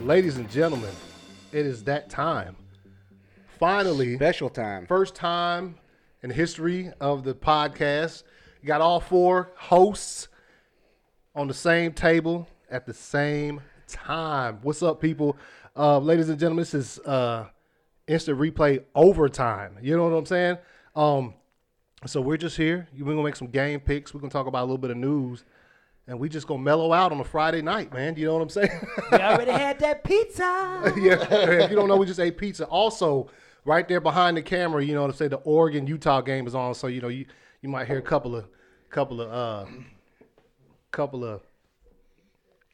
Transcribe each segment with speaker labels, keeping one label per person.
Speaker 1: Ladies and gentlemen, it is that time. Finally,
Speaker 2: Special time.
Speaker 1: first time in history of the podcast. You got all four hosts on the same table at the same time. What's up, people? Uh, ladies and gentlemen, this is uh, instant replay overtime. You know what I'm saying? Um, so we're just here. We're gonna make some game picks. We're gonna talk about a little bit of news, and we just gonna mellow out on a Friday night, man. You know what I'm saying?
Speaker 3: We already had that
Speaker 1: Uh,
Speaker 3: pizza.
Speaker 1: yeah. If you don't know, we just ate pizza. Also, right there behind the camera, you know what I'm saying? The Oregon Utah game is on, so you know you you might hear a couple of couple of uh couple of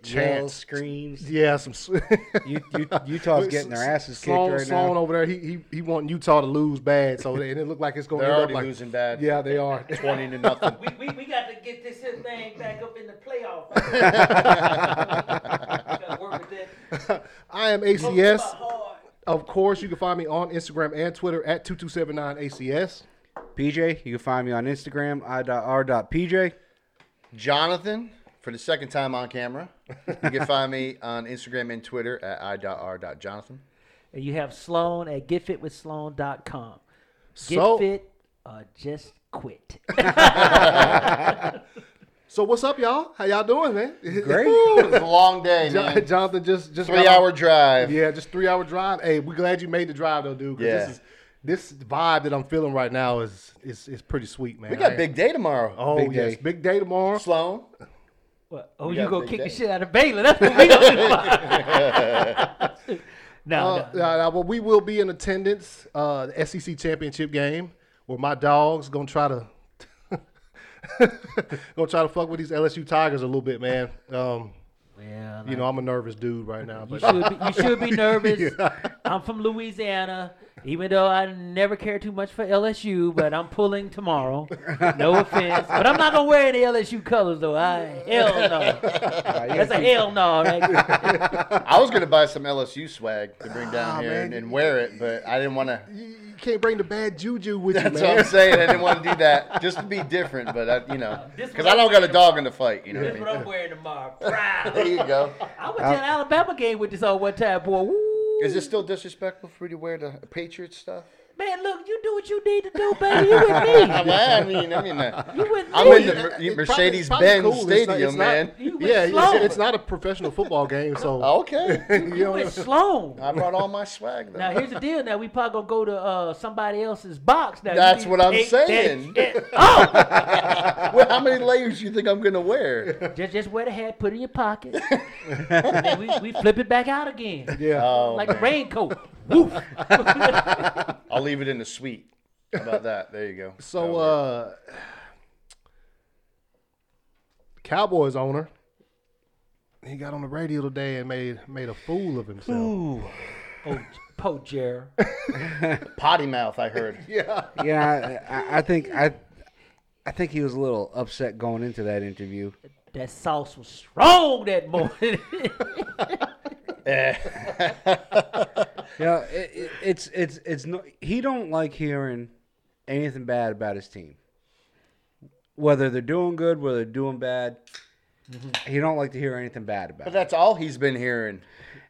Speaker 2: Yells,
Speaker 1: chants.
Speaker 2: screams.
Speaker 1: Yeah, some s-
Speaker 2: You, you, Utah's getting their asses kicked
Speaker 1: Sloan,
Speaker 2: right
Speaker 1: Sloan
Speaker 2: now.
Speaker 1: over there, he he he want Utah to lose bad, so and it looked like it's going to
Speaker 4: They're
Speaker 1: end
Speaker 4: already
Speaker 1: up like
Speaker 4: losing bad.
Speaker 1: Yeah, they are.
Speaker 4: Twenty to nothing.
Speaker 3: we, we, we got to get this his name back up in the playoff. Gotta work with that.
Speaker 1: I am
Speaker 3: Focus my
Speaker 1: ACS.
Speaker 3: heart.
Speaker 1: Of course, you can find me on Instagram and Twitter at 2279ACS.
Speaker 2: PJ, you can find me on Instagram, i.r.pj.
Speaker 4: Jonathan, for the second time on camera, you can find me on Instagram and Twitter at i.r.jonathan.
Speaker 3: And you have Sloan at getfitwithsloan.com. Get
Speaker 1: So-
Speaker 3: fit or uh, just quit.
Speaker 1: So what's up, y'all? How y'all doing, man?
Speaker 2: Great.
Speaker 4: It was a long day,
Speaker 1: Jon-
Speaker 4: man.
Speaker 1: Jonathan just just
Speaker 4: Three
Speaker 1: got
Speaker 4: hour
Speaker 1: off-
Speaker 4: drive.
Speaker 1: Yeah, just three hour drive. Hey, we glad you made the drive though, dude. 'cause
Speaker 4: Yeah.
Speaker 1: This is this vibe that I'm feeling right now is is is pretty sweet, man.
Speaker 4: We
Speaker 1: I-
Speaker 4: got big day tomorrow.
Speaker 1: Oh
Speaker 2: big
Speaker 1: yes,
Speaker 2: day.
Speaker 1: big day tomorrow.
Speaker 4: Sloan.
Speaker 3: Well, oh,
Speaker 4: We
Speaker 3: you
Speaker 4: got
Speaker 3: gonna
Speaker 4: big
Speaker 3: kick the
Speaker 4: days.
Speaker 3: shit out of Baylor? That's what we gonna do. no,
Speaker 1: Uh,
Speaker 3: no.
Speaker 1: uh, well, we will be in attendance. Uh, the SEC championship game where my dogs gonna try to gonna try to fuck with these LSU Tigers a little bit, man. Um,
Speaker 3: Well,
Speaker 1: you know, I'm a nervous dude right now,
Speaker 3: You
Speaker 1: but
Speaker 3: should be, you should be nervous. I'm from Louisiana. Even though I never care too much for LSU, but I'm pulling tomorrow. No offense, but I'm not gonna wear any LSU colors though. I hell no. That's a hell no. Right?
Speaker 4: I was gonna buy some LSU swag to bring down
Speaker 1: Ah,
Speaker 4: here
Speaker 1: man.
Speaker 4: and, and wear it, but I didn't want to.
Speaker 1: you, you can't bring the bad juju with you,
Speaker 4: That's
Speaker 1: man.
Speaker 4: what I'm saying. I didn't want to do that just to be different, but I, you know,
Speaker 3: This
Speaker 4: because
Speaker 3: one-
Speaker 4: I don't got a dog in the fight. You know
Speaker 3: That's
Speaker 4: what
Speaker 3: what
Speaker 4: I mean?
Speaker 3: I'm wearing tomorrow.
Speaker 4: There
Speaker 3: Proud.
Speaker 4: you go.
Speaker 3: I went to an Alabama game with this on one time, boy. Woo.
Speaker 4: Is it still disrespectful for you to wear the Patriots stuff?
Speaker 3: Man, look, you do what you need to do, baby. You with me.
Speaker 4: Well, I mean, I mean, uh,
Speaker 3: You with
Speaker 4: I'm in
Speaker 3: me.
Speaker 4: the
Speaker 1: It- it probably-
Speaker 4: Mercedes
Speaker 1: probably
Speaker 4: Benz
Speaker 1: cool. It's not-
Speaker 4: Stadium,
Speaker 1: it's not-
Speaker 4: man.
Speaker 3: You went
Speaker 1: Yeah,
Speaker 3: slow.
Speaker 1: it's, it's not a professional football game, so
Speaker 4: Okay.
Speaker 1: you
Speaker 3: You
Speaker 1: know what I'm
Speaker 3: went slow.
Speaker 4: I brought all my swag though.
Speaker 3: Now here's the deal. Now we probably gonna go to uh, somebody else's box. Now you
Speaker 4: That's
Speaker 3: need
Speaker 4: what
Speaker 3: to
Speaker 4: I'm
Speaker 3: take
Speaker 4: saying.
Speaker 3: that shit Oh, off.
Speaker 4: well, how many layers you think I'm gonna wear?
Speaker 3: just just wear the hat, put it in your pocket, and then we, we flip it back out again
Speaker 1: Yeah.
Speaker 4: Oh,
Speaker 3: like
Speaker 4: man.
Speaker 3: a raincoat. Woof.
Speaker 4: I'll leave it in the suite. How about that? There you go.
Speaker 1: so, uh, Cowboys owner, he got on the radio today and made made a fool of himself.
Speaker 3: oh, Poe Jer.
Speaker 4: potty mouth, I heard.
Speaker 1: Yeah.
Speaker 2: yeah, I, I think I, I think he was a little upset going into that interview.
Speaker 3: That sauce was strong that morning.
Speaker 4: Eh.
Speaker 2: Yeah, it, it, it's it's it's no, he don't like hearing anything bad about his team, whether they're doing good, whether they're doing bad.
Speaker 4: Mm-hmm.
Speaker 2: He don't like to hear anything bad about.
Speaker 4: but
Speaker 2: it.
Speaker 4: that's all he's been hearing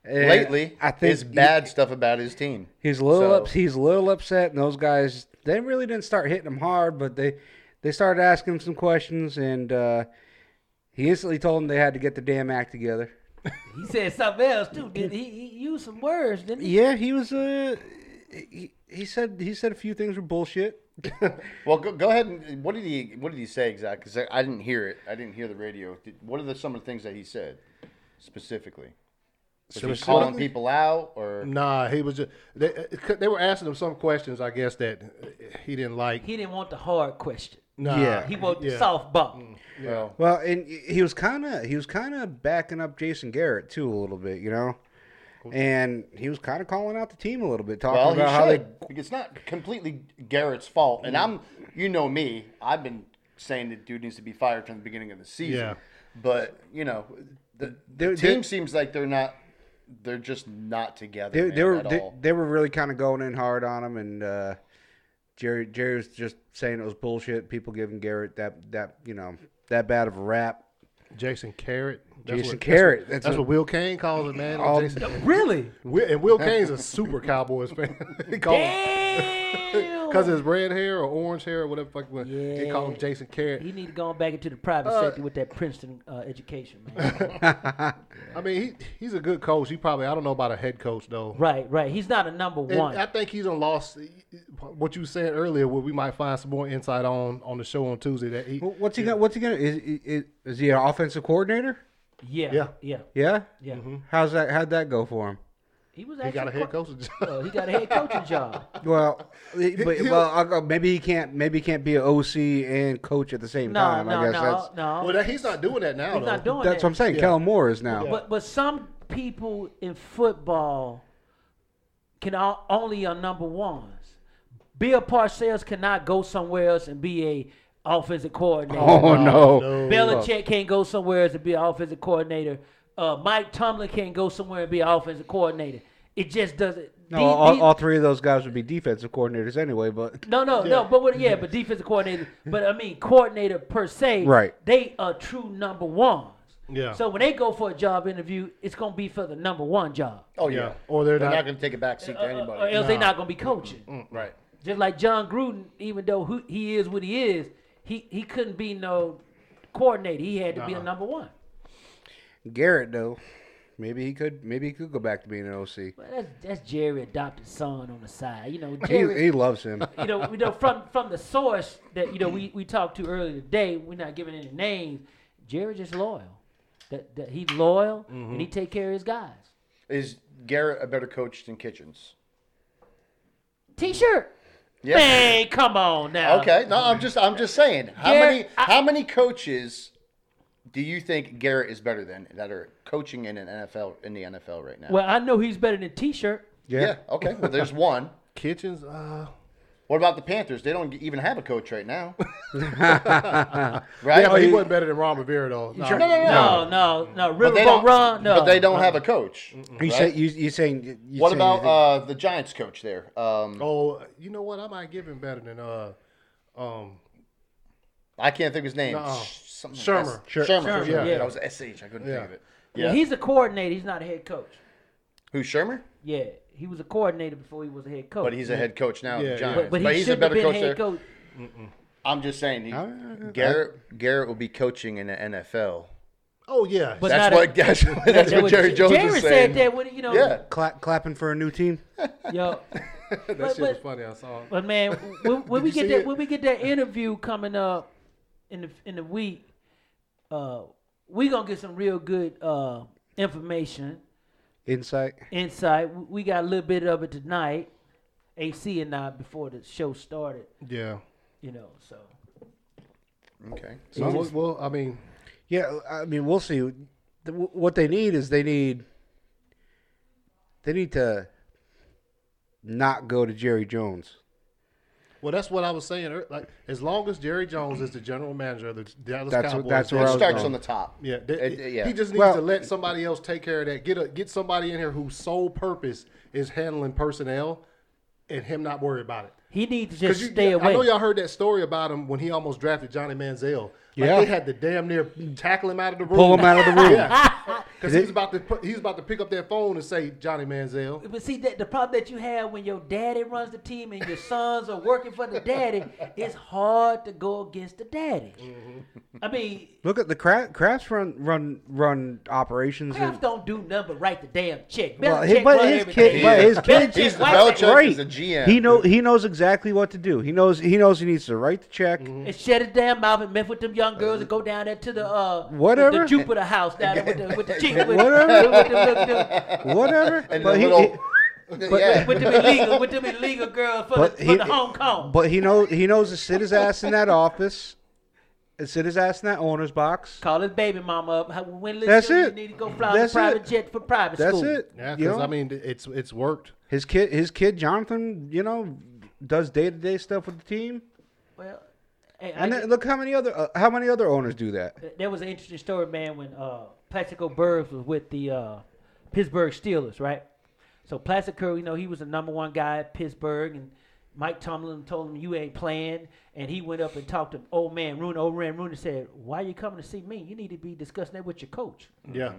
Speaker 2: Eh,
Speaker 4: lately.
Speaker 2: I think
Speaker 4: is
Speaker 2: he-
Speaker 4: bad stuff about his team.
Speaker 2: He's a little
Speaker 4: So-
Speaker 2: ups, he's a little upset, and those guys they really didn't start hitting him hard, but they they started asking him some questions, and uh, he instantly told them they had to get the damn act together.
Speaker 3: he said something else too. Did he, he used some words? Didn't he?
Speaker 2: Yeah, he was. Uh, he, he said he said a few things were bullshit.
Speaker 4: Well, go, go ahead and what did he what did he say exactly? Because I, I didn't hear it. I didn't hear the radio. Did, what are the, some of the things that he said specifically? Was he calling people out
Speaker 2: Mm,
Speaker 4: or
Speaker 1: Nah, he was just they, uh, they were asking him some questions, I guess that he didn't like.
Speaker 3: He didn't want the hard question.
Speaker 1: Nah,
Speaker 2: Yeah.
Speaker 3: He wanted
Speaker 1: yeah. Mm.
Speaker 3: the soft ball.
Speaker 4: well,
Speaker 2: Well, and he was kind of he was kind of backing up Jason Garrett too a little bit, you know, and he was kind of calling out the team a little bit, talking
Speaker 4: Well,
Speaker 2: about how
Speaker 4: he
Speaker 2: they Mm.
Speaker 4: should. It's not completely Garrett's fault, and I'm, you know me, I've been saying that dude needs to be fired from the beginning of the season.
Speaker 1: Yeah.
Speaker 4: But you know, the,
Speaker 2: They're-
Speaker 4: the team
Speaker 2: they're-
Speaker 4: seems like they're not, they're just not together.
Speaker 2: they,
Speaker 4: man,
Speaker 2: they were
Speaker 4: at
Speaker 2: they,
Speaker 4: all.
Speaker 2: they were really kind of going in hard on him, and uh, Jerry Jerry was just saying it was bullshit. People giving Garrett that that you know that bad of a rap.
Speaker 1: Jason Carrot. That's
Speaker 2: Jason
Speaker 1: what-
Speaker 2: Carrot.
Speaker 1: That's what,
Speaker 2: That's
Speaker 1: that's
Speaker 2: what-
Speaker 1: what Will Kane calls it, man.
Speaker 2: All-
Speaker 1: Jason-
Speaker 3: Really?
Speaker 1: Will- and Will Kane's a super Cowboys fan. he calls
Speaker 3: Damn.
Speaker 1: because his red hair or orange hair or whatever. the Fuck, they call him
Speaker 3: Yeah.
Speaker 1: Jason Carrot.
Speaker 3: he need to go on back into the private
Speaker 1: Uh.
Speaker 3: sector with that Princeton uh, education, man.
Speaker 1: I mean, he he's a good coach. He probably I don't know about a head coach though.
Speaker 3: right, right. He's not a number
Speaker 1: And
Speaker 3: one.
Speaker 1: I think he's done lost what you said earlier. Where we might find some more insight on on the show on Tuesday. That he,
Speaker 2: Well, What's he got? What's he gonna? Is, is, is he an offensive coordinator?
Speaker 3: yeah, yeah,
Speaker 1: Yeah. Mm-hmm.
Speaker 3: yeah,
Speaker 2: Yeah. How's that? How'd that go for him?
Speaker 3: He was
Speaker 1: he
Speaker 3: actually
Speaker 1: got a head
Speaker 3: co-
Speaker 1: coach.
Speaker 3: uh, he got a head coaching job.
Speaker 2: Well, he- but, well, I'll go, maybe he can't. Maybe he can't be an OC and coach at the same
Speaker 3: No,
Speaker 2: time. I
Speaker 3: no,
Speaker 2: guess
Speaker 3: no,
Speaker 2: that's
Speaker 3: no.
Speaker 1: well, that, he's not doing that now.
Speaker 3: He's not
Speaker 1: though.
Speaker 3: doing
Speaker 2: that's
Speaker 3: that.
Speaker 2: what I'm saying. Kellen Moore is now.
Speaker 3: But but some people in football can all, only are number ones. Bill Parcells cannot go somewhere else and be a offensive coordinator.
Speaker 2: Oh
Speaker 1: no.
Speaker 2: no.
Speaker 3: Belichick can't go somewhere else and be an offensive coordinator. Uh, Mike Tomlin can't go somewhere and be an offensive coordinator. It just doesn't.
Speaker 2: No,
Speaker 3: these-
Speaker 2: all,
Speaker 3: these-
Speaker 2: all three of those guys would be defensive coordinators anyway. But
Speaker 3: no, no, no. But what, yeah, but defensive coordinator. But I mean, coordinator per se.
Speaker 2: Right.
Speaker 3: They are true number ones.
Speaker 1: Yeah.
Speaker 3: So when they go for a job interview, it's gonna be for the number one job.
Speaker 4: Oh
Speaker 1: Yeah.
Speaker 4: yeah.
Speaker 1: Or they're
Speaker 4: They're
Speaker 1: not-
Speaker 4: not going to take a back seat to
Speaker 3: Uh, or
Speaker 4: anybody.
Speaker 3: else they're not gonna be coaching.
Speaker 1: Mm,
Speaker 4: Right.
Speaker 3: Just like John Gruden, even though who, he is what he is, he he couldn't be no coordinator. He had to be a number one.
Speaker 2: Garrett, though, maybe he could. Maybe he could go back to being an OC.
Speaker 3: Well, that's that's Jerry adopted son on the side. You know,
Speaker 2: He,
Speaker 3: Jerry.
Speaker 2: he loves him.
Speaker 3: you know, you know from from the source that you know we, we talked to earlier today. We're not giving any names. Jerry just loyal. That, that he loyal and
Speaker 4: Mm-hmm.
Speaker 3: he take care of his guys.
Speaker 4: Is Garrett a better coach than Kitchens?
Speaker 3: T-shirt.
Speaker 4: Yeah.
Speaker 3: Man, come on now.
Speaker 4: Okay. No, I'm just I'm just saying. How
Speaker 3: Garrett,
Speaker 4: many
Speaker 3: I-
Speaker 4: how many coaches do you think Garrett is better than that are coaching in an NFL in the NFL right now?
Speaker 3: Well, I know he's better than T-shirt.
Speaker 2: Yeah.
Speaker 4: yeah. Okay. Well, there's one.
Speaker 1: Kitchens. Uh,
Speaker 4: What about the Panthers? They don't even have a coach right now. right?
Speaker 1: yeah, but he wasn't better than Ron Rivera though. Nah.
Speaker 4: no, no,
Speaker 3: No,
Speaker 4: no.
Speaker 3: no, no.
Speaker 4: But they
Speaker 3: Riverboat
Speaker 4: don't,
Speaker 3: Ron. No,
Speaker 4: but they don't have a coach.
Speaker 2: You say you you saying? You
Speaker 4: What
Speaker 2: saying
Speaker 4: about
Speaker 2: you think-
Speaker 4: uh, the Giants coach there? Um,
Speaker 1: Oh, you know what? I might give him better than uh, um,
Speaker 4: I can't think of his name.
Speaker 1: No.
Speaker 4: Sh- something
Speaker 1: Shermer.
Speaker 4: S- Shermer. Shermer.
Speaker 1: yeah.
Speaker 4: Yeah.
Speaker 1: Yeah.
Speaker 4: That was SH. I couldn't
Speaker 1: Yeah.
Speaker 4: think of it.
Speaker 3: Yeah,
Speaker 4: Yeah.
Speaker 3: he's a coordinator. He's not a head coach.
Speaker 4: Who's Shermer?
Speaker 3: Yeah, he was a coordinator before he was a head coach.
Speaker 4: But he's a head coach now.
Speaker 1: Yeah,
Speaker 4: Yeah,
Speaker 1: yeah.
Speaker 4: the Giants.
Speaker 1: But-
Speaker 3: but, he
Speaker 4: he's a
Speaker 3: shouldn't
Speaker 4: better
Speaker 3: have been
Speaker 4: coach there.
Speaker 3: head coach.
Speaker 4: I'm just saying, he,
Speaker 2: I- I-
Speaker 4: Garrett Garrett will be coaching in the NFL.
Speaker 1: oh yeah,
Speaker 3: But- not a-
Speaker 4: That's what, that's, what- that's
Speaker 3: That
Speaker 4: what
Speaker 3: was-
Speaker 4: Jerry Jones
Speaker 3: Jerry
Speaker 4: is
Speaker 3: said
Speaker 4: saying.
Speaker 3: that when you know.
Speaker 4: yeah.
Speaker 2: Cla- clapping for a new team?
Speaker 3: Yo,
Speaker 1: that
Speaker 3: but-
Speaker 1: shit was
Speaker 3: but-
Speaker 1: funny. I saw. It.
Speaker 3: but man, when, when we
Speaker 1: you see
Speaker 3: get that
Speaker 1: it?
Speaker 3: when we get that interview coming up in the in the week, uh, we gonna get some real good uh information
Speaker 2: Insight.
Speaker 3: insight. We- We got a little bit of it tonight. AC and I before the show started,
Speaker 1: Yeah.
Speaker 3: you know. So
Speaker 4: Okay.
Speaker 1: So well, well, I mean,
Speaker 2: Yeah, I mean, we'll see. The- What they need is they need they need to not go to Jerry Jones.
Speaker 1: well, that's what I was saying. ear- Like, as long as Jerry Jones is the general manager of the Dallas
Speaker 2: That's-
Speaker 1: Cowboys,
Speaker 2: that's
Speaker 1: they
Speaker 2: where I was
Speaker 1: start-
Speaker 4: Starts
Speaker 2: going.
Speaker 4: on the top.
Speaker 1: Yeah, they-
Speaker 4: It- it- yeah.
Speaker 1: he just needs
Speaker 2: Well-
Speaker 1: to let somebody else take care of that. Get a get somebody in here whose sole purpose is handling personnel, and him not worry about it.
Speaker 3: he needs to
Speaker 1: 'Cause
Speaker 3: just
Speaker 1: you-
Speaker 3: stay away.
Speaker 1: I know y'all heard that story about him when he almost drafted Johnny Manziel. Like
Speaker 2: Yeah.
Speaker 1: they had to damn near tackle him out of the room.
Speaker 2: Pull him out of the room.
Speaker 1: because he's about to put, he's about to pick up that phone and say Johnny Manziel.
Speaker 3: But see that the problem that you have when your daddy runs the team and your sons are working for the daddy, it's hard to go against the daddy. I mean,
Speaker 2: Look at the cra- crafts run run run operations.
Speaker 3: Kraft
Speaker 2: And,
Speaker 3: don't do nothing but write the damn check.
Speaker 2: Well,
Speaker 3: Belichick
Speaker 2: he- but
Speaker 3: run
Speaker 2: his
Speaker 3: everything.
Speaker 2: kid- but his kid-
Speaker 3: Belichick
Speaker 4: He's the
Speaker 3: write the-
Speaker 4: Belichick
Speaker 2: Right.
Speaker 4: is the GM.
Speaker 2: he know he knows exactly what to do. He knows he knows he needs to write the check.
Speaker 3: And shut his damn mouth and mess with them young girls and go down there to the uh
Speaker 2: Whatever.
Speaker 3: the Jupiter house down there with the with the chick with,
Speaker 2: Whatever.
Speaker 3: with, them, with, them,
Speaker 2: Whatever.
Speaker 4: And
Speaker 2: but
Speaker 4: the
Speaker 2: he,
Speaker 4: little,
Speaker 2: he-
Speaker 4: yeah.
Speaker 3: with them illegal with them illegal girls for,
Speaker 2: but
Speaker 3: the,
Speaker 2: he
Speaker 3: for the Hong Kong.
Speaker 2: but he knows he knows to sit his ass in that office, and sit his ass in that owner's box.
Speaker 3: Call his baby mama up. How- When little
Speaker 2: That's
Speaker 3: children
Speaker 2: it.
Speaker 3: need to go fly
Speaker 2: That's
Speaker 3: on a private
Speaker 2: it.
Speaker 3: jet for private
Speaker 2: That's
Speaker 3: school.
Speaker 2: it.
Speaker 1: Yeah,
Speaker 2: You
Speaker 1: because
Speaker 2: know?
Speaker 1: I mean it's it's worked.
Speaker 2: His kid, his kid Jonathan, you know, does day to day stuff with the team.
Speaker 3: Well, hey, I
Speaker 2: And
Speaker 3: get-
Speaker 2: then, look how many other uh, how many other owners do that.
Speaker 3: there was an interesting story, man, when uh, Plaxico Burrs was with the uh, Pittsburgh Steelers, right? So Plaxico, you know, he was the number one guy at Pittsburgh, and Mike Tomlin told him you ain't playing, and he went up and talked to old man Rooney. Old man Rooney said, "Why you coming to see me? You need to be discussing that with your coach."
Speaker 1: Yeah.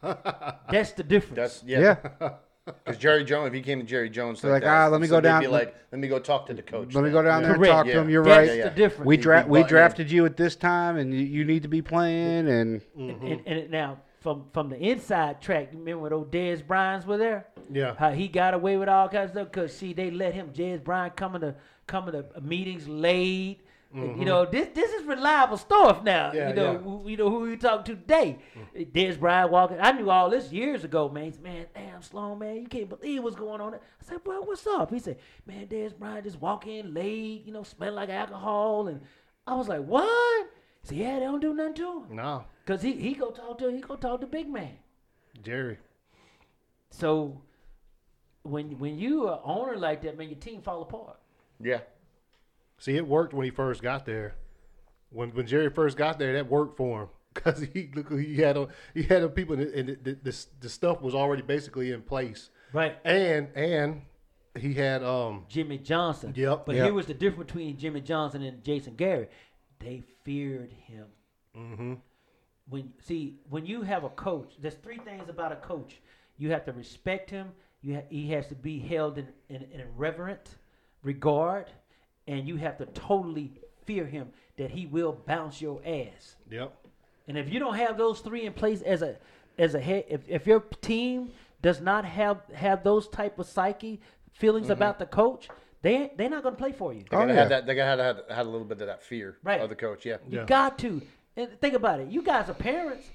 Speaker 3: That's the difference.
Speaker 4: That's yeah.
Speaker 2: Yeah.
Speaker 4: Because Jerry Jones, if he came to Jerry Jones,
Speaker 2: like, "Ah, let me go
Speaker 4: they'd
Speaker 2: down-
Speaker 4: Be like, let me go talk to the coach.
Speaker 2: Let me
Speaker 4: then."
Speaker 2: go down there and
Speaker 3: Correct.
Speaker 2: talk to
Speaker 4: Yeah.
Speaker 2: him. You're
Speaker 3: That's
Speaker 2: right.
Speaker 3: the
Speaker 4: Yeah, yeah.
Speaker 3: difference.
Speaker 2: We
Speaker 4: He'd be
Speaker 2: dra- we
Speaker 4: button in.
Speaker 2: drafted you at this time, and you, you need to be playing. And
Speaker 3: And,
Speaker 1: Mm-hmm.
Speaker 3: and, and now from from the inside track, you remember when old Dez Bryans were there?
Speaker 1: Yeah.
Speaker 3: How he got away with all kinds of stuff because see they let him Dez Bryan coming to coming to meetings late. You know this this is reliable stuff now.
Speaker 1: Mm-hmm. Yeah,
Speaker 3: you know
Speaker 1: yeah. Mm.
Speaker 3: who- you know who you talk to today. Dez Bryant walking. I knew all this years ago, man. He said, man, damn Sloan, man, you can't believe what's going on. I said, well, what's up? He said, man, Dez Bryant just walk in late, you know, smelling like alcohol, and I was like, what? He said, yeah, they don't do nothing to him.
Speaker 2: Mm-hmm.
Speaker 1: No,
Speaker 3: Cause he he go talk to he go talk to big man.
Speaker 1: Jerry.
Speaker 3: So when when you are owner like that, man, your team fall apart.
Speaker 4: Yeah.
Speaker 1: See, it worked when he first got there. When when Jerry first got there, that worked for him because he look who he had on he had on people and, and the, the, the stuff was already basically in place.
Speaker 3: Right.
Speaker 1: And and he had um
Speaker 3: Jimmy Johnson.
Speaker 1: Yep.
Speaker 3: But
Speaker 1: Yep.
Speaker 3: here was the difference between Jimmy Johnson and Jason Garrett. They feared him. Mm-hmm. When see when you have a coach, there's three things about a coach. You have to respect him. You ha- he has to be held in, in, in reverent regard, and you have to totally fear him that he will bounce your ass.
Speaker 1: yep
Speaker 3: And if you don't have those three in place as a as a head, if, if your team does not have have those type of psyche feelings about the coach, they they're not going to play for you.
Speaker 4: They
Speaker 2: Oh,
Speaker 4: gotta
Speaker 2: yeah.
Speaker 4: have that. They gotta have, that- had a little bit of that fear
Speaker 3: Right.
Speaker 4: of the coach. Yeah.
Speaker 3: You
Speaker 1: Yeah.
Speaker 3: got to. And think about it. You guys are parents.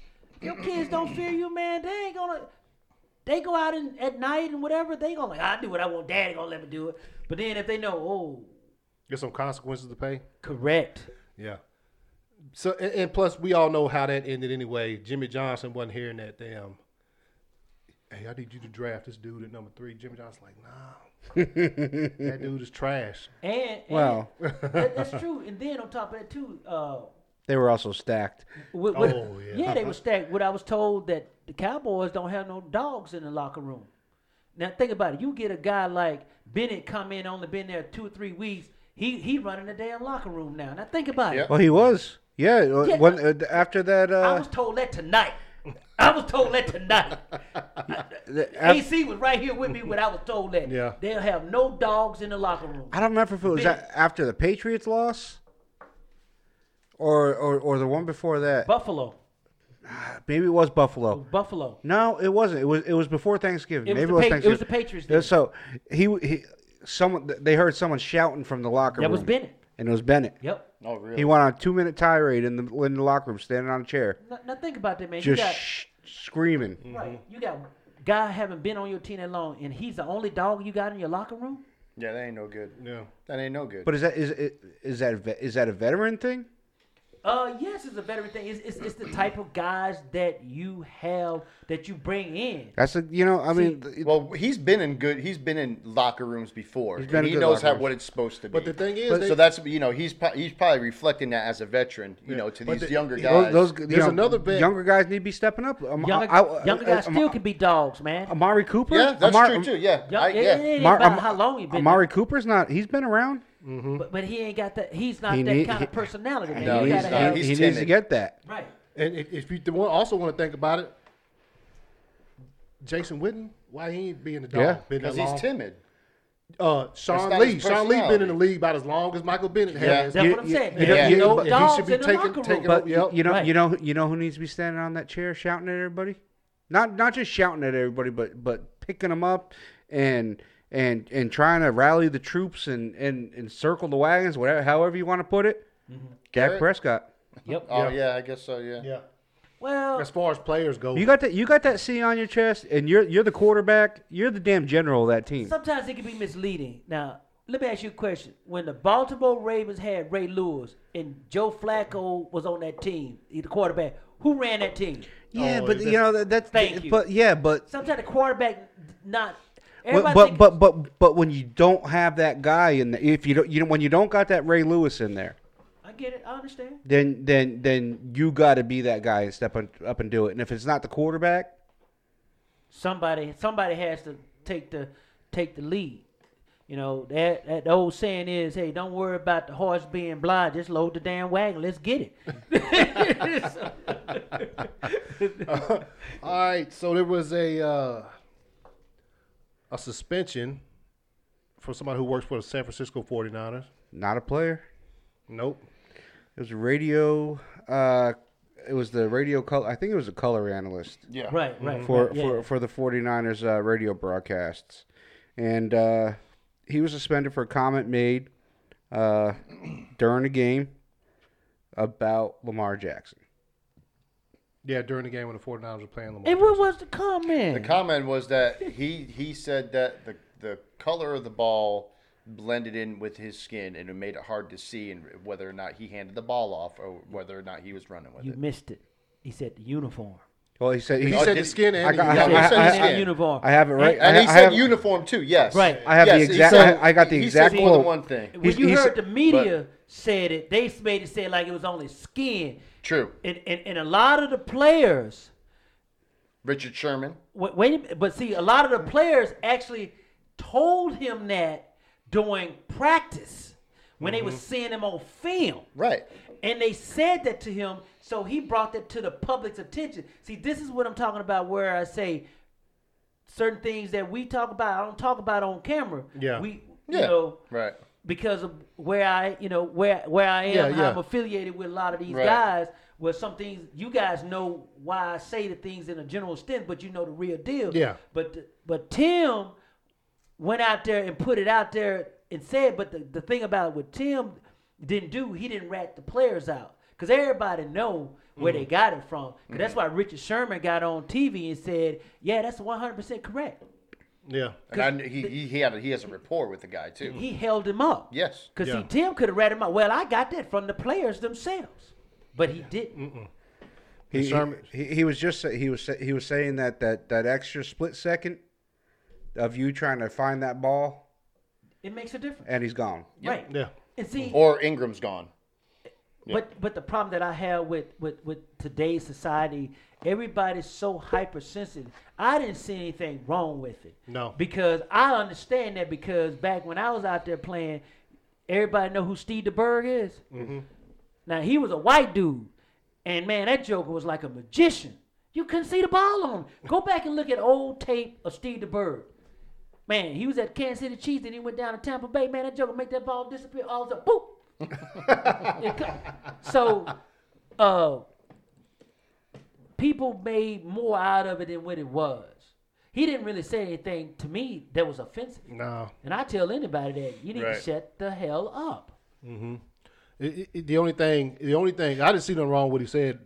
Speaker 3: Your kids don't fear you, man. They ain't gonna. They go out and, at night and whatever. They gonna like, I do what I want. Daddy gonna let me do it. But then if they know, oh,
Speaker 1: get some consequences to pay.
Speaker 3: correct.
Speaker 1: Yeah. So and, and plus we all know how that ended anyway. Jimmy Johnson wasn't hearing that damn. Hey, I need you to draft this dude at number three. Jimmy Johnson's like, nah, that dude is trash.
Speaker 3: And, and
Speaker 2: Well.
Speaker 3: that- that's true. And then on top of that too, uh,
Speaker 2: they were also stacked.
Speaker 3: With, with-
Speaker 1: Oh, yeah.
Speaker 3: yeah. they were stacked. What I was told that the Cowboys don't have no dogs in the locker room. Now think about it. You get a guy like Bennett come in, only been there two or three weeks. He he running the damn locker room now. Now think about it.
Speaker 4: Yep.
Speaker 2: Well, he was. Yeah.
Speaker 3: Yeah.
Speaker 2: When, uh, after that,
Speaker 3: I
Speaker 2: uh,
Speaker 3: was told that tonight. I was told that tonight.
Speaker 2: the- af-
Speaker 3: AC was right here with me when I was told that.
Speaker 1: Yeah.
Speaker 3: They'll have no dogs in the locker room.
Speaker 2: I don't remember if it was
Speaker 3: Big.
Speaker 2: a- after the Patriots loss, or or, or the one before that.
Speaker 3: Buffalo.
Speaker 2: Maybe it was Buffalo.
Speaker 3: Buffalo.
Speaker 2: No, it wasn't. It was it was before Thanksgiving.
Speaker 3: It was
Speaker 2: Maybe it
Speaker 3: the
Speaker 2: was
Speaker 3: Pa- it
Speaker 2: Thanksgiving.
Speaker 3: was the Patriots
Speaker 2: Yeah,
Speaker 3: then.
Speaker 2: So he he someone they heard someone shouting from the locker
Speaker 3: That
Speaker 2: room.
Speaker 3: was Bennett.
Speaker 2: And it was Bennett.
Speaker 3: Yep.
Speaker 4: Oh, really?
Speaker 2: He went on a two minute tirade in the in the locker room, standing on a chair,
Speaker 3: Now, now think about that, man. You
Speaker 2: just
Speaker 3: got- Mm.
Speaker 2: sh- screaming.
Speaker 3: Right. You got guy haven't been on your team that long, and he's the only dog you got in your locker room.
Speaker 4: yeah, that ain't no good.
Speaker 1: Yeah.
Speaker 4: That ain't no good.
Speaker 2: But is that is is- is that a ve- is that a veteran thing?
Speaker 3: Uh, yes, it's a veteran thing. It's, it's, it's the type of guys that you have that you bring in.
Speaker 2: That's a you know I mean th-
Speaker 4: well, he's been in good. He's been in locker rooms before.
Speaker 2: been
Speaker 4: and
Speaker 2: in
Speaker 4: he
Speaker 2: good
Speaker 4: knows
Speaker 2: locker
Speaker 4: how
Speaker 2: rooms.
Speaker 4: what it's supposed to be.
Speaker 1: But the thing is, they-
Speaker 4: so that's you know he's pro- he's probably reflecting that as a veteran. You know, to
Speaker 1: But
Speaker 4: these
Speaker 1: the-
Speaker 4: younger guys.
Speaker 2: those, those you
Speaker 1: There's
Speaker 2: know,
Speaker 1: another bet.
Speaker 2: younger guys need to be stepping up. Um,
Speaker 3: Younger,
Speaker 2: I- I-
Speaker 3: younger
Speaker 2: uh,
Speaker 3: guys
Speaker 2: um,
Speaker 3: still can be dogs, man.
Speaker 2: Amari Cooper.
Speaker 4: yeah, that's
Speaker 2: Amar-
Speaker 4: true too. Yeah,
Speaker 3: Young,
Speaker 4: I-
Speaker 3: it-
Speaker 4: yeah.
Speaker 3: it ain't
Speaker 2: Amar-
Speaker 3: about
Speaker 2: Am-
Speaker 3: how long he been,
Speaker 2: Amari Cooper's not. He's been around.
Speaker 3: there, but, but he ain't got that. He's not
Speaker 2: He
Speaker 3: that
Speaker 2: need-
Speaker 3: kind
Speaker 2: he-
Speaker 3: of personality, man.
Speaker 4: No,
Speaker 3: you
Speaker 2: he
Speaker 4: he's
Speaker 3: gotta
Speaker 4: not.
Speaker 3: have,
Speaker 2: he
Speaker 4: He's
Speaker 2: needs to
Speaker 4: timid.
Speaker 2: get that.
Speaker 3: right.
Speaker 1: And if- if you want- also want to think about it, Jason Witten, why he ain't being the dog?
Speaker 2: Yeah.
Speaker 1: been that
Speaker 4: because he's
Speaker 1: long?
Speaker 4: timid.
Speaker 1: Uh,
Speaker 4: That's
Speaker 1: Sean
Speaker 4: not his
Speaker 1: Lee. Sean Lee been in
Speaker 4: personality.
Speaker 1: the league about as long as Michael Bennett
Speaker 4: Yeah.
Speaker 1: has.
Speaker 3: That's
Speaker 2: You-
Speaker 3: what I'm
Speaker 2: you-
Speaker 3: saying.
Speaker 2: you
Speaker 3: There
Speaker 2: know-
Speaker 3: are
Speaker 2: you-
Speaker 3: no
Speaker 2: but-
Speaker 1: he
Speaker 3: dogs
Speaker 1: should be
Speaker 3: in the
Speaker 1: taking-
Speaker 3: locker room.
Speaker 1: taking
Speaker 2: But
Speaker 1: Yep.
Speaker 2: y- you know,
Speaker 3: Right.
Speaker 2: you know, you know who needs to be standing on that chair shouting at everybody? Not not just shouting at everybody, but but picking them up and and and trying to rally the troops and and, and circle the wagons, whatever, however you want to put it. Dak
Speaker 3: Mm-hmm.
Speaker 4: Garrett?
Speaker 2: Prescott,
Speaker 3: Yep.
Speaker 4: Oh yeah, I guess so. Yeah.
Speaker 1: Yeah.
Speaker 3: Well,
Speaker 1: As far as players go,
Speaker 2: you got that you got that C on your chest, and you're you're the quarterback, you're the damn general of that team.
Speaker 3: sometimes it can be misleading. Now, let me ask you a question. When the Baltimore Ravens had Ray Lewis and Joe Flacco was on that team, he the quarterback, who ran that team?
Speaker 2: Yeah,
Speaker 1: Oh,
Speaker 2: but
Speaker 1: is
Speaker 2: you
Speaker 1: that-
Speaker 2: know that, that's
Speaker 3: Thank you.
Speaker 2: but yeah, but
Speaker 3: Sometimes the quarterback d- not.
Speaker 2: But
Speaker 3: Everybody
Speaker 2: but,
Speaker 3: think-
Speaker 2: but but but when you don't have that guy in the, if you don't you know when you don't got that Ray Lewis in there,
Speaker 3: I get it. I understand.
Speaker 2: then then then you got to be that guy and step on, up and do it. And if it's not the quarterback,
Speaker 3: Somebody somebody has to take the take the lead. You know that, that the old saying is, "Hey, don't worry about the horse being blind. Just load the damn wagon. Let's get it."
Speaker 1: All right, so there was a uh, a suspension for somebody who works for the San Francisco 49ers.
Speaker 2: Not a player.
Speaker 1: Nope.
Speaker 2: It was radio. Uh, it was the radio color. I think it was a color analyst
Speaker 4: Yeah.
Speaker 3: right, right.
Speaker 2: for
Speaker 3: right, yeah.
Speaker 2: for, for the 49ers uh, radio broadcasts, and uh, he was suspended for a comment made uh, during a game about Lamar Jackson.
Speaker 1: Yeah, during the game when the 49ers were playing Lamar.
Speaker 3: and what
Speaker 1: Jackson.
Speaker 3: was the comment?
Speaker 4: The comment was that he he said that the the color of the ball blended in with his skin and it made it hard to see and whether or not he handed the ball off or whether or not he was running with
Speaker 3: you
Speaker 4: it.
Speaker 3: missed it. He said the uniform.
Speaker 2: Well, he said he,
Speaker 1: He
Speaker 4: Oh,
Speaker 1: said
Speaker 4: did
Speaker 1: the
Speaker 4: he?
Speaker 1: skin
Speaker 2: I
Speaker 1: and the
Speaker 2: got-
Speaker 4: Yeah,
Speaker 1: uniform.
Speaker 4: he
Speaker 2: I-
Speaker 4: said
Speaker 2: I-
Speaker 4: skin.
Speaker 3: And uniform.
Speaker 2: I have it right.
Speaker 4: And
Speaker 2: I,
Speaker 4: he
Speaker 2: I
Speaker 4: said
Speaker 2: have,
Speaker 4: uniform too. Yes.
Speaker 3: Right.
Speaker 2: I have the
Speaker 4: Yes, he
Speaker 2: exact-
Speaker 4: said-
Speaker 2: I- I got the
Speaker 4: he
Speaker 2: exact
Speaker 4: said more than
Speaker 2: quote.
Speaker 4: one thing.
Speaker 3: When
Speaker 2: He's-
Speaker 3: you
Speaker 2: he's-
Speaker 3: heard the media said it, they made it sound like it was only skin,
Speaker 4: True.
Speaker 3: and and, and a lot of the players.
Speaker 4: Richard Sherman.
Speaker 3: Wait, wait, a minute, but see, a lot of the players actually told him that during practice when they
Speaker 4: Mm-hmm.
Speaker 3: was seeing him on film,
Speaker 4: Right.
Speaker 3: and they said that to him, so he brought that to the public's attention. See, this is what I'm talking about, where I say certain things that we talk about, I don't talk about on camera.
Speaker 1: Yeah.
Speaker 3: we,
Speaker 4: Yeah.
Speaker 3: you know,
Speaker 4: Right.
Speaker 3: because of where I, you know, where where I am,
Speaker 1: Yeah,
Speaker 3: how
Speaker 1: yeah.
Speaker 3: I'm affiliated with a lot of these
Speaker 4: Right.
Speaker 3: guys. Where some things you guys know why I say the things in a general sense, but you know the real deal.
Speaker 1: Yeah.
Speaker 3: But but Tim went out there and put it out there and said, but the, the thing about what Tim didn't do, he didn't rat the players out because everybody know where
Speaker 1: Mm-hmm.
Speaker 3: they got it from. 'Cause That's why Richard Sherman got on TV and said, yeah, that's 100 percent correct.
Speaker 1: Yeah.
Speaker 4: And I, kn- he, he he had a, he has a rapport with the guy too.
Speaker 3: He held him up.
Speaker 4: yes.
Speaker 3: Because
Speaker 1: Yeah.
Speaker 3: see, Tim could have read him out. Well, I got that from the players themselves, but he didn't.
Speaker 2: he, he-
Speaker 1: Sherman-
Speaker 2: he, he was just sa- he was sa- he was saying that that that extra split second of you trying to find that ball,
Speaker 3: It makes a difference,
Speaker 2: and he's gone.
Speaker 3: right?
Speaker 1: Yeah.
Speaker 3: And see,
Speaker 4: Or Ingram's gone.
Speaker 3: but but the problem that I have with with with today's society, everybody's so hypersensitive. I didn't see anything wrong with it.
Speaker 1: No.
Speaker 3: because I understand that because back when I was out there playing, everybody know who Steve DeBerg is. Now he was a white dude, and man, that Joker was like a magician. You couldn't see the ball on him. Go back and look at old tape of Steve DeBerg. Man, he was at Kansas City Chiefs, and he went down to Tampa Bay. Man, that Joker make that ball disappear. All of a sudden, boop. It co- so, uh, people made more out of it than what it was. He didn't really say anything to me that was offensive.
Speaker 1: No.
Speaker 3: And I tell anybody that you need
Speaker 4: Right.
Speaker 3: to shut the hell up.
Speaker 1: It, it- it- the only thing, the only thing, I didn't see nothing wrong with what he said.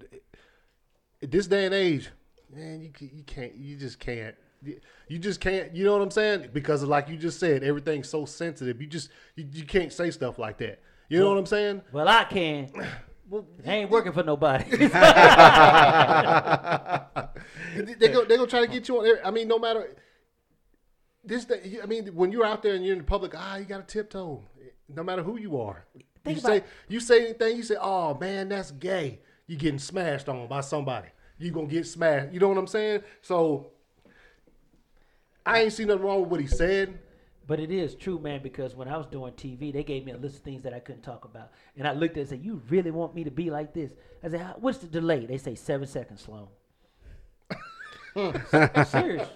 Speaker 1: At this day and age, man, you ca- you can't, you just can't, You- you just can't. You know what I'm saying? Because like you just said, everything's so sensitive. You just, you, you can't say stuff like that. You know what I'm saying?
Speaker 3: Well, I can. I ain't working for nobody.
Speaker 1: they they go, they gonna try to get you on. every- I mean, no matter this, day, you- I mean, when you're out there and you're in the public, ah, you got to tiptoe. No matter who you are,
Speaker 3: Think
Speaker 1: you say you say anything, you say, oh man, that's gay. You getting smashed on by somebody. You gonna get smashed. You know what I'm saying? So I ain't seen nothing wrong with what he said.
Speaker 3: But it is true, man, because when I was doing TV, they gave me a list of things that I couldn't talk about. And I looked at it and said, You really want me to be like this? I said, "How- What's the delay? They say seven seconds, Sloan. Serious.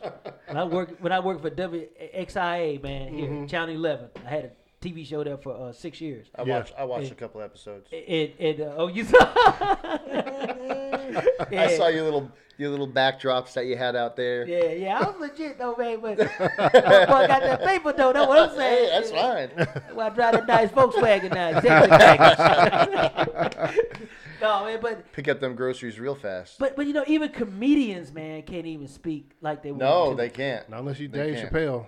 Speaker 3: When I work when I worked for WXIA, man, here, Channel 11, I had a TV show there for uh, six years.
Speaker 4: I
Speaker 1: Yeah.
Speaker 4: watched I watched a couple episodes.
Speaker 3: It, it, uh, oh, you saw?
Speaker 4: I
Speaker 3: Yeah.
Speaker 4: saw your little your little backdrops that you had out there.
Speaker 3: Yeah, yeah, I'm legit though, man. But I got that paper though. That's what I'm saying.
Speaker 4: Hey, that's fine.
Speaker 3: Well, I drive that nice Volkswagen now. Executive package. no, man, but
Speaker 4: Pick up them groceries real fast.
Speaker 3: but but you know, even comedians, man, can't even speak like they want
Speaker 4: no,
Speaker 3: to.
Speaker 4: they can't.
Speaker 1: Not unless you
Speaker 4: They
Speaker 1: Dave
Speaker 4: can't.
Speaker 1: Chappelle.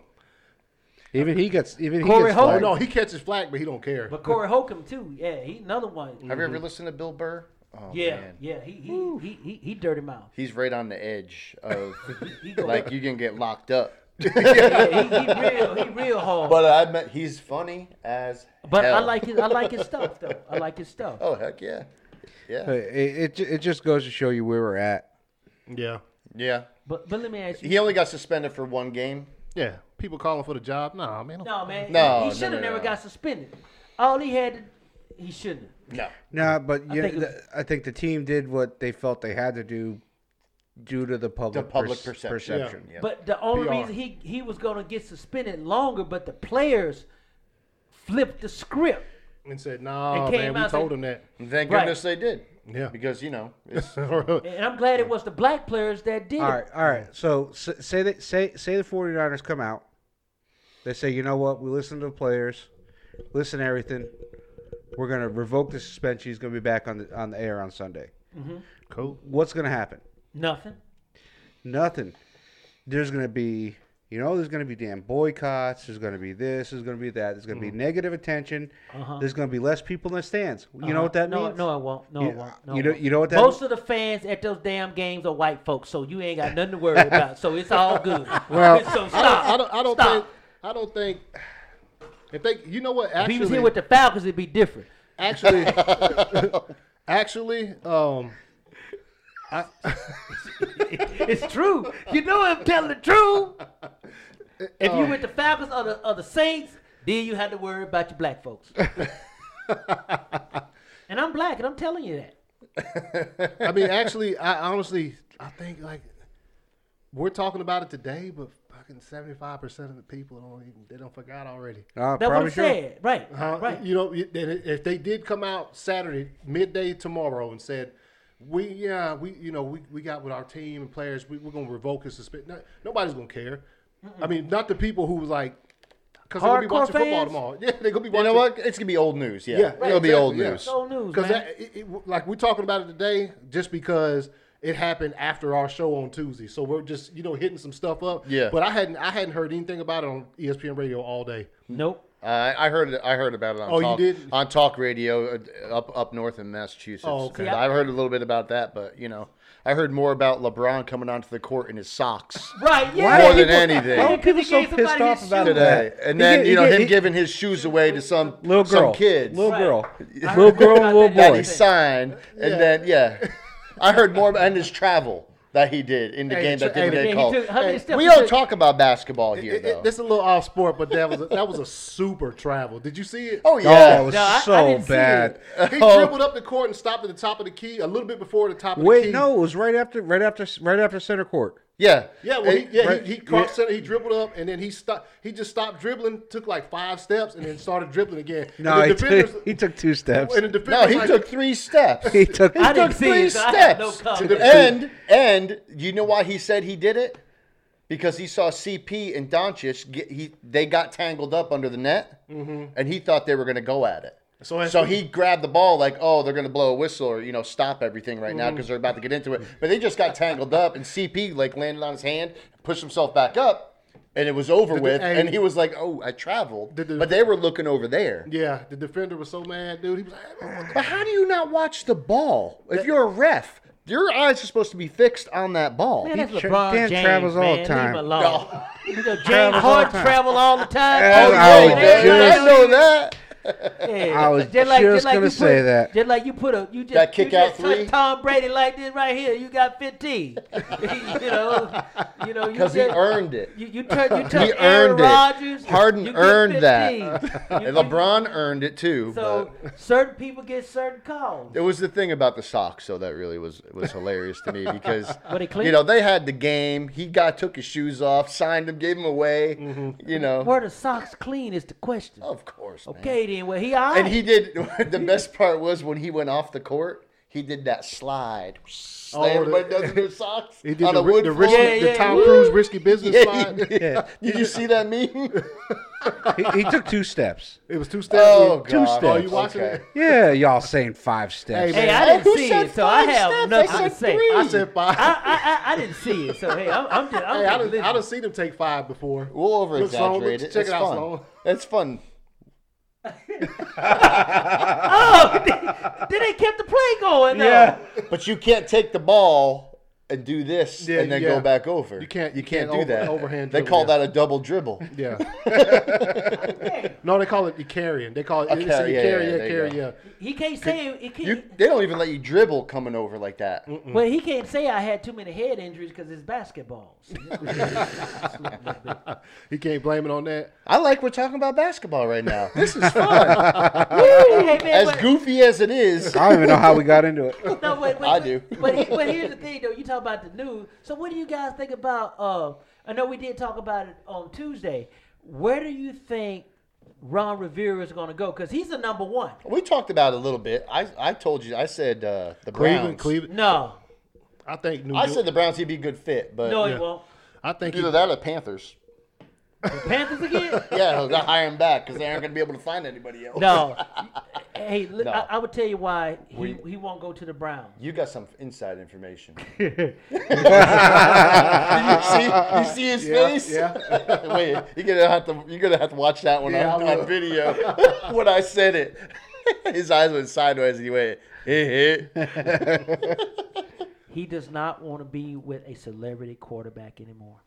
Speaker 2: Even he gets even he
Speaker 3: Corey
Speaker 2: gets
Speaker 3: Holcomb.
Speaker 1: Oh no,
Speaker 2: flagged.
Speaker 1: he catches flack, but he don't care.
Speaker 3: But Corey Holcomb too. Yeah, he another one.
Speaker 4: Have you ever listened to Bill Burr? Oh,
Speaker 3: yeah,
Speaker 4: man.
Speaker 3: yeah, he he, he he he dirty mouth.
Speaker 4: He's right on the edge of
Speaker 3: He go-
Speaker 4: like you can get locked up.
Speaker 3: Yeah, he, he real he real hard. But,
Speaker 4: But I meant he's funny as hell.
Speaker 3: I like his I like his stuff though. I like his stuff.
Speaker 4: Oh heck yeah. Yeah.
Speaker 2: It, Uh, it ju- it just goes to show you where we're at.
Speaker 1: yeah,
Speaker 4: Yeah.
Speaker 3: But but let me ask you.
Speaker 4: He only got suspended for one game.
Speaker 1: Yeah, people calling for the job. Nah, man. I'm-
Speaker 3: No, man.
Speaker 4: No,
Speaker 3: he
Speaker 4: no,
Speaker 3: should have
Speaker 4: no,
Speaker 3: never
Speaker 4: no.
Speaker 3: got suspended. All he had, to, he shouldn't.
Speaker 4: No.
Speaker 2: No, but yeah,
Speaker 3: think it
Speaker 2: the- I think the team did what they felt they had to do due to the public,
Speaker 4: public
Speaker 2: perce-
Speaker 4: perception.
Speaker 2: perception.
Speaker 4: Yeah.
Speaker 3: But the only
Speaker 1: PR.
Speaker 3: reason he he was gonna get suspended longer, but the players flipped the script.
Speaker 1: And said, nah,
Speaker 3: And came
Speaker 1: man. We
Speaker 3: out
Speaker 1: told
Speaker 3: said-
Speaker 1: him that.
Speaker 4: And Thank
Speaker 3: Right.
Speaker 4: goodness they did.
Speaker 1: Yeah.
Speaker 4: Because you know, it's,
Speaker 3: And I'm glad it was the black players that did
Speaker 2: All
Speaker 3: it.
Speaker 2: right, all right. So s- say that say say the 49ers come out. They say, "You know what? We listen to the players. Listen to everything. We're going to revoke the suspension. He's going to be back on the on the air on Sunday."
Speaker 1: Cool.
Speaker 2: What's going to happen?
Speaker 3: Nothing.
Speaker 2: Nothing. There's going to be, you know, there's going to be damn boycotts. There's going to be this. There's going to be that. There's going to be
Speaker 3: Mm-hmm.
Speaker 2: negative attention. There's going to be less people in the stands. You know what that
Speaker 3: Uh-huh. no,
Speaker 2: means?
Speaker 3: No, it won't. No,
Speaker 2: You-
Speaker 3: it won't. No,
Speaker 2: you
Speaker 3: it
Speaker 2: know-
Speaker 3: won't.
Speaker 2: you know what that
Speaker 3: Most of the fans at those damn games are white folks, so you ain't got nothing to worry about. So it's all good.
Speaker 2: Well,
Speaker 3: so stop.
Speaker 1: I don't. I don't, I don't
Speaker 3: Stop.
Speaker 1: think. I don't think. If they, you know what?
Speaker 3: if
Speaker 1: Actually,
Speaker 3: he was here with the Falcons, it'd be different.
Speaker 1: actually, actually, um,
Speaker 3: It's true. You know I'm telling the truth. If
Speaker 2: Oh.
Speaker 3: you with the Falcons or the, or the Saints, then you had to worry about your black folks. and I'm black, and I'm telling you that.
Speaker 1: I mean, actually, I honestly, I think like we're talking about it today, but fucking seventy-five percent of the people don't even they don't forgot already.
Speaker 2: Uh,
Speaker 3: That's what
Speaker 2: probably
Speaker 3: I'm
Speaker 2: sure.
Speaker 3: saying. Right.
Speaker 2: Uh-huh.
Speaker 1: Huh?
Speaker 3: Right.
Speaker 1: You know, it- and if they did come out Saturday midday tomorrow and said, "We yeah, we you know we, we got with our team and players, we, we're gonna revoke his suspension." No- nobody's gonna care. I mean, not the people who was like, because they're gonna be
Speaker 3: Hardcore
Speaker 1: watching football
Speaker 3: fans?
Speaker 1: tomorrow. Yeah, they're gonna be
Speaker 4: you
Speaker 1: watching.
Speaker 4: know what? It's gonna be old news. Yeah,
Speaker 1: Yeah,
Speaker 4: it'll be
Speaker 1: exactly,
Speaker 4: old
Speaker 1: yeah.
Speaker 4: news.
Speaker 3: It's old news,
Speaker 1: Because
Speaker 3: man.
Speaker 1: like we're talking about it today, just because it happened after our show on Tuesday, so we're just you know hitting some stuff up.
Speaker 4: Yeah.
Speaker 1: But I hadn't I hadn't heard anything about it on E ESPN radio all day.
Speaker 3: nope.
Speaker 4: Uh, I heard I heard about it on
Speaker 1: Oh, you
Speaker 4: talk,
Speaker 1: did?
Speaker 4: on talk radio uh, up up north in Massachusetts.
Speaker 1: Oh, okay.
Speaker 3: See, I-
Speaker 4: I've heard a little bit about that, but you know, I heard more about LeBron coming onto the court in his socks
Speaker 3: Right. Yeah.
Speaker 4: more than
Speaker 3: people-
Speaker 4: anything
Speaker 2: Why are people
Speaker 3: He
Speaker 2: so
Speaker 3: gave somebody
Speaker 2: pissed off
Speaker 3: his
Speaker 2: about
Speaker 3: shoe.
Speaker 4: today.
Speaker 2: that?
Speaker 4: And
Speaker 2: He
Speaker 4: then
Speaker 2: get-
Speaker 4: you
Speaker 2: he
Speaker 4: know
Speaker 2: get-
Speaker 4: him
Speaker 2: he-
Speaker 4: giving his shoes away to some
Speaker 2: little girl,
Speaker 4: some kids
Speaker 2: little
Speaker 3: Right.
Speaker 2: girl,
Speaker 3: I
Speaker 2: little
Speaker 3: heard
Speaker 2: girl,
Speaker 3: about
Speaker 2: little
Speaker 3: that
Speaker 4: that
Speaker 2: boy.
Speaker 4: he signed, and then yeah, I heard more about and his travel that he did in the
Speaker 1: Hey,
Speaker 4: game that
Speaker 1: hey,
Speaker 4: didn't
Speaker 1: yeah,
Speaker 4: get
Speaker 3: he
Speaker 4: called.
Speaker 3: took- how many
Speaker 4: Hey,
Speaker 3: steps
Speaker 4: we
Speaker 3: he
Speaker 4: don't
Speaker 3: took?
Speaker 4: talk about basketball
Speaker 1: It,
Speaker 4: here
Speaker 1: it,
Speaker 4: though.
Speaker 1: this is a little off sport, but that was a, that was a super travel. Did you see it?
Speaker 4: oh
Speaker 2: Oh, it
Speaker 4: yeah, Oh,
Speaker 2: was
Speaker 3: No, I- I
Speaker 2: so
Speaker 3: didn't see
Speaker 2: bad.
Speaker 3: it.
Speaker 1: He dribbled up the court and stopped at the top of the key a little bit before the top of the
Speaker 2: Wait,
Speaker 1: key.
Speaker 2: no, it was right after, right after, right after center court.
Speaker 4: yeah,
Speaker 1: Yeah, well, he, yeah,
Speaker 2: right-
Speaker 1: he, he crossed center, he dribbled up, and then he stopped. He just stopped dribbling, took like five steps, and then started dribbling again.
Speaker 2: No,
Speaker 1: and the
Speaker 2: he
Speaker 1: defenders-
Speaker 2: took, he took two steps.
Speaker 1: And the defenders
Speaker 4: No, he
Speaker 1: like,
Speaker 4: took three steps.
Speaker 2: He took.
Speaker 3: I
Speaker 4: took
Speaker 3: didn't see
Speaker 4: three
Speaker 3: it, so I have no
Speaker 4: steps to
Speaker 3: comment.
Speaker 4: the end. And you know why he said he did it? Because he saw CP and Doncic get he they got tangled up under the net, and he thought they were going to go at it.
Speaker 1: Mm-hmm. So
Speaker 4: So,
Speaker 1: that's-
Speaker 4: he grabbed the ball like, oh, they're going to blow a whistle or you know stop everything right
Speaker 1: Mm-hmm.
Speaker 4: now because they're about to get into it. But they just got tangled up, and CP like landed on his hand, pushed himself back up, and it was over
Speaker 1: Did the-
Speaker 4: with.
Speaker 1: hey.
Speaker 4: and he was like, oh, I traveled,
Speaker 1: Did the-
Speaker 4: but they were looking over there.
Speaker 1: Yeah, the defender was so mad, dude. He was like, "Man, what the-"
Speaker 4: But how do you not watch the ball? If you're a ref, your eyes are supposed to be fixed on that ball.
Speaker 3: Man, that's
Speaker 2: He tra-
Speaker 3: LeBron
Speaker 2: Dan
Speaker 3: James,
Speaker 2: travels all the
Speaker 3: man.
Speaker 2: time.
Speaker 3: Leave him alone. You know, James
Speaker 2: all the
Speaker 3: Harden
Speaker 2: time.
Speaker 3: travel all the time.
Speaker 2: Yeah,
Speaker 3: Oh,
Speaker 2: I was just-
Speaker 3: yeah, yeah,
Speaker 4: I know that.
Speaker 3: Yeah.
Speaker 2: I was just
Speaker 3: you
Speaker 2: gonna
Speaker 3: put-
Speaker 2: say that.
Speaker 3: Just like you put a you just
Speaker 4: That kick
Speaker 3: you just
Speaker 4: out three?
Speaker 3: touched Tom Brady like this right here, you got fifteen. you know, you know, you
Speaker 4: Because he
Speaker 3: just-
Speaker 4: earned it.
Speaker 3: You you touch you touch
Speaker 4: He
Speaker 3: Aaron
Speaker 4: earned
Speaker 3: Rodgers.
Speaker 4: it. Harden
Speaker 3: you get
Speaker 4: earned that.
Speaker 3: 15. You-
Speaker 4: And LeBron earned it too.
Speaker 3: So
Speaker 4: but
Speaker 3: certain people get certain calls.
Speaker 4: it was the thing about the socks, so that really was was hilarious to me because
Speaker 3: But he cleaned
Speaker 4: you know they had the game. He got took his shoes off, signed them, gave them away. You know,
Speaker 3: Where the socks clean is the question.
Speaker 4: of course. Oh, man.
Speaker 3: Okay, then. Well, he all right.
Speaker 4: And he did. The best part was when he went off the court. He did that slide. Like
Speaker 1: the-
Speaker 4: everybody does in their socks
Speaker 1: He did
Speaker 4: on
Speaker 1: the,
Speaker 4: a
Speaker 1: ri-
Speaker 4: wood
Speaker 1: the,
Speaker 4: floor.
Speaker 1: risky,
Speaker 3: Yeah,
Speaker 1: the
Speaker 3: yeah,
Speaker 1: Tom
Speaker 3: woo.
Speaker 1: Cruise risky business
Speaker 4: Yeah,
Speaker 1: slide.
Speaker 4: he did. Did you see that meme?
Speaker 2: he, he took two steps.
Speaker 1: It was two steps.
Speaker 4: Oh,
Speaker 1: two
Speaker 4: God.
Speaker 1: steps. Oh, you watching
Speaker 4: Okay.
Speaker 1: it?
Speaker 2: Yeah, y'all saying five steps.
Speaker 1: Hey,
Speaker 3: Hey, I
Speaker 4: Hey,
Speaker 3: didn't
Speaker 4: who
Speaker 3: see
Speaker 4: said
Speaker 3: it, so I
Speaker 4: five
Speaker 3: have
Speaker 4: steps? I
Speaker 3: nothing to
Speaker 4: said
Speaker 3: say.
Speaker 4: three.
Speaker 1: I said five.
Speaker 3: I, I, I, I didn't see it, so hey, I'm, I'm just. I'm
Speaker 1: hey, I
Speaker 3: just
Speaker 1: done, I
Speaker 3: listening.
Speaker 1: done seen him take five before.
Speaker 4: We'll over
Speaker 1: Sloan,
Speaker 4: exaggerate
Speaker 1: look,
Speaker 4: it.
Speaker 1: check
Speaker 4: it's
Speaker 1: it out,
Speaker 4: fun.
Speaker 1: Sloan.
Speaker 4: It's fun.
Speaker 3: Oh, then they kept the play going. Though.
Speaker 2: Yeah.
Speaker 4: But you can't take the ball and do this
Speaker 1: Yeah,
Speaker 4: and then
Speaker 1: yeah.
Speaker 4: go back over.
Speaker 1: You can't-
Speaker 4: You
Speaker 1: you
Speaker 4: can't,
Speaker 1: can't
Speaker 4: do
Speaker 1: over-
Speaker 4: that.
Speaker 1: overhand
Speaker 4: They
Speaker 1: dribble,
Speaker 4: call
Speaker 1: yeah.
Speaker 4: that a double dribble.
Speaker 1: Yeah. no, they call it Icarian. They call it it's
Speaker 4: Icar-
Speaker 1: a
Speaker 4: yeah,
Speaker 1: Icaria,
Speaker 4: yeah, there you
Speaker 1: Icaria,
Speaker 4: go.
Speaker 1: yeah.
Speaker 3: He can't say it. Can,
Speaker 4: You they don't even let you dribble coming over like that.
Speaker 3: well, he can't say I had too many head injuries because it's basketballs.
Speaker 1: He can't blame it on that.
Speaker 4: I like we're talking about basketball right now. This is
Speaker 3: hey, man,
Speaker 4: as
Speaker 3: but-
Speaker 4: goofy as it is.
Speaker 2: I don't even know how we got into it.
Speaker 3: No, but, but,
Speaker 4: I
Speaker 3: but-
Speaker 4: do.
Speaker 3: But, he- but here's the thing, though. You talk about the news. So what do you guys think about? Uh, I know we did talk about it on Tuesday. Where do you think Ron Rivera is going to go? Because he's the number one.
Speaker 4: We talked about it a little bit. I, I told you. I said uh, the
Speaker 1: Cleveland,
Speaker 4: Browns.
Speaker 1: Cleveland.
Speaker 3: No,
Speaker 1: I think New
Speaker 4: I
Speaker 1: York-
Speaker 4: said the Browns. He'd be a good fit, but
Speaker 3: no,
Speaker 1: Yeah.
Speaker 3: he won't.
Speaker 1: I think he,
Speaker 4: either that or Panthers.
Speaker 3: The Panthers again?
Speaker 4: Yeah, they'll hire him back because they aren't going to be able to find anybody else.
Speaker 3: No. Hey, li-
Speaker 4: No.
Speaker 3: I, I would tell you why he,
Speaker 4: We-
Speaker 3: he won't go to the Browns.
Speaker 4: You got some inside information. you see, you see his face.
Speaker 1: yeah.
Speaker 4: Wait, you're gonna have to you're gonna have to watch that one
Speaker 1: Yeah,
Speaker 4: on,
Speaker 1: I will.
Speaker 4: on video. when I said it, his eyes went sideways and he went, "Eh, eh."
Speaker 3: He does not want to be with a celebrity quarterback anymore.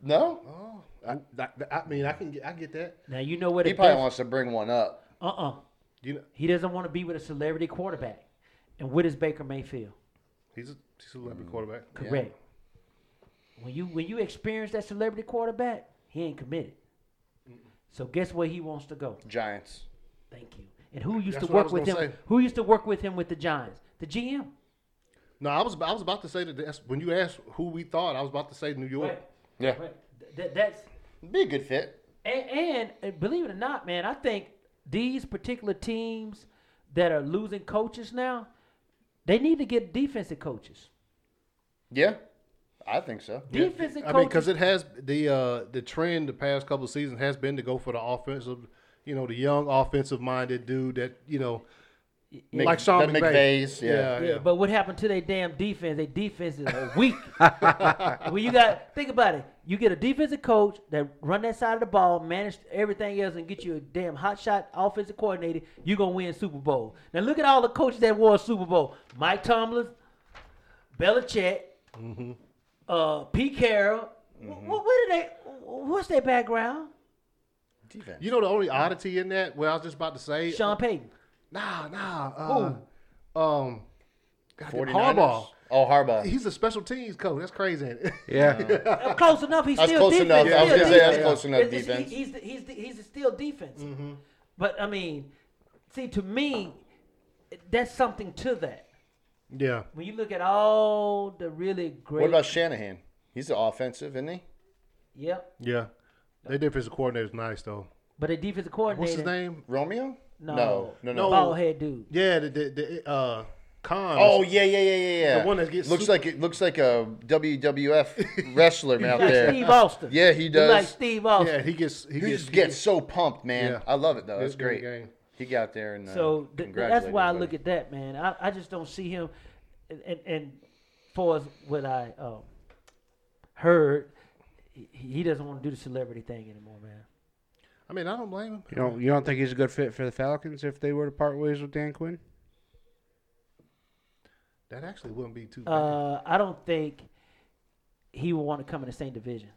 Speaker 4: No,
Speaker 1: Oh, I, I- I mean, I can get, I get that.
Speaker 3: Now you know what
Speaker 4: he
Speaker 3: it
Speaker 4: probably
Speaker 3: does.
Speaker 4: wants to bring one up.
Speaker 3: uh-uh.
Speaker 1: You know,
Speaker 3: He doesn't want to be with a celebrity quarterback. And what is Baker Mayfield?
Speaker 1: he's a, he's a celebrity quarterback.
Speaker 4: Mm.
Speaker 3: Correct. When you when you experience that celebrity quarterback, he ain't committed. So guess where he wants to go?
Speaker 4: Giants.
Speaker 3: Thank you. And who used
Speaker 1: That's
Speaker 3: to
Speaker 1: what I was
Speaker 3: work with him?
Speaker 1: gonna say.
Speaker 3: Who used to work with him with the Giants? The GM.
Speaker 1: No, I was I was about to say that that's, when you asked who we thought, I was about to say New York.
Speaker 3: Right.
Speaker 4: Yeah,
Speaker 3: Right. Th- th- that's
Speaker 4: be a good fit.
Speaker 3: and, and uh, believe it or not, man, I think these particular teams that are losing coaches now, they need to get defensive coaches.
Speaker 4: Yeah, I think so.
Speaker 3: Defensive
Speaker 1: I mean,
Speaker 3: coaches.
Speaker 1: because it has the uh, the trend the past couple of seasons has been to go for the offensive, you know, the young offensive minded dude that you know,
Speaker 4: Mc-
Speaker 1: like Sean
Speaker 4: the
Speaker 1: McVay.
Speaker 4: McVays, yeah.
Speaker 1: Oh, yeah,
Speaker 3: Yeah, but what happened to their damn defense? Their defense is weak. well, you got think about it. You get a defensive coach that run that side of the ball, manage everything else, and get you a damn hot shot offensive coordinator. You are gonna win Super Bowl. Now look at all the coaches that won Super Bowl: Mike Tomlin, Belichick,
Speaker 1: Mm-hmm.
Speaker 3: uh, Pete Carroll. Wh- wh- what did they? wh- What's their background?
Speaker 4: Defense.
Speaker 1: You know, the only oddity in that. Well, I was just about to say,
Speaker 3: Sean Payton.
Speaker 1: nah, nah, uh, um, goddamn
Speaker 4: 49ers?
Speaker 1: Harbaugh.
Speaker 4: Oh, Harbaugh.
Speaker 1: He's a special teams coach. That's crazy. ain't it?
Speaker 2: Yeah.
Speaker 3: Uh, close enough. He's
Speaker 4: That's
Speaker 3: still
Speaker 4: close
Speaker 3: defense.
Speaker 4: enough. I was
Speaker 3: still
Speaker 4: gonna say that's
Speaker 3: defense.
Speaker 4: close enough
Speaker 3: It's- it's- he-
Speaker 4: defense. Mm-hmm.
Speaker 3: He's, he's, he's, still defense. But I mean, see, to me, that's something to that.
Speaker 1: yeah.
Speaker 3: When you look at all the really great,
Speaker 4: What about Shanahan? He's offensive, isn't he?
Speaker 3: yep,
Speaker 1: Yeah. Their defensive coordinator is nice though.
Speaker 3: but a defensive coordinator.
Speaker 1: What's his name?
Speaker 4: Romeo?
Speaker 3: No,
Speaker 4: no, no. no.
Speaker 1: No.
Speaker 3: bald head dude.
Speaker 1: Yeah, the the, the uh Khan.
Speaker 4: Oh yeah, yeah, yeah, yeah, yeah.
Speaker 1: The one that gets
Speaker 4: looks
Speaker 1: super-
Speaker 4: like it looks like a WWF wrestler out
Speaker 3: Like
Speaker 4: there.
Speaker 3: Steve Austin.
Speaker 4: Yeah, he
Speaker 3: He
Speaker 4: does.
Speaker 3: Like Steve Austin.
Speaker 1: yeah, he gets he
Speaker 4: Oh, he
Speaker 1: gets,
Speaker 4: just gets so pumped, man.
Speaker 1: Yeah.
Speaker 4: I love it though.
Speaker 1: Good-
Speaker 4: That's
Speaker 1: good
Speaker 4: great.
Speaker 1: game.
Speaker 4: He got there and uh,
Speaker 3: So th- that's
Speaker 4: congratulated
Speaker 3: why I
Speaker 4: everybody.
Speaker 3: look at that man. I, I just don't see him, and and, and for as what I um, heard, he, he doesn't want to do the celebrity thing anymore, man.
Speaker 1: I mean, I don't blame him.
Speaker 2: You don't, you don't think he's a good fit for the Falcons if they were to part ways with Dan Quinn?
Speaker 1: That actually wouldn't be too bad.
Speaker 3: Uh, I don't think he would want to come in the same division.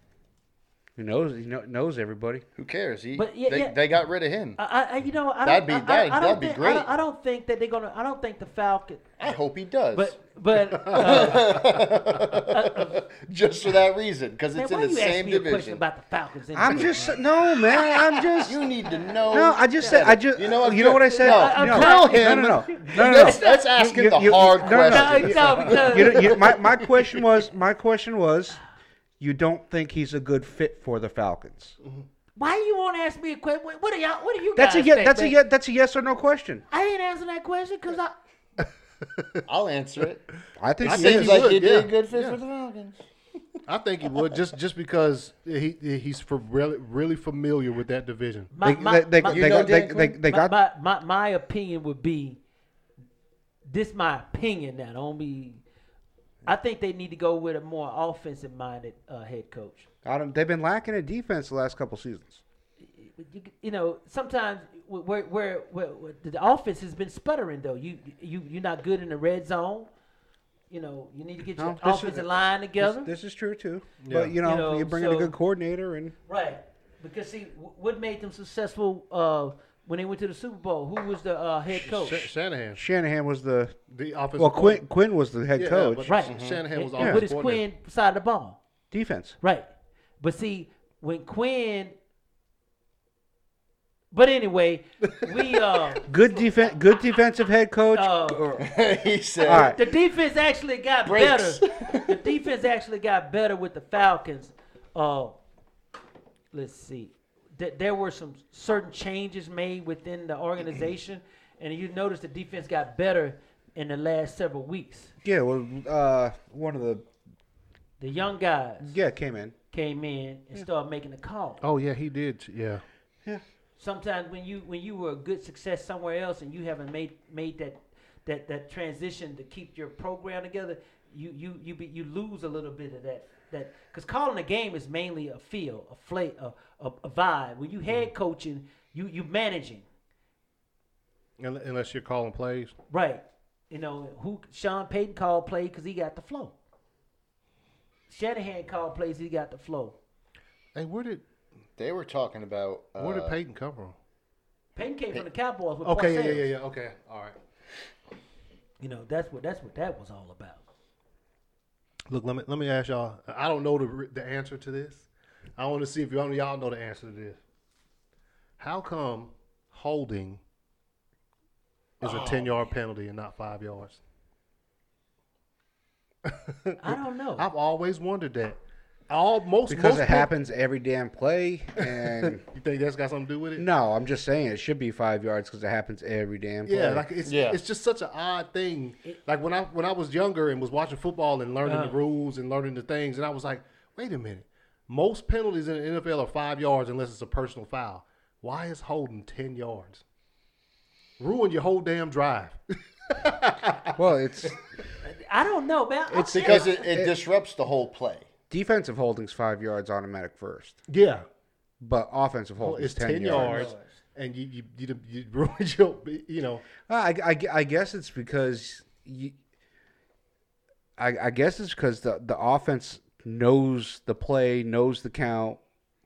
Speaker 2: He knows he kno- knows everybody.
Speaker 4: Who cares? He,
Speaker 3: But yeah,
Speaker 4: they,
Speaker 3: yeah.
Speaker 4: they got rid of him.
Speaker 3: I, I I- you know, I don't,
Speaker 4: That'd be-
Speaker 3: I, I-
Speaker 4: that'd-
Speaker 3: I don't
Speaker 4: that'd be
Speaker 3: think, I
Speaker 4: great.
Speaker 3: don't, I don't think that they're gonna. I don't think the Falcons.
Speaker 4: I hope he does.
Speaker 3: But but uh,
Speaker 4: just for that reason, because
Speaker 3: man,
Speaker 4: it's
Speaker 3: why
Speaker 4: in the
Speaker 3: you ask
Speaker 4: same
Speaker 3: me a question
Speaker 4: division.
Speaker 3: about the Falcons? anyway,
Speaker 2: I'm
Speaker 3: man?
Speaker 2: just no man. I'm just
Speaker 4: You need to know.
Speaker 3: Oh,
Speaker 2: no. I just said I just
Speaker 4: You know what?
Speaker 2: You know what I said?
Speaker 4: No,
Speaker 3: I- I'm
Speaker 2: no,
Speaker 4: Tell
Speaker 3: trying-
Speaker 4: him.
Speaker 2: no, no, no, no, no,
Speaker 4: Let's,
Speaker 2: no.
Speaker 4: let's ask him
Speaker 2: You-
Speaker 4: the
Speaker 2: you-
Speaker 4: hard
Speaker 2: no, no,
Speaker 4: question.
Speaker 3: no, no, because
Speaker 2: You, don't- you, my my question was my question was, you don't think he's a good fit for the Falcons?
Speaker 3: why you want to ask me a question? What, what are y'all? What are you?
Speaker 2: That's a
Speaker 3: guys
Speaker 2: yes.
Speaker 3: think,
Speaker 2: That's a
Speaker 3: man?
Speaker 2: yes. That's a yes or no question.
Speaker 3: I ain't answering that question because I.
Speaker 4: I'll answer it.
Speaker 2: I think
Speaker 1: I
Speaker 2: he
Speaker 1: think he
Speaker 2: is.
Speaker 4: Seems like
Speaker 1: would,
Speaker 4: he'd be a
Speaker 1: yeah.
Speaker 4: good fit
Speaker 1: Yeah.
Speaker 4: for the Falcons.
Speaker 1: I think he would just just because he he's for really, really familiar with that division.
Speaker 3: My, my,
Speaker 2: they, they,
Speaker 3: my,
Speaker 2: they,
Speaker 4: You know
Speaker 2: got, they,
Speaker 4: Dan
Speaker 2: they,
Speaker 4: Quinn?
Speaker 2: they
Speaker 3: my,
Speaker 2: got
Speaker 3: my, my, my opinion would be this my opinion now don't be i think they need to go with a more offensive minded uh, head coach
Speaker 2: I don't, they've been lacking in defense the last couple seasons.
Speaker 3: you, you know sometimes where, where, where, where the offense has been sputtering though you you you're not good in the red zone you know, you need to get
Speaker 2: No,
Speaker 3: your
Speaker 2: this is-
Speaker 3: offensive line together.
Speaker 2: This, this is true too.
Speaker 1: Yeah.
Speaker 2: But you know, you,
Speaker 3: You know,
Speaker 2: bring in a
Speaker 3: so-
Speaker 2: good coordinator, and
Speaker 3: Right. Because see, wh- what made them successful uh, when they went to the Super Bowl? Who was the uh, head coach?
Speaker 1: Sha- Shanahan,
Speaker 2: Shanahan was the
Speaker 1: the offensive.
Speaker 2: well.
Speaker 1: coordinator.
Speaker 2: Quinn Quinn was the head
Speaker 1: Yeah,
Speaker 2: coach.
Speaker 1: but
Speaker 3: Right. Mm-hmm.
Speaker 1: Shanahan was
Speaker 3: and,
Speaker 1: offensive
Speaker 3: and what is
Speaker 1: coordinator.
Speaker 3: Quinn side of the ball?
Speaker 2: Defense.
Speaker 3: Right. But see, when Quinn. But anyway, we uh,
Speaker 2: Good defense. Good defensive head coach.
Speaker 1: Oh.
Speaker 3: uh
Speaker 4: he said,
Speaker 2: All right.
Speaker 3: the defense actually got
Speaker 4: Breaks.
Speaker 3: better. the defense actually got better with the Falcons. Uh, let's see. Th- there were some certain changes made within the organization, and you notice the defense got better in the last several weeks.
Speaker 2: yeah. Well, uh, one of the
Speaker 3: The young guys
Speaker 2: yeah came in.
Speaker 3: came in and started making the call.
Speaker 1: Oh yeah, he did. Yeah,
Speaker 3: Sometimes when you when you were a good success somewhere else and you haven't made made that that, that transition to keep your program together, you you you be, you lose a little bit of that that because calling a game is mainly a feel, a play, a, a, a vibe. When you
Speaker 1: Mm-hmm.
Speaker 3: head coaching, you you managing
Speaker 1: Un- unless you're calling plays.
Speaker 3: right. You know who Sean Payton called play because he got the flow. Shanahan called plays he got the flow.
Speaker 1: Hey, where did
Speaker 4: they were talking about. Uh,
Speaker 1: where did Peyton come from?
Speaker 3: Payton came from the Cowboys with
Speaker 1: Okay, yeah,
Speaker 3: Parcells.
Speaker 1: yeah, yeah, yeah. Okay, all right.
Speaker 3: You know that's what that's what that was all about.
Speaker 1: Look, let me let me ask y'all. I don't know the re- the answer to this. I want to see if y'all y'all know the answer to this. How come holding is a ten yard penalty and not five yards?
Speaker 3: I don't know.
Speaker 1: I've always wondered that. All most
Speaker 2: Because
Speaker 1: most
Speaker 2: it
Speaker 1: peop-
Speaker 2: happens every damn play, and
Speaker 1: You think that's got something to do with it?
Speaker 2: no, I'm just saying it should be five yards because it happens every damn play.
Speaker 1: Yeah, like it's
Speaker 4: Yeah.
Speaker 1: it's just such an odd thing. Like when I when I was younger and was watching football and learning the rules and learning the things, and I was like, wait a minute, most penalties in the NFL are five yards unless it's a personal foul. Why is holding ten yards? Ruin your whole damn drive.
Speaker 2: well, it's
Speaker 3: I don't know, man. I-
Speaker 2: It's-
Speaker 4: Because it, it disrupts the whole play.
Speaker 2: defensive holdings five yards automatic first,
Speaker 1: yeah,
Speaker 2: but offensive holdings
Speaker 1: it's
Speaker 2: ten, yards.
Speaker 1: yards, and you you you, you ruined your you know
Speaker 2: Well, I, I gue- I guess it's because you, I, I guess it's because the, the offense knows the play, knows the count,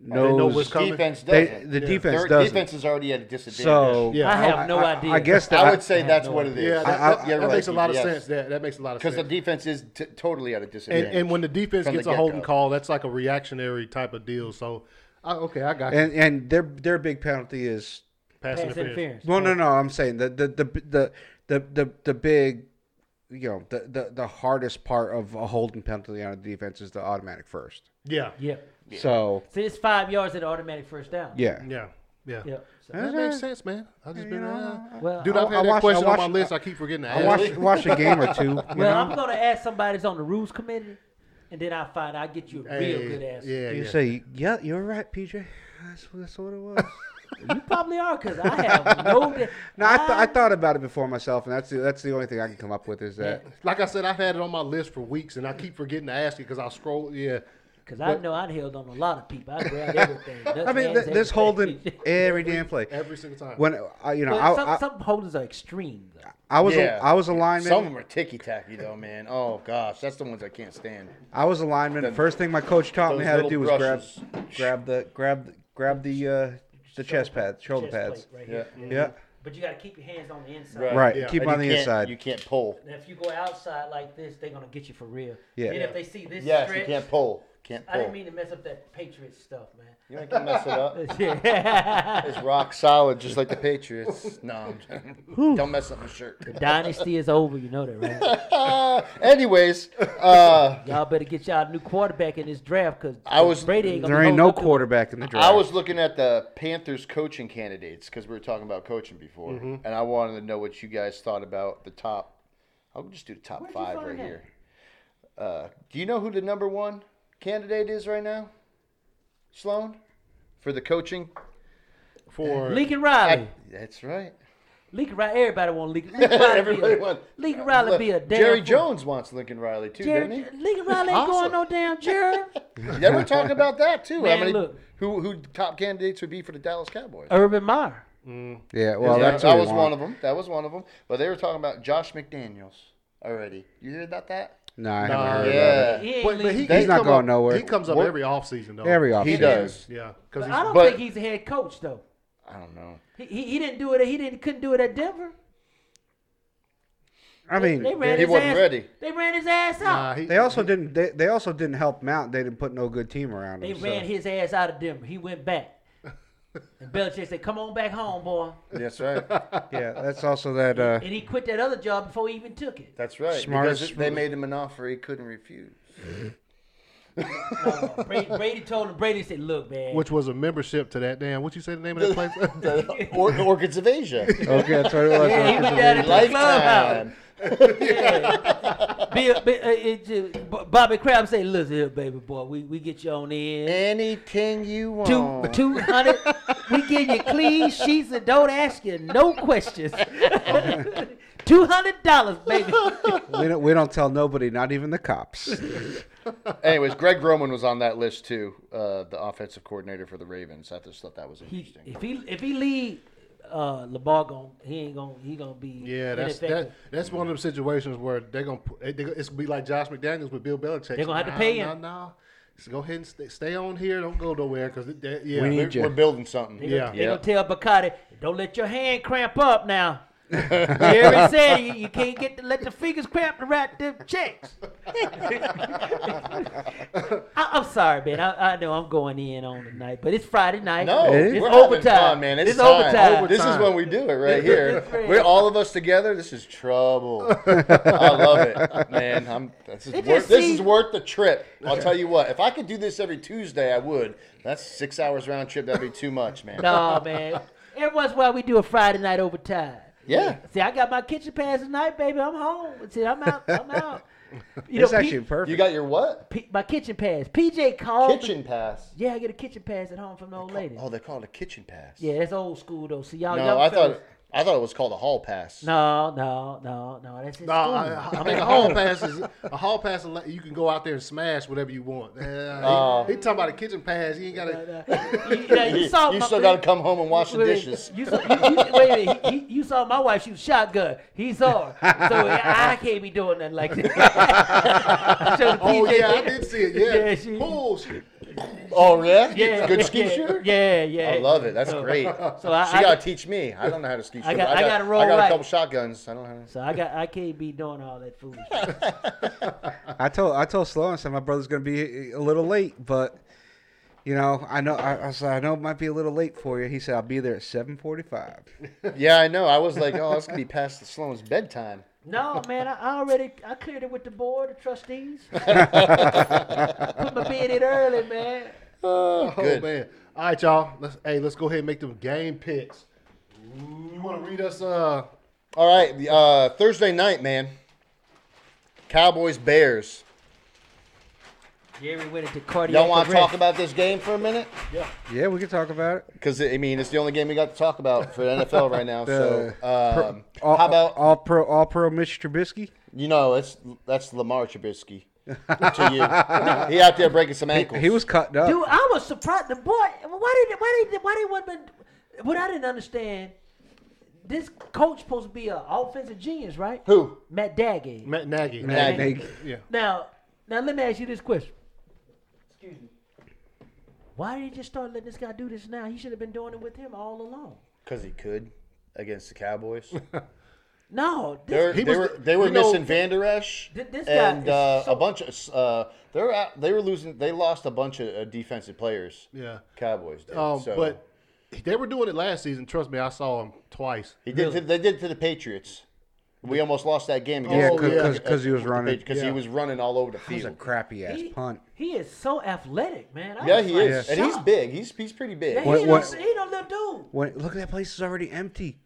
Speaker 1: they
Speaker 2: knows
Speaker 1: know what's coming.
Speaker 4: Defense
Speaker 2: they-
Speaker 4: doesn't.
Speaker 2: the
Speaker 1: Yeah.
Speaker 2: defense
Speaker 4: Their
Speaker 2: doesn't.
Speaker 4: defense is already at a disadvantage.
Speaker 2: so
Speaker 1: Yeah.
Speaker 3: I have no idea.
Speaker 2: I guess that
Speaker 4: I would say that's what it is.
Speaker 1: yeah that,
Speaker 2: I-
Speaker 1: that-
Speaker 4: You're
Speaker 1: that
Speaker 4: right,
Speaker 1: makes a lot of
Speaker 4: yes.
Speaker 1: sense. That that makes a lot of
Speaker 4: Because
Speaker 1: sense.
Speaker 4: the defense is t- totally at a disadvantage.
Speaker 1: and, and when the defense
Speaker 4: From the
Speaker 1: gets a holding
Speaker 4: get-go.
Speaker 1: call, that's like a reactionary type of deal. So, I, okay, I got you.
Speaker 2: and and their their big penalty is
Speaker 1: pass,
Speaker 3: pass
Speaker 1: interference.
Speaker 3: interference.
Speaker 2: well, no, no. I'm saying the the the the the the, the big. You know the, the the hardest part of a holding penalty on a defense is the automatic first.
Speaker 1: Yeah,
Speaker 3: Yep.
Speaker 2: So
Speaker 3: So it's five yards at automatic first down.
Speaker 2: yeah,
Speaker 1: yeah, yeah.
Speaker 3: Yep. So,
Speaker 1: That makes sense, man. I just been
Speaker 2: know,
Speaker 1: around.
Speaker 3: well,
Speaker 1: Dude,
Speaker 2: I-
Speaker 1: I've
Speaker 2: I
Speaker 1: had
Speaker 2: watched-
Speaker 1: that question
Speaker 2: I
Speaker 1: on
Speaker 2: watched-
Speaker 1: my list. I keep forgetting to
Speaker 2: I
Speaker 1: ask.
Speaker 2: watch
Speaker 1: it.
Speaker 2: watch a game or two. you
Speaker 3: well,
Speaker 2: know?
Speaker 3: I'm gonna ask somebody that's on the rules committee, and then I'll find. I'll get you a real
Speaker 1: Hey,
Speaker 3: good answer.
Speaker 1: Yeah,
Speaker 2: You
Speaker 1: yeah.
Speaker 2: say, yeah, you're right, PJ. That's, that's what it was.
Speaker 3: You probably are, cause I have no. di-
Speaker 2: no, I, th- I thought about it before myself, and that's the, that's the only thing I can come up with is that.
Speaker 1: like I said, I've had it on my list for weeks, and I keep forgetting to ask it because I scroll. Yeah,
Speaker 3: cause I know I held on a lot of people. I grabbed everything.
Speaker 2: I mean, th- this holding every damn play.
Speaker 1: every single time.
Speaker 2: When I, you know,
Speaker 3: But
Speaker 2: I,
Speaker 3: some,
Speaker 2: I, Ah,
Speaker 3: some holders are extreme. Though.
Speaker 2: I was
Speaker 4: Yeah.
Speaker 2: a, I was a
Speaker 4: Some of
Speaker 2: lineman.
Speaker 4: them are ticky tacky though, man. Oh gosh, that's the ones I can't stand.
Speaker 2: I was a lineman. First thing my coach taught me
Speaker 4: those
Speaker 2: how to
Speaker 4: little
Speaker 2: do was grab,
Speaker 4: brushes.
Speaker 2: grab the grab the, grab the uh, the chest pads, shoulder
Speaker 3: Chest
Speaker 2: pads.
Speaker 3: plate right
Speaker 4: Yeah.
Speaker 3: here. Mm-hmm.
Speaker 2: Yeah,
Speaker 3: But you gotta keep your hands on the inside.
Speaker 2: right.
Speaker 1: Yeah.
Speaker 2: Keep
Speaker 4: And
Speaker 2: on the
Speaker 4: you can't-
Speaker 2: inside.
Speaker 4: You can't pull.
Speaker 3: And if you go outside like this, they're gonna get you for real.
Speaker 2: Yeah.
Speaker 3: And if they see this
Speaker 4: Yes,
Speaker 3: stretch,
Speaker 4: you can't pull. Can't
Speaker 3: I
Speaker 4: pull.
Speaker 3: didn't mean to mess up that Patriots stuff, man.
Speaker 4: you ain't gonna mess it up.
Speaker 3: the
Speaker 4: It's rock solid, just like the Patriots. No, I'm- don't mess up my shirt.
Speaker 3: dynasty is over. You know that, right?
Speaker 4: Anyways, uh,
Speaker 3: Y'all better get y'all a new quarterback in this draft because
Speaker 4: I was-
Speaker 3: Brady ain't gonna
Speaker 2: There
Speaker 3: be
Speaker 2: ain't
Speaker 3: holding
Speaker 2: no
Speaker 3: up to-
Speaker 2: quarterback in the draft.
Speaker 4: I was looking at the Panthers coaching candidates because we were talking about coaching before,
Speaker 3: Mm-hmm.
Speaker 4: and I wanted to know what you guys thought about the top. I'll just do the top
Speaker 3: Where'd you
Speaker 4: five right
Speaker 3: find that?
Speaker 4: here. Uh, do you know who the number one candidate is right now? Sloan for the coaching.
Speaker 1: for
Speaker 3: Lincoln Riley.
Speaker 4: I- that's right.
Speaker 3: Lincoln Riley. Everybody want Lincoln. Lincoln Riley.
Speaker 4: Everybody
Speaker 3: be a,
Speaker 4: wants
Speaker 3: Lincoln Riley be a damn.
Speaker 4: Jerry
Speaker 3: fool.
Speaker 4: Jones wants Lincoln Riley too,
Speaker 3: Jerry,
Speaker 4: doesn't he?
Speaker 3: Lincoln Riley ain't going
Speaker 4: Awesome.
Speaker 3: no damn Jerry.
Speaker 4: Yeah, we're talking about that too.
Speaker 3: Man,
Speaker 4: How many,
Speaker 3: look.
Speaker 4: Who who top candidates would be for the Dallas Cowboys?
Speaker 3: Urban Meyer.
Speaker 2: yeah, well,
Speaker 4: Yeah,
Speaker 2: that's
Speaker 4: that
Speaker 2: what we
Speaker 4: was
Speaker 2: want.
Speaker 4: one of them. That was one of them. But they were talking about Josh McDaniels. already. You hear about that?
Speaker 2: No,
Speaker 1: Nah,
Speaker 2: I haven't heard about
Speaker 4: yeah.
Speaker 3: He ain't
Speaker 1: But, but he,
Speaker 3: leaving.
Speaker 2: He's
Speaker 1: he
Speaker 2: not
Speaker 1: come
Speaker 2: going
Speaker 1: up,
Speaker 2: nowhere.
Speaker 1: He comes up
Speaker 4: What?
Speaker 1: every offseason, though.
Speaker 2: it. Every offseason.
Speaker 4: He does.
Speaker 1: Yeah, because
Speaker 3: But I
Speaker 1: he's
Speaker 3: don't
Speaker 4: but-
Speaker 3: think he's a head coach though.
Speaker 4: I don't know.
Speaker 3: He, he, he didn't do it. He didn't couldn't do it at Denver.
Speaker 2: I mean,
Speaker 3: They ran
Speaker 2: they,
Speaker 4: He
Speaker 3: his
Speaker 4: wasn't
Speaker 3: ass,
Speaker 4: ready.
Speaker 3: They ran his ass out.
Speaker 1: nah, he,
Speaker 2: they also didn't. They, they also didn't help him out. They didn't put no good team around
Speaker 3: They
Speaker 2: him. so.
Speaker 3: ran his ass out of Denver. He went back. and Belichick said, "Come on back home, boy."
Speaker 4: That's right.
Speaker 2: Yeah, that's also that. Uh,
Speaker 3: And he quit that other job before he even took it.
Speaker 4: That's right.
Speaker 2: Smartest-
Speaker 4: because they made him an offer he couldn't refuse.
Speaker 3: No, no,
Speaker 1: Oh.
Speaker 3: Brady, Brady told him. Brady said, "Look, man,
Speaker 1: which was a membership to that damn. What you say the name of that place?
Speaker 4: The or- Orchids of Asia.
Speaker 2: okay, that's what it was.
Speaker 3: Yeah, he went down into the clubhouse.
Speaker 4: Lifetime.
Speaker 3: Yeah. Bill, Bill, uh, it just- B- Bobby Crab said, "Listen here, baby boy, we, we get you on in
Speaker 4: Anything you want.
Speaker 3: two two hundred. we give you clean sheets and don't ask you no questions. Two hundred dollars, baby.
Speaker 2: we don't. We don't tell nobody, not even the cops.
Speaker 4: Anyways, Greg Roman was on that list too, uh, the offensive coordinator for the Ravens. I just thought that was
Speaker 3: He,
Speaker 4: interesting.
Speaker 3: if he if he lead uh, Lamar, gon he ain't gonna he gonna be
Speaker 1: yeah, that's that,
Speaker 3: ineffective.
Speaker 1: That's one of them situations where they're gonna. pu- They, they- it's gonna be like Josh McDaniels with Bill Belichick.
Speaker 3: They're gonna have to
Speaker 1: Nah,
Speaker 3: pay him.
Speaker 1: Nah, nah. Just go ahead and stay, stay on here. Don't go nowhere because yeah,
Speaker 2: We
Speaker 4: We're,
Speaker 2: need you.
Speaker 4: we're building something.
Speaker 3: They gonna,
Speaker 1: Yeah.
Speaker 3: they gonna tell Bacardi, don't let your hand cramp up now. Jerry already said you, you can't get to let the fingers cramp to write them checks. I, I'm sorry, man. I, I know I'm going in on tonight, but it's Friday night.
Speaker 4: No,
Speaker 2: It is.
Speaker 3: It's
Speaker 4: we're having
Speaker 3: overtime.
Speaker 4: fun, man. It's,
Speaker 3: It's
Speaker 4: time.
Speaker 3: overtime.
Speaker 4: This is
Speaker 1: Overtime.
Speaker 4: when we do it right here.
Speaker 3: It's real.
Speaker 4: we're all of us together. This is trouble. I love it, man. I'm, this, is
Speaker 3: It
Speaker 4: worth,
Speaker 3: just
Speaker 4: this is
Speaker 3: seems-
Speaker 4: worth the trip. I'll tell you what. If I could do this every Tuesday, I would. That's six hours round trip. That'd be too much, man.
Speaker 3: No, man. Every once in a while we do a Friday night overtime.
Speaker 4: Yeah.
Speaker 3: See, I got my kitchen pass tonight, baby. I'm home. See, I'm out. I'm out. You
Speaker 2: It's
Speaker 3: know,
Speaker 2: actually perfect.
Speaker 4: You got your what?
Speaker 3: P- P- my kitchen pass. PJ called. me-
Speaker 4: Kitchen pass.
Speaker 3: Yeah, I get a kitchen pass at home from the old Oh, lady.
Speaker 4: Oh, they call it a kitchen pass.
Speaker 3: Yeah, that's old school though. See y'all.
Speaker 4: No,
Speaker 3: young
Speaker 4: I
Speaker 3: fellas-
Speaker 4: thought I thought it was called a hall pass.
Speaker 3: No, no, no, no. That's his
Speaker 1: No,
Speaker 3: school.
Speaker 1: I, I
Speaker 3: I'm
Speaker 1: mean,
Speaker 3: at
Speaker 1: a hall
Speaker 3: home.
Speaker 1: pass is a hall pass. unle- You can go out there and smash whatever you want. Yeah, he,
Speaker 4: Oh.
Speaker 1: he talking about a kitchen pass. He ain't got
Speaker 3: Uh,
Speaker 1: to.
Speaker 3: you, you know, you
Speaker 4: You,
Speaker 3: saw
Speaker 4: you
Speaker 3: my-
Speaker 4: still got to come home and wash the
Speaker 3: wait, wait,
Speaker 4: dishes.
Speaker 3: You saw, you, you, wait a minute. He, he, you saw my wife. She was shotgun. He's hard. So I can't be doing nothing like that. I showed the
Speaker 1: Oh
Speaker 3: PJ
Speaker 1: yeah, I did see it. Yeah,
Speaker 3: Yeah, she-
Speaker 1: oh, she,
Speaker 4: Oh, yeah?
Speaker 3: Yeah,
Speaker 4: Good
Speaker 3: yeah,
Speaker 4: skeet
Speaker 3: yeah,
Speaker 4: shooter?
Speaker 3: Yeah, yeah.
Speaker 4: I love it. That's
Speaker 3: So-
Speaker 4: great.
Speaker 3: So I,
Speaker 4: she
Speaker 3: I
Speaker 4: got to teach me. I don't know how to skeet
Speaker 3: I
Speaker 4: shooter.
Speaker 3: got- I gotta roll
Speaker 4: I got a
Speaker 3: right.
Speaker 4: couple shotguns. I don't know how to.
Speaker 3: so I got I can't be doing all that foolishness.
Speaker 2: I told I told Sloan I said my brother's gonna be a little late, but you know I know I, I said I know it might be a little late for you. He said I'll be there at seven forty-five.
Speaker 4: Yeah, I know. I was like, oh, it's gonna be past the Sloan's bedtime.
Speaker 3: No, man, I, I already I cleared it with the board, the trustees. Put my bid in early, man.
Speaker 1: oh
Speaker 4: Good.
Speaker 1: man. All right, y'all. Let's hey, let's go ahead and make them game picks. You want to read us? Uh,
Speaker 4: All right, the, uh, Thursday night, man. Cowboys Bears.
Speaker 3: Jerry went into cardiac
Speaker 4: Y'all want to
Speaker 3: arrest.
Speaker 4: talk about this game for a minute?
Speaker 2: Yeah, we can talk about it.
Speaker 4: Because I mean, it's the only game we got to talk about for the NFL right now. So,
Speaker 2: Uh,
Speaker 4: um,
Speaker 2: All,
Speaker 4: how about
Speaker 2: all pro all pro Mitch Trubisky?
Speaker 4: you know it's that's Lamar Trubisky to you? he out there breaking some ankles.
Speaker 2: He was cutting up.
Speaker 3: Dude, I was surprised. The boy, why did why did why they wouldn't been? What I didn't understand, this coach supposed to be an offensive genius, right?
Speaker 4: who?
Speaker 3: Matt Nagy.
Speaker 1: Matt Nagy.
Speaker 2: Matt
Speaker 4: Nagy.
Speaker 2: Nagy.
Speaker 1: Yeah.
Speaker 3: Now, now let me ask you this question. Excuse me. Why did he just start letting this guy do this now? He should have been doing it with him all along.
Speaker 4: Because he could against the Cowboys.
Speaker 3: No, this
Speaker 4: They're,
Speaker 1: He
Speaker 4: they
Speaker 1: was
Speaker 4: were
Speaker 1: the-
Speaker 4: they were
Speaker 1: you know-
Speaker 4: missing Van Der Esch
Speaker 3: Th- this guy
Speaker 4: and
Speaker 3: is
Speaker 4: uh,
Speaker 3: so-
Speaker 4: a bunch of uh, they're out, they were losing they lost a bunch of uh, defensive players.
Speaker 1: Yeah.
Speaker 4: Cowboys did.
Speaker 1: Um,
Speaker 4: so
Speaker 1: but they were doing it last season. Trust me, I saw them twice.
Speaker 4: he did to, they did to the Patriots. We almost lost that game.
Speaker 2: yeah,
Speaker 1: Oh, yeah.
Speaker 2: because he was running.
Speaker 4: because he
Speaker 1: Yeah.
Speaker 4: was running all over the
Speaker 2: That was a
Speaker 4: field.
Speaker 2: crappy ass
Speaker 3: he,
Speaker 2: punt.
Speaker 3: he is so athletic, man. I
Speaker 4: Yeah,
Speaker 3: was
Speaker 4: he
Speaker 3: like,
Speaker 4: is, and he's
Speaker 3: shocked.
Speaker 4: big. He's he's pretty big.
Speaker 3: Yeah, he,
Speaker 2: What-
Speaker 3: ain't
Speaker 2: what-
Speaker 3: No, he ain't no little dude.
Speaker 2: When look, that place is already empty.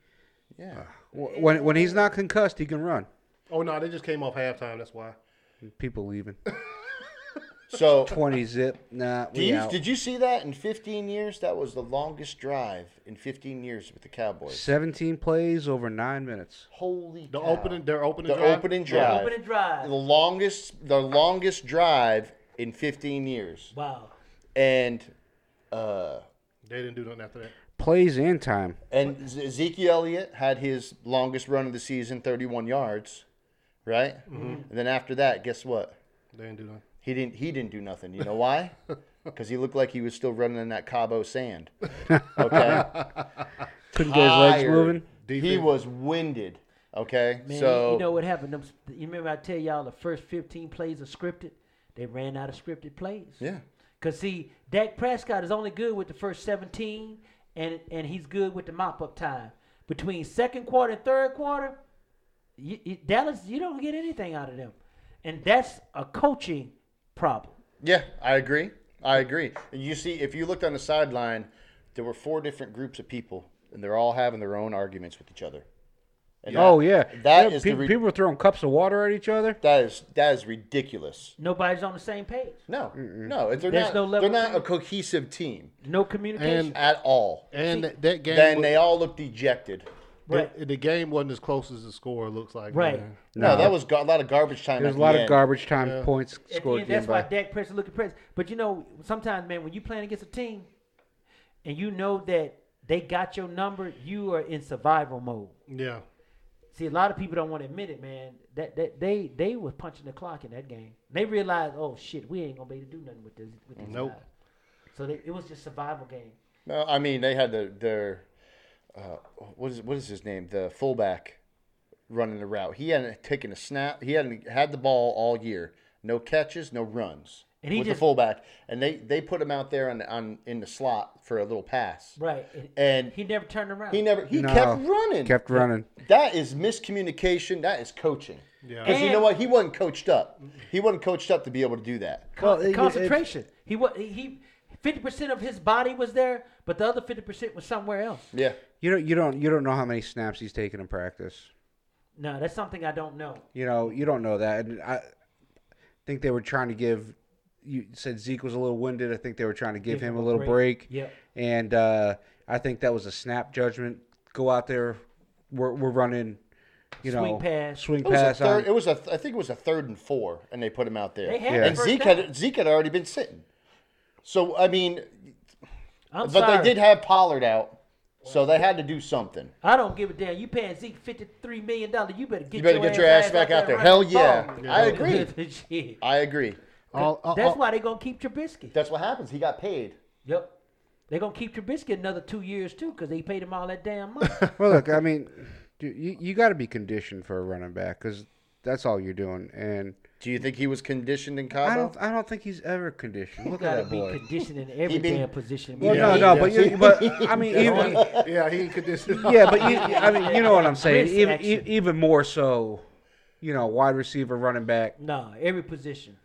Speaker 4: Yeah.
Speaker 2: Wh- When when he's not concussed, he can run.
Speaker 1: Oh no, they just came off halftime. That's why.
Speaker 2: People leaving.
Speaker 4: So
Speaker 2: Twenty zip. Nah,
Speaker 4: Do
Speaker 2: we
Speaker 4: you,
Speaker 2: out.
Speaker 4: did you see that in 15 years? That was the longest drive in 15 years with the Cowboys.
Speaker 2: Seventeen plays over nine minutes.
Speaker 4: Holy
Speaker 1: The
Speaker 4: cow.
Speaker 1: opening, their opening,
Speaker 4: the
Speaker 1: drive,
Speaker 4: opening
Speaker 3: Yeah.
Speaker 4: drive.
Speaker 3: Opening drive.
Speaker 4: The longest the longest drive in 15 years.
Speaker 3: Wow.
Speaker 4: And uh
Speaker 1: They didn't do nothing after that.
Speaker 2: Plays and time.
Speaker 4: and Ze- Ezekiel Elliott had his longest run of the season, 31 yards. right? And then after that, guess what?
Speaker 1: They didn't do that.
Speaker 4: He didn't. He didn't do nothing. You know why? Because he looked like he was still running in that Cabo sand. Okay.
Speaker 2: Couldn't get his legs
Speaker 4: Tired.
Speaker 2: moving.
Speaker 4: He was winded. Okay.
Speaker 3: Man,
Speaker 4: so
Speaker 3: you know what happened? Them, sp- you remember I tell y'all the first 15 plays are scripted? They ran out of scripted plays.
Speaker 4: Yeah.
Speaker 3: Because, see, Dak Prescott is only good with the first 17, and, and he's good with the mop up time. Between second quarter and third quarter, you, you- Dallas, you don't get anything out of them. And that's a coaching problem.
Speaker 4: Yeah, I agree. I agree. And You see, if you looked on the sideline, there were four different groups of people, and they're all having their own arguments with each other. And
Speaker 2: Oh yeah,
Speaker 4: that
Speaker 2: Yeah,
Speaker 4: is
Speaker 2: pe-
Speaker 4: the re-
Speaker 2: people were throwing cups of water at each other.
Speaker 4: that is that is ridiculous.
Speaker 3: Nobody's on the same page,
Speaker 4: No, no, they're
Speaker 3: There's
Speaker 4: not.
Speaker 3: no level
Speaker 4: they're not a
Speaker 3: playing-
Speaker 4: cohesive team
Speaker 3: no communication.
Speaker 1: And-
Speaker 4: at all.
Speaker 1: And
Speaker 3: See,
Speaker 1: that, that game,
Speaker 4: Then
Speaker 1: wa-
Speaker 4: they all look dejected.
Speaker 3: right.
Speaker 1: the, the game wasn't as close as the score looks like.
Speaker 3: Right.
Speaker 1: man.
Speaker 4: No, that was gar- a lot of garbage time.
Speaker 2: There's
Speaker 4: at
Speaker 2: a lot
Speaker 4: the
Speaker 2: of
Speaker 4: end.
Speaker 2: garbage time points
Speaker 3: At the
Speaker 2: scored.
Speaker 3: end, that's
Speaker 2: by.
Speaker 3: why Dak Prescott look at Prescott. But you know, sometimes, man, when you playing against a team and you know that they got your number, you are in survival mode.
Speaker 1: Yeah.
Speaker 3: See, a lot of people don't want to admit it, man. That that they they was punching the clock in that game. They realized, oh shit, we ain't gonna be able to do nothing with this. With these
Speaker 1: Nope.
Speaker 3: guys. So they, it was just survival game.
Speaker 4: No, I mean they had the, their uh, what is what is his name? The fullback running the route. He hadn't taken a snap. He hadn't had the ball all year. No catches, no runs.
Speaker 3: And he
Speaker 4: with
Speaker 3: just-
Speaker 4: the fullback, and they they put him out there on, on in the slot for a little pass.
Speaker 3: Right. And,
Speaker 4: And
Speaker 3: he never turned around.
Speaker 4: he never he
Speaker 2: No,
Speaker 4: kept running.
Speaker 2: Kept running.
Speaker 4: That is miscommunication. That is coaching.
Speaker 1: Yeah.
Speaker 4: Because you know
Speaker 3: And-
Speaker 4: what? He wasn't coached up. He wasn't coached up to be able to do that.
Speaker 3: Con-
Speaker 2: Well, it- it-
Speaker 3: concentration. he was he fifty percent of his body was there, but the other fifty percent was somewhere else.
Speaker 4: Yeah.
Speaker 2: You don't. You don't. You don't know how many snaps he's taken in practice.
Speaker 3: No, that's something I don't know.
Speaker 2: You know. You don't know that. And I think they were trying to give. You said Zeke was a little winded. I think they were trying to give him a little break.
Speaker 3: Yep.
Speaker 2: And uh, I think that was a snap judgment. Go out there. We're, we're running. You
Speaker 3: Swing
Speaker 2: know,
Speaker 3: pass.
Speaker 2: Swing
Speaker 4: It was, a
Speaker 2: pass.
Speaker 4: third,
Speaker 2: on,
Speaker 4: it was a. I think it was a third and four, and they put him out there.
Speaker 3: They had
Speaker 2: Yeah.
Speaker 3: the
Speaker 4: And
Speaker 3: first
Speaker 4: Zeke
Speaker 3: down.
Speaker 4: had Zeke had already been sitting. So I mean,
Speaker 3: I'm
Speaker 4: but
Speaker 3: sorry.
Speaker 4: they did have Pollard out, so they had to do something.
Speaker 3: I don't give a damn. You paying Zeke fifty three million dollars. You better get
Speaker 4: You better
Speaker 3: your
Speaker 4: get
Speaker 3: ass
Speaker 4: your ass back out
Speaker 3: out
Speaker 4: there.
Speaker 3: there.
Speaker 4: Hell
Speaker 3: running the
Speaker 4: yeah.
Speaker 3: ball.
Speaker 4: I agree.
Speaker 3: Shit.
Speaker 4: I agree.
Speaker 1: All, all,
Speaker 3: That's
Speaker 1: all-
Speaker 3: why they gonna keep Trubisky.
Speaker 4: That's what happens. He got paid.
Speaker 3: Yep. They're gonna keep Trubisky another two years too, because they paid him all that damn money.
Speaker 2: well, look. I mean, you you, you got to be conditioned for a running back because that's all you're doing. And
Speaker 4: Do you think he was conditioned in
Speaker 2: I
Speaker 4: Cabo?
Speaker 2: don't. I don't think he's ever conditioned.
Speaker 3: you
Speaker 2: Look at
Speaker 3: gotta
Speaker 2: that
Speaker 3: be
Speaker 2: boy.
Speaker 3: conditioned in every
Speaker 4: He been-
Speaker 3: damn position.
Speaker 2: Well,
Speaker 3: man.
Speaker 4: Yeah, he
Speaker 2: no, no, but
Speaker 4: does.
Speaker 2: you, but I mean, even,
Speaker 1: yeah, he could just.
Speaker 2: yeah, but you, I mean, you know what I'm saying.
Speaker 3: Wrist
Speaker 2: Even,
Speaker 3: action.
Speaker 2: e- even more so, you know, wide receiver, running back.
Speaker 3: No, every position.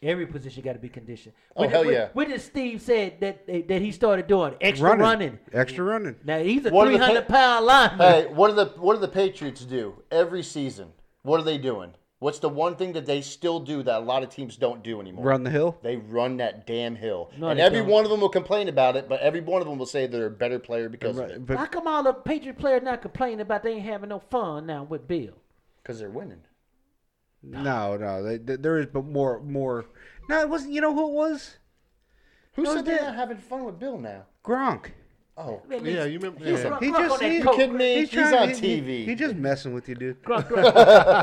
Speaker 3: Every position got to be conditioned.
Speaker 4: Oh,
Speaker 3: When-
Speaker 4: hell
Speaker 3: when-
Speaker 4: yeah.
Speaker 3: When did Steve said that that he started doing extra
Speaker 2: Running,
Speaker 3: running?
Speaker 2: extra running.
Speaker 3: Now he's a
Speaker 4: What are the
Speaker 3: three hundred
Speaker 4: pa-
Speaker 3: pound lineman.
Speaker 4: Hey, what do the what do the Patriots do every season? What are they doing? What's the one thing that they still do that a lot of teams don't do anymore?
Speaker 2: Run the hill.
Speaker 4: They run that damn hill,
Speaker 3: No,
Speaker 4: and
Speaker 3: they
Speaker 4: every
Speaker 3: don't.
Speaker 4: one of them will complain about it. But every one of them will say they're a better player because of it,
Speaker 3: How
Speaker 2: But
Speaker 3: come all the Patriot players not complaining about they ain't having no fun now with Bill?
Speaker 4: because they're winning.
Speaker 2: no, no, they, th there is, but more, more. No, it wasn't. You know who it was?
Speaker 4: Who
Speaker 2: No,
Speaker 4: said
Speaker 2: they-
Speaker 4: they're not having fun with Bill now?
Speaker 2: Gronk.
Speaker 4: Oh,
Speaker 3: Man,
Speaker 1: Yeah,
Speaker 3: he's-
Speaker 1: you remember-
Speaker 3: he's
Speaker 1: yeah.
Speaker 3: drunk-
Speaker 2: He
Speaker 3: drunk
Speaker 2: just-
Speaker 3: on that
Speaker 2: he-
Speaker 3: coke.
Speaker 4: kidding me? He's,
Speaker 2: trying-
Speaker 4: on
Speaker 2: he-
Speaker 4: TV.
Speaker 2: He, he just messing with you, dude.
Speaker 3: Grunk, grunk,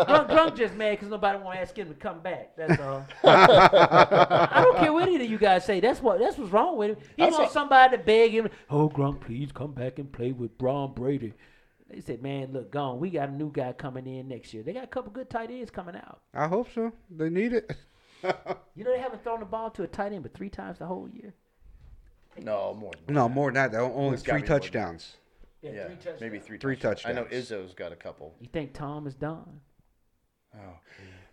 Speaker 3: grunk, grunk just mad because nobody want to ask him to come back. That's all. I don't care what either you guys say. That's what that's what's wrong with him. He wants
Speaker 4: That's what-
Speaker 3: somebody to beg him. Oh, Grunk, please come back and play with Braun Brady. They said, man, look, gone. We got a new guy coming in next year. They got a couple good tight ends coming out.
Speaker 2: I hope so. They need it.
Speaker 3: You know they haven't thrown the ball to a tight end but three times the whole year.
Speaker 4: no, more. Than
Speaker 2: No, more than that. Only
Speaker 4: It's gotta
Speaker 2: three
Speaker 4: be more than
Speaker 2: touchdowns.
Speaker 3: Yeah,
Speaker 4: yeah,
Speaker 3: three touchdowns.
Speaker 4: maybe three.
Speaker 2: Three
Speaker 4: I know
Speaker 2: touchdowns.
Speaker 4: Izzo's got a couple.
Speaker 3: You think Tom is done?
Speaker 4: Oh.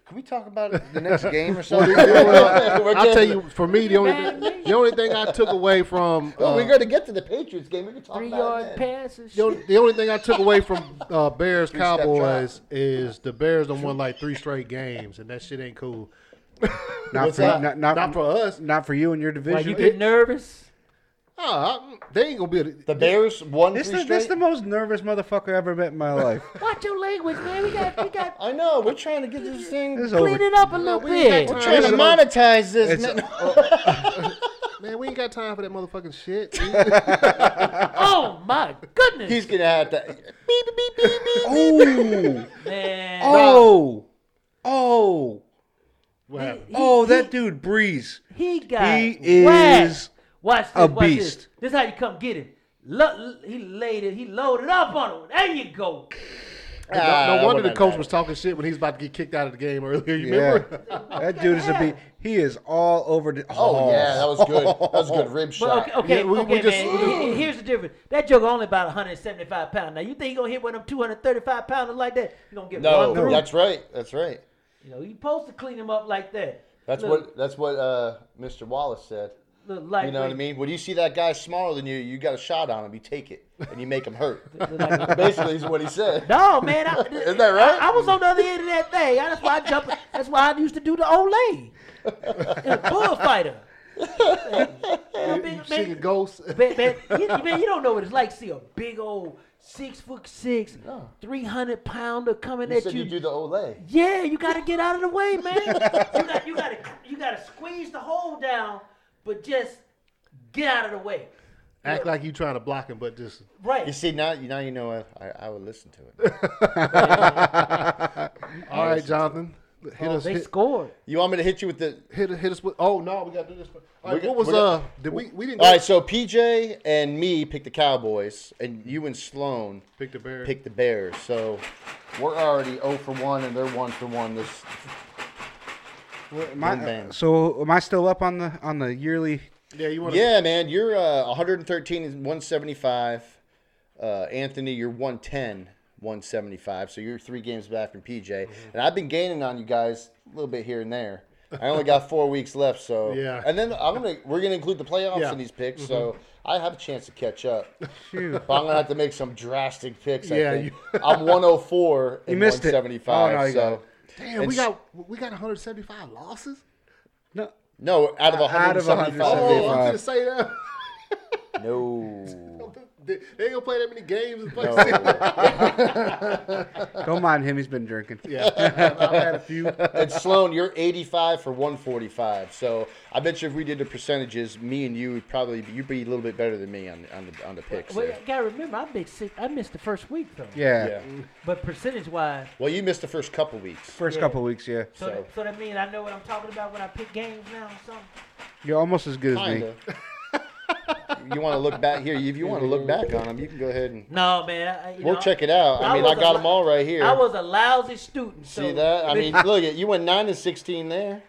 Speaker 4: Can we talk about the next game or something? We're
Speaker 1: I'll tell
Speaker 4: getting-
Speaker 1: you, for me, the only
Speaker 3: mad at me?
Speaker 1: the only thing I took away from
Speaker 4: Well,
Speaker 1: uh,
Speaker 4: Oh, we're going to get to the Patriots game. We can talk
Speaker 3: Three
Speaker 4: about
Speaker 3: yard
Speaker 4: it. then.
Speaker 3: passes.
Speaker 1: the only, the only thing I took away from uh, Bears
Speaker 4: drop.
Speaker 1: Cowboys is the Bears done won like three straight games, and that shit ain't cool.
Speaker 2: Not
Speaker 4: What's
Speaker 2: for,
Speaker 4: that?
Speaker 2: not, not,
Speaker 1: Not for us.
Speaker 2: Not for you and your
Speaker 3: Why
Speaker 2: division.
Speaker 3: you get nervous?
Speaker 1: Oh, I- they ain't gonna be. Able to,
Speaker 4: The Bears won
Speaker 2: This
Speaker 4: three
Speaker 2: is
Speaker 4: straight.
Speaker 2: this the most nervous motherfucker I ever met in my life.
Speaker 3: Watch your language, man. We got we got
Speaker 4: I know. We're trying to get this
Speaker 2: This
Speaker 4: thing.
Speaker 2: is
Speaker 3: clean
Speaker 2: over.
Speaker 3: it up a little
Speaker 1: we ain't
Speaker 3: bit.
Speaker 1: got
Speaker 4: We're trying to
Speaker 1: It's-
Speaker 4: monetize this.
Speaker 2: It's-
Speaker 4: man.
Speaker 1: man, we ain't got time for that motherfucking shit.
Speaker 3: Oh my goodness,
Speaker 4: He's going to have to.
Speaker 2: Oh,
Speaker 3: man!
Speaker 2: oh, Oh,
Speaker 1: What happened?
Speaker 3: He-
Speaker 2: oh,
Speaker 3: he-
Speaker 2: that dude Breeze.
Speaker 3: He got
Speaker 2: He
Speaker 3: whacked.
Speaker 2: is
Speaker 3: watch this,
Speaker 2: a
Speaker 3: watch This.
Speaker 2: beast.
Speaker 3: this is how you come get him. Lo- he laid it. He loaded up on him. There you go.
Speaker 1: No-
Speaker 4: Ah,
Speaker 1: no,
Speaker 4: that
Speaker 1: wonder
Speaker 4: wouldn't
Speaker 1: the
Speaker 4: have
Speaker 1: coach
Speaker 4: mattered.
Speaker 1: was talking shit when he was about to get kicked out of the game earlier. You
Speaker 2: Yeah.
Speaker 1: remember?
Speaker 2: that dude is a beast. He is all over. The,
Speaker 4: Oh, yeah, that was good. That was a good rib
Speaker 3: But
Speaker 4: shot.
Speaker 3: okay, okay,
Speaker 1: Yeah, we- we
Speaker 3: okay
Speaker 1: just-
Speaker 3: man.
Speaker 1: we just-
Speaker 3: Here- Here's the difference. That joker only about 175 pounds. Now you think he gonna hit one of them 235 pounders like that? You gonna get
Speaker 4: No,
Speaker 3: run through?
Speaker 4: that's right. That's right.
Speaker 3: You know, you supposed to clean him up like that.
Speaker 4: That's
Speaker 3: Look,
Speaker 4: what that's what uh, Mr. Wallace said.
Speaker 3: Look,
Speaker 4: You know what I mean? When you see that guy smaller than you, you got a shot on him. You take it and you make him hurt.
Speaker 3: mean?
Speaker 4: Basically, is what he said.
Speaker 3: No, man. I,
Speaker 4: Isn't that right?
Speaker 3: I, I was on the other end of that thing. I- That's why I jump. That's why I used to do the Olay in a bullfighter. man,
Speaker 1: you
Speaker 3: big-
Speaker 1: see the
Speaker 3: man,
Speaker 1: ghost.
Speaker 3: man, man, you, man, you don't know what it's like to see a big old six foot six, three hundred pounder coming
Speaker 4: He
Speaker 3: at
Speaker 4: said
Speaker 3: you.
Speaker 4: you do the Olay.
Speaker 3: Yeah, you gotta get out of the way, man. you got you gotta you gotta squeeze the hole down, but just get out of the way.
Speaker 1: Act like you trying to block him, but just
Speaker 3: Right.
Speaker 4: You see now, now you know I, I, I would listen to it.
Speaker 1: all right, Jonathan. Hit
Speaker 3: Oh,
Speaker 1: us.
Speaker 3: they
Speaker 1: Hit,
Speaker 3: scored.
Speaker 4: You want me to hit you with the?
Speaker 1: hit, hit us with. Oh no, we got to do this. All right,
Speaker 4: We got-
Speaker 1: what was
Speaker 4: we got-
Speaker 1: uh? Did we we didn't
Speaker 4: All right, so PJ and me picked the Cowboys, and you and Sloan
Speaker 1: pick the bear?
Speaker 4: picked the Bears. So we're already 0 for one, and they're one for one. This
Speaker 2: Well, am I-
Speaker 4: Boom, bam.
Speaker 2: so am I still up on the on the yearly?
Speaker 1: Yeah, you want to?
Speaker 4: Yeah, man, you're uh, 113 and 175. Uh, Anthony, you're 110, 175. So you're three games back from PJ.
Speaker 2: Mm-hmm.
Speaker 4: And I've been gaining on you guys a little bit here and there. I only got four weeks left, so
Speaker 1: Yeah.
Speaker 4: And then I'm gonna we're gonna include the playoffs
Speaker 1: Yeah.
Speaker 4: in these picks, so I have a chance to catch up.
Speaker 2: Mm-hmm. Shoot.
Speaker 4: But I'm gonna have to make some drastic picks. I
Speaker 1: Yeah,
Speaker 4: think.
Speaker 1: you-
Speaker 4: I'm 104 and
Speaker 2: missed it.
Speaker 4: 175.
Speaker 2: Oh, no, you got
Speaker 4: so
Speaker 2: it.
Speaker 1: Damn, we
Speaker 4: it's-
Speaker 1: got we got 175 losses.
Speaker 2: No,
Speaker 4: no, out of
Speaker 2: Out of
Speaker 4: 175.
Speaker 1: Oh, I
Speaker 2: 175.
Speaker 1: was gonna say that.
Speaker 4: No.
Speaker 1: they they ain't gonna play that many games. And play
Speaker 4: no.
Speaker 2: don't mind him. He's been drinking.
Speaker 1: Yeah, I've, I've had a few.
Speaker 4: and Sloan, you're 85 for 145. So I bet you if we did the percentages, me and you would probably be, you'd be a little bit better than me on on the on the picks.
Speaker 3: Well,
Speaker 4: there.
Speaker 3: you gotta remember, I missed six, I missed the first week though.
Speaker 2: Yeah.
Speaker 4: Yeah.
Speaker 3: But percentage wise,
Speaker 4: Well, you missed the first couple weeks.
Speaker 2: First
Speaker 3: Yeah.
Speaker 2: couple weeks, yeah.
Speaker 3: so,
Speaker 4: So-
Speaker 3: that, so that means I know what I'm talking about when I pick games now. Or something.
Speaker 2: You're almost as good as me.
Speaker 4: Kinda. you want to look back here? If you want to look back on them, you can go ahead and
Speaker 3: No, man. I, you
Speaker 4: we'll
Speaker 3: know,
Speaker 4: check it out. I,
Speaker 3: I
Speaker 4: mean, I
Speaker 3: was a
Speaker 4: got
Speaker 3: lo-
Speaker 4: them all right here.
Speaker 3: I was a lousy student. So
Speaker 4: See that? I mean, look at you went nine and 16 there.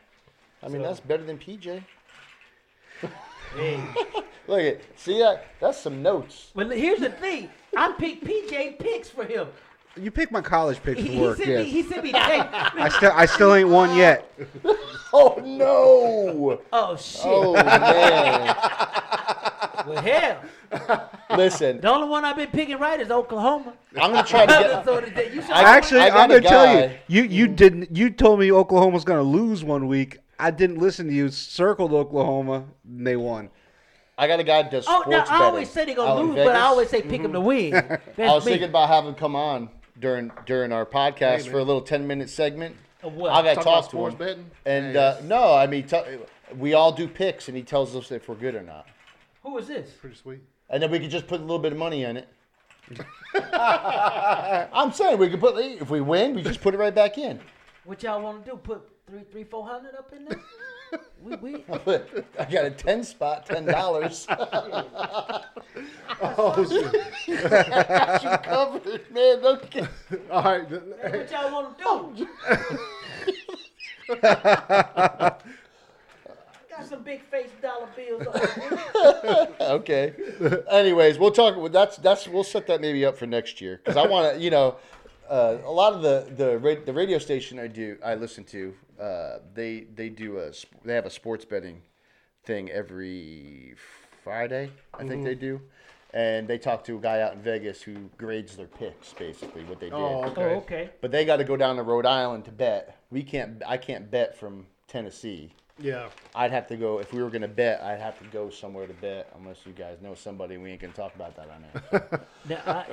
Speaker 4: I mean, that's better than PJ.
Speaker 3: Hey.
Speaker 4: Look at see that? That's some notes.
Speaker 3: Well, here's the thing. I picked PJ picks for him.
Speaker 2: You pick my college picks
Speaker 3: He,
Speaker 2: for
Speaker 3: he
Speaker 2: work,
Speaker 3: sent
Speaker 2: yes.
Speaker 3: me. He sent me. Hey,
Speaker 2: I still I still ain't won yet.
Speaker 4: Oh no!
Speaker 3: oh shit.
Speaker 4: Oh man!
Speaker 3: Well, hell.
Speaker 4: Listen,
Speaker 3: The only one I've been picking right is Oklahoma.
Speaker 4: I'm gonna try to get.
Speaker 3: so that you should
Speaker 4: I-
Speaker 2: Actually,
Speaker 4: I got
Speaker 2: I'm
Speaker 4: a
Speaker 2: gonna tell
Speaker 4: guy.
Speaker 2: you, you you didn't you told me Oklahoma's gonna lose one week. I didn't listen to you. Circled Oklahoma, and they won.
Speaker 4: I got a guy that does
Speaker 3: Oh,
Speaker 4: sports
Speaker 3: now I
Speaker 4: betting
Speaker 3: always say they're
Speaker 4: out
Speaker 3: gonna
Speaker 4: in
Speaker 3: lose, but I
Speaker 4: Vegas. Mm-hmm.
Speaker 3: always say pick 'em to win. That's
Speaker 4: I was
Speaker 3: me.
Speaker 4: thinking about having him come on during during our podcast for a little ten minute segment.
Speaker 3: Of what?
Speaker 4: I
Speaker 1: Talk
Speaker 4: got to
Speaker 1: about
Speaker 4: talk to
Speaker 1: sports
Speaker 4: him.
Speaker 1: betting?
Speaker 4: And
Speaker 1: Yeah,
Speaker 4: uh,
Speaker 1: yes.
Speaker 4: no, I mean, tell we all do picks, and he tells us if we're good or not,
Speaker 3: Who is this?
Speaker 1: Pretty sweet.
Speaker 4: and then we could just put a little bit of money in it. I'm saying we could put if we win, we just put it right back in.
Speaker 3: What y'all want to do? Put three, three, four hundred up in there? we, we.
Speaker 4: I got a ten spot, ten dollars.
Speaker 1: Oh shit!
Speaker 4: you covered, man. Don't get-
Speaker 1: All right, th-
Speaker 3: What y'all want to do? Got some big face dollar bills. Up there.
Speaker 4: okay. Anyways, we'll talk. well, That's that's we'll set that maybe up for next year because I want to. You know, uh, a lot of the the ra- the radio station I do I listen to. Uh, they they do a sp- they have a sports betting thing every Friday. I think they do. And they talk to a guy out in Vegas who grades their picks, basically what they did.
Speaker 1: Oh,
Speaker 3: oh,
Speaker 1: Okay.
Speaker 3: okay.
Speaker 4: But they got to go down to Rhode Island to bet. We can't. I can't bet from Tennessee.
Speaker 1: yeah.
Speaker 4: I'd have to go if we were gonna bet. I'd have to go somewhere to bet, unless you guys know somebody. We ain't gonna talk about that on air.
Speaker 3: Now, I,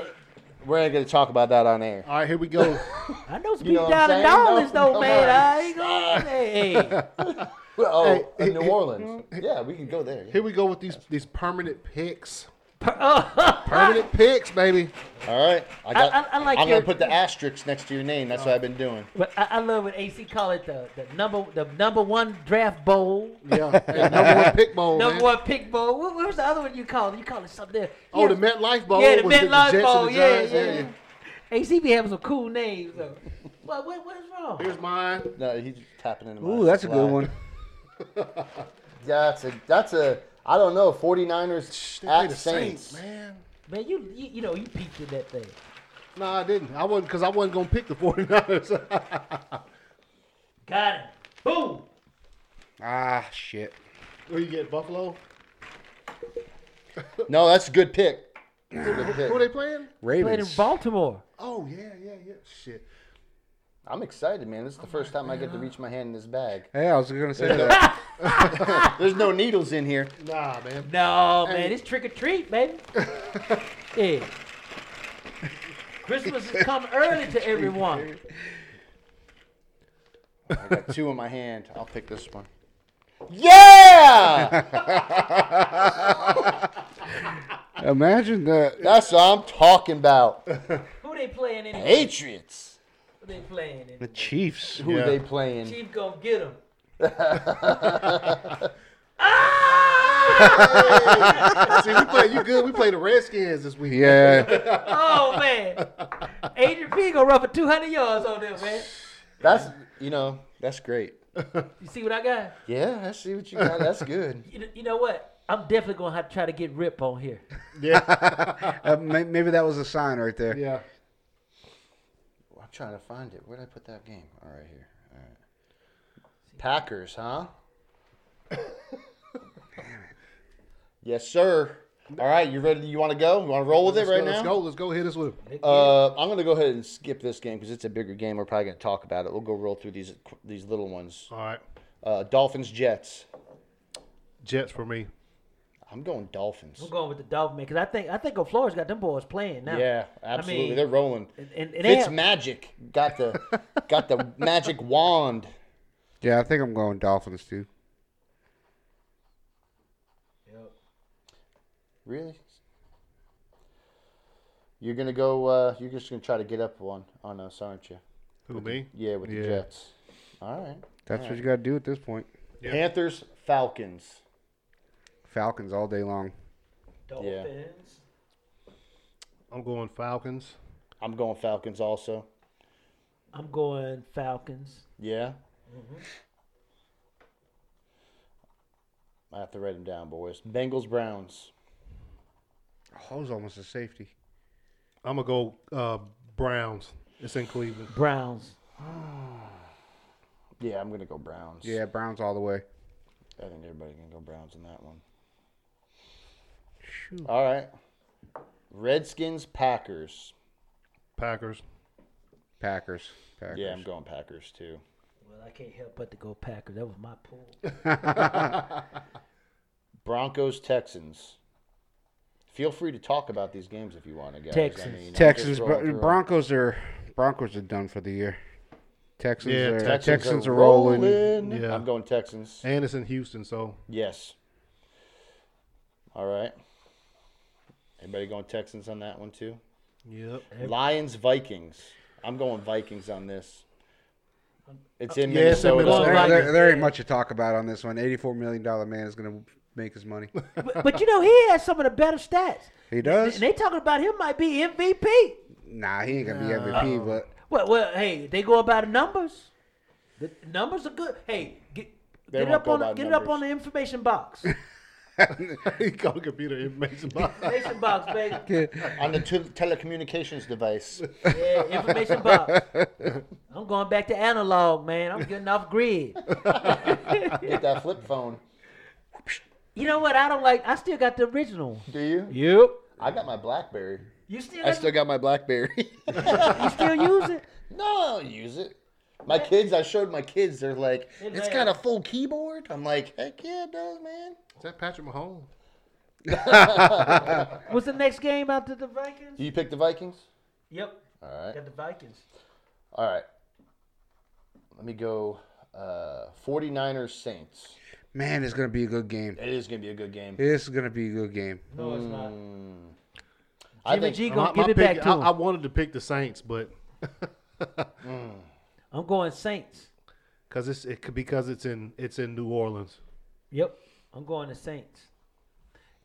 Speaker 4: we ain't gonna talk about that on air.
Speaker 1: All right, here we go.
Speaker 3: I know some
Speaker 4: You know
Speaker 3: people
Speaker 4: what I'm
Speaker 3: down in dollars
Speaker 4: saying? No,
Speaker 3: though,
Speaker 4: come
Speaker 3: man.
Speaker 4: on.
Speaker 3: I ain't gonna hey, hey.
Speaker 4: Well, oh,
Speaker 1: Hey,
Speaker 4: in New
Speaker 1: he- he-
Speaker 4: Orleans. yeah, we can go there. yeah.
Speaker 1: Here we go with these these permanent picks.
Speaker 3: Per- oh,
Speaker 1: Permanent picks, baby.
Speaker 4: All right. I got.
Speaker 3: I- I like
Speaker 4: am
Speaker 3: your-
Speaker 4: gonna put the asterisks next to your name. That's what I've been doing.
Speaker 3: but I, I love when AC call it the, the number the number one draft bowl.
Speaker 1: Yeah. Hey, number one pick bowl.
Speaker 3: Number
Speaker 1: man.
Speaker 3: one pick bowl. What, what was the other one you called? You called it something there.
Speaker 1: Oh, the
Speaker 3: Yeah.
Speaker 1: MetLife Bowl.
Speaker 3: Yeah, the
Speaker 1: was with
Speaker 3: MetLife
Speaker 1: Jets and
Speaker 3: Bowl.
Speaker 1: the
Speaker 3: Yeah,
Speaker 1: Giants.
Speaker 3: yeah, yeah. AC be having some cool names though. What what what is wrong?
Speaker 1: Here's mine.
Speaker 4: No, he's tapping into.
Speaker 2: Ooh,
Speaker 4: mine.
Speaker 2: that's a
Speaker 4: Wow.
Speaker 2: good one.
Speaker 4: That's a. That's a. I don't know. 49ers
Speaker 1: They play
Speaker 4: at
Speaker 1: the
Speaker 4: Saints.
Speaker 1: Saints, man.
Speaker 3: Man, you you, you know you peeked in that thing.
Speaker 1: No, I didn't. I wasn't because I wasn't gonna pick the 49ers.
Speaker 3: Got it. Boom.
Speaker 2: Ah, shit.
Speaker 1: Who you get? Buffalo.
Speaker 4: No, that's a good pick. That's a good
Speaker 1: Who are
Speaker 4: pick.
Speaker 1: they playing?
Speaker 3: Played in
Speaker 2: Ravens.
Speaker 3: Baltimore.
Speaker 1: Oh yeah, yeah, yeah. Shit.
Speaker 4: I'm excited, man. This is the
Speaker 1: Oh
Speaker 4: first time I get to reach my hand in this bag.
Speaker 2: Hey, I was gonna say that.
Speaker 4: There's no needles in here.
Speaker 1: Nah, man.
Speaker 3: No, man,
Speaker 1: Hey.
Speaker 3: it's trick or treat, baby. yeah. Christmas has come early to everyone.
Speaker 4: I got two in my hand. I'll pick this one. Yeah!
Speaker 2: Imagine that.
Speaker 4: That's what I'm talking about.
Speaker 3: Who they playing anyway?
Speaker 4: Patriots.
Speaker 3: Who they playing
Speaker 2: The
Speaker 3: anyway?
Speaker 2: Chiefs.
Speaker 4: Who
Speaker 1: Yeah.
Speaker 4: they playing?
Speaker 3: Chief gonna get him. Ah!
Speaker 1: See, we play. You good? We play the Redskins this week.
Speaker 2: Yeah.
Speaker 3: Oh man, Adrian P gonna run for 200 yards on them, man.
Speaker 4: That's you know that's great.
Speaker 3: You see what I got?
Speaker 4: Yeah, I see what you got. That's good.
Speaker 3: You, you know what? I'm definitely gonna have to try to get Rip on here.
Speaker 2: Uh, may- maybe that was a sign right there.
Speaker 1: Yeah.
Speaker 4: I'm trying to find it. Where did I put that game? All right here. All right. Packers, huh? yes, sir. All right, you ready? You want to go? You want to roll with it
Speaker 1: Let's
Speaker 4: right
Speaker 1: go,
Speaker 4: now?
Speaker 1: Let's go. Let's go hit us with it.
Speaker 4: Uh, I'm gonna go ahead and skip this game because it's a bigger game. We're probably gonna talk about it. We'll go roll through these these little ones.
Speaker 1: All right.
Speaker 4: Uh, Dolphins Jets.
Speaker 1: Jets for me.
Speaker 4: I'm going Dolphins.
Speaker 3: I'm going with the Dolphins, man, because I think I think O'Flores got them boys playing now.
Speaker 4: Yeah, absolutely.
Speaker 3: mean,
Speaker 4: They're rolling.
Speaker 3: and- and- and they
Speaker 4: Fitz
Speaker 3: have-
Speaker 4: magic got the got the magic wand.
Speaker 2: Yeah, I think I'm going Dolphins too.
Speaker 3: Yep.
Speaker 4: Really? You're gonna go. Uh, you're just gonna try to get up one on us, aren't you?
Speaker 1: Who me?
Speaker 4: Yeah, with
Speaker 1: Yeah.
Speaker 4: the Jets. All right.
Speaker 2: That's what you got to do at this point.
Speaker 1: Yeah.
Speaker 4: Panthers Falcons.
Speaker 2: Falcons all day long.
Speaker 3: Dolphins.
Speaker 1: I'm going Falcons.
Speaker 4: I'm going Falcons also.
Speaker 3: I'm going Falcons.
Speaker 4: Yeah.
Speaker 2: Mm-hmm.
Speaker 4: I have to write them down, boys. Bengals Browns.
Speaker 2: Oh, was almost a safety.
Speaker 1: I'm gonna go uh, Browns. It's in Cleveland.
Speaker 3: Browns.
Speaker 4: Yeah, I'm gonna go Browns.
Speaker 2: Yeah, Browns all the way.
Speaker 4: I think everybody can go Browns in that one. All right. Redskins, Packers.
Speaker 1: Packers.
Speaker 2: Packers. Packers.
Speaker 4: Yeah, I'm going Packers too.
Speaker 3: Well, I can't help but to go Packers. That was my pool.
Speaker 4: Broncos, Texans. Feel free to talk about these games if you want to, guys.
Speaker 3: Texans.
Speaker 4: I'm just
Speaker 2: Texans.
Speaker 4: rolling
Speaker 2: Bro-
Speaker 4: through
Speaker 2: Broncos are Broncos are done for the year. Texans
Speaker 1: Yeah,
Speaker 2: are
Speaker 4: them.
Speaker 2: Texans, are rolling.
Speaker 1: Yeah.
Speaker 4: I'm going Texans.
Speaker 1: And it's in Houston, so
Speaker 4: Yes. All right. Everybody going Texans on that one too?
Speaker 1: yep.
Speaker 4: Lions, Vikings. I'm going Vikings on this. It's in
Speaker 1: Yeah, it's in
Speaker 4: Minnesota.
Speaker 1: Minnesota.
Speaker 2: There, there-
Speaker 3: Vikings.
Speaker 2: there ain't much to talk about on this one. Eighty-four million dollar man is going to make his money.
Speaker 3: but, but you know, he has some of the better stats.
Speaker 2: He does.
Speaker 3: And they talking about him might be MVP.
Speaker 2: nah, he ain't going to be MVP, but
Speaker 3: Well, well, hey, they go about the numbers. The numbers are good. Hey, get,
Speaker 4: They
Speaker 3: get it
Speaker 4: won't
Speaker 3: up
Speaker 4: go
Speaker 3: on the,
Speaker 4: by
Speaker 3: get it up
Speaker 4: numbers.
Speaker 3: on the information box.
Speaker 1: he called computer information box.
Speaker 3: information box, baby.
Speaker 4: on the tel- telecommunications device.
Speaker 3: Yeah, information box. I'm going back to analog, man. I'm getting off grid.
Speaker 4: Get that flip phone.
Speaker 3: You know what? I don't like. I still got the original.
Speaker 4: Do you?
Speaker 3: Yep.
Speaker 4: I got my BlackBerry.
Speaker 3: You still,
Speaker 4: I still got my BlackBerry.
Speaker 3: you still use it?
Speaker 4: no, I don't use it. My kids, I showed my kids. They're like, it's got a full keyboard. I'm like, heck yeah, it does, man.
Speaker 1: Is that Patrick Mahomes?
Speaker 3: What's the next game after the Vikings?
Speaker 4: Do you pick the Vikings?
Speaker 3: Yep,
Speaker 4: All right.
Speaker 3: got the Vikings.
Speaker 4: All right. Let me go uh, 49ers Saints.
Speaker 2: Man, it's gonna be a good game.
Speaker 4: It is going to be a good game.
Speaker 2: It's gonna be a good game.
Speaker 3: No, it's not.
Speaker 4: Mm. I
Speaker 3: Jimmy
Speaker 4: think
Speaker 3: G
Speaker 1: My-
Speaker 3: gonna
Speaker 1: my
Speaker 3: give it
Speaker 1: pick-
Speaker 3: back to
Speaker 1: I,
Speaker 3: him.
Speaker 1: I wanted to pick the Saints, but
Speaker 3: I'm going Saints.
Speaker 1: because it's it could because it's in it's in New Orleans.
Speaker 3: Yep, I'm going to Saints.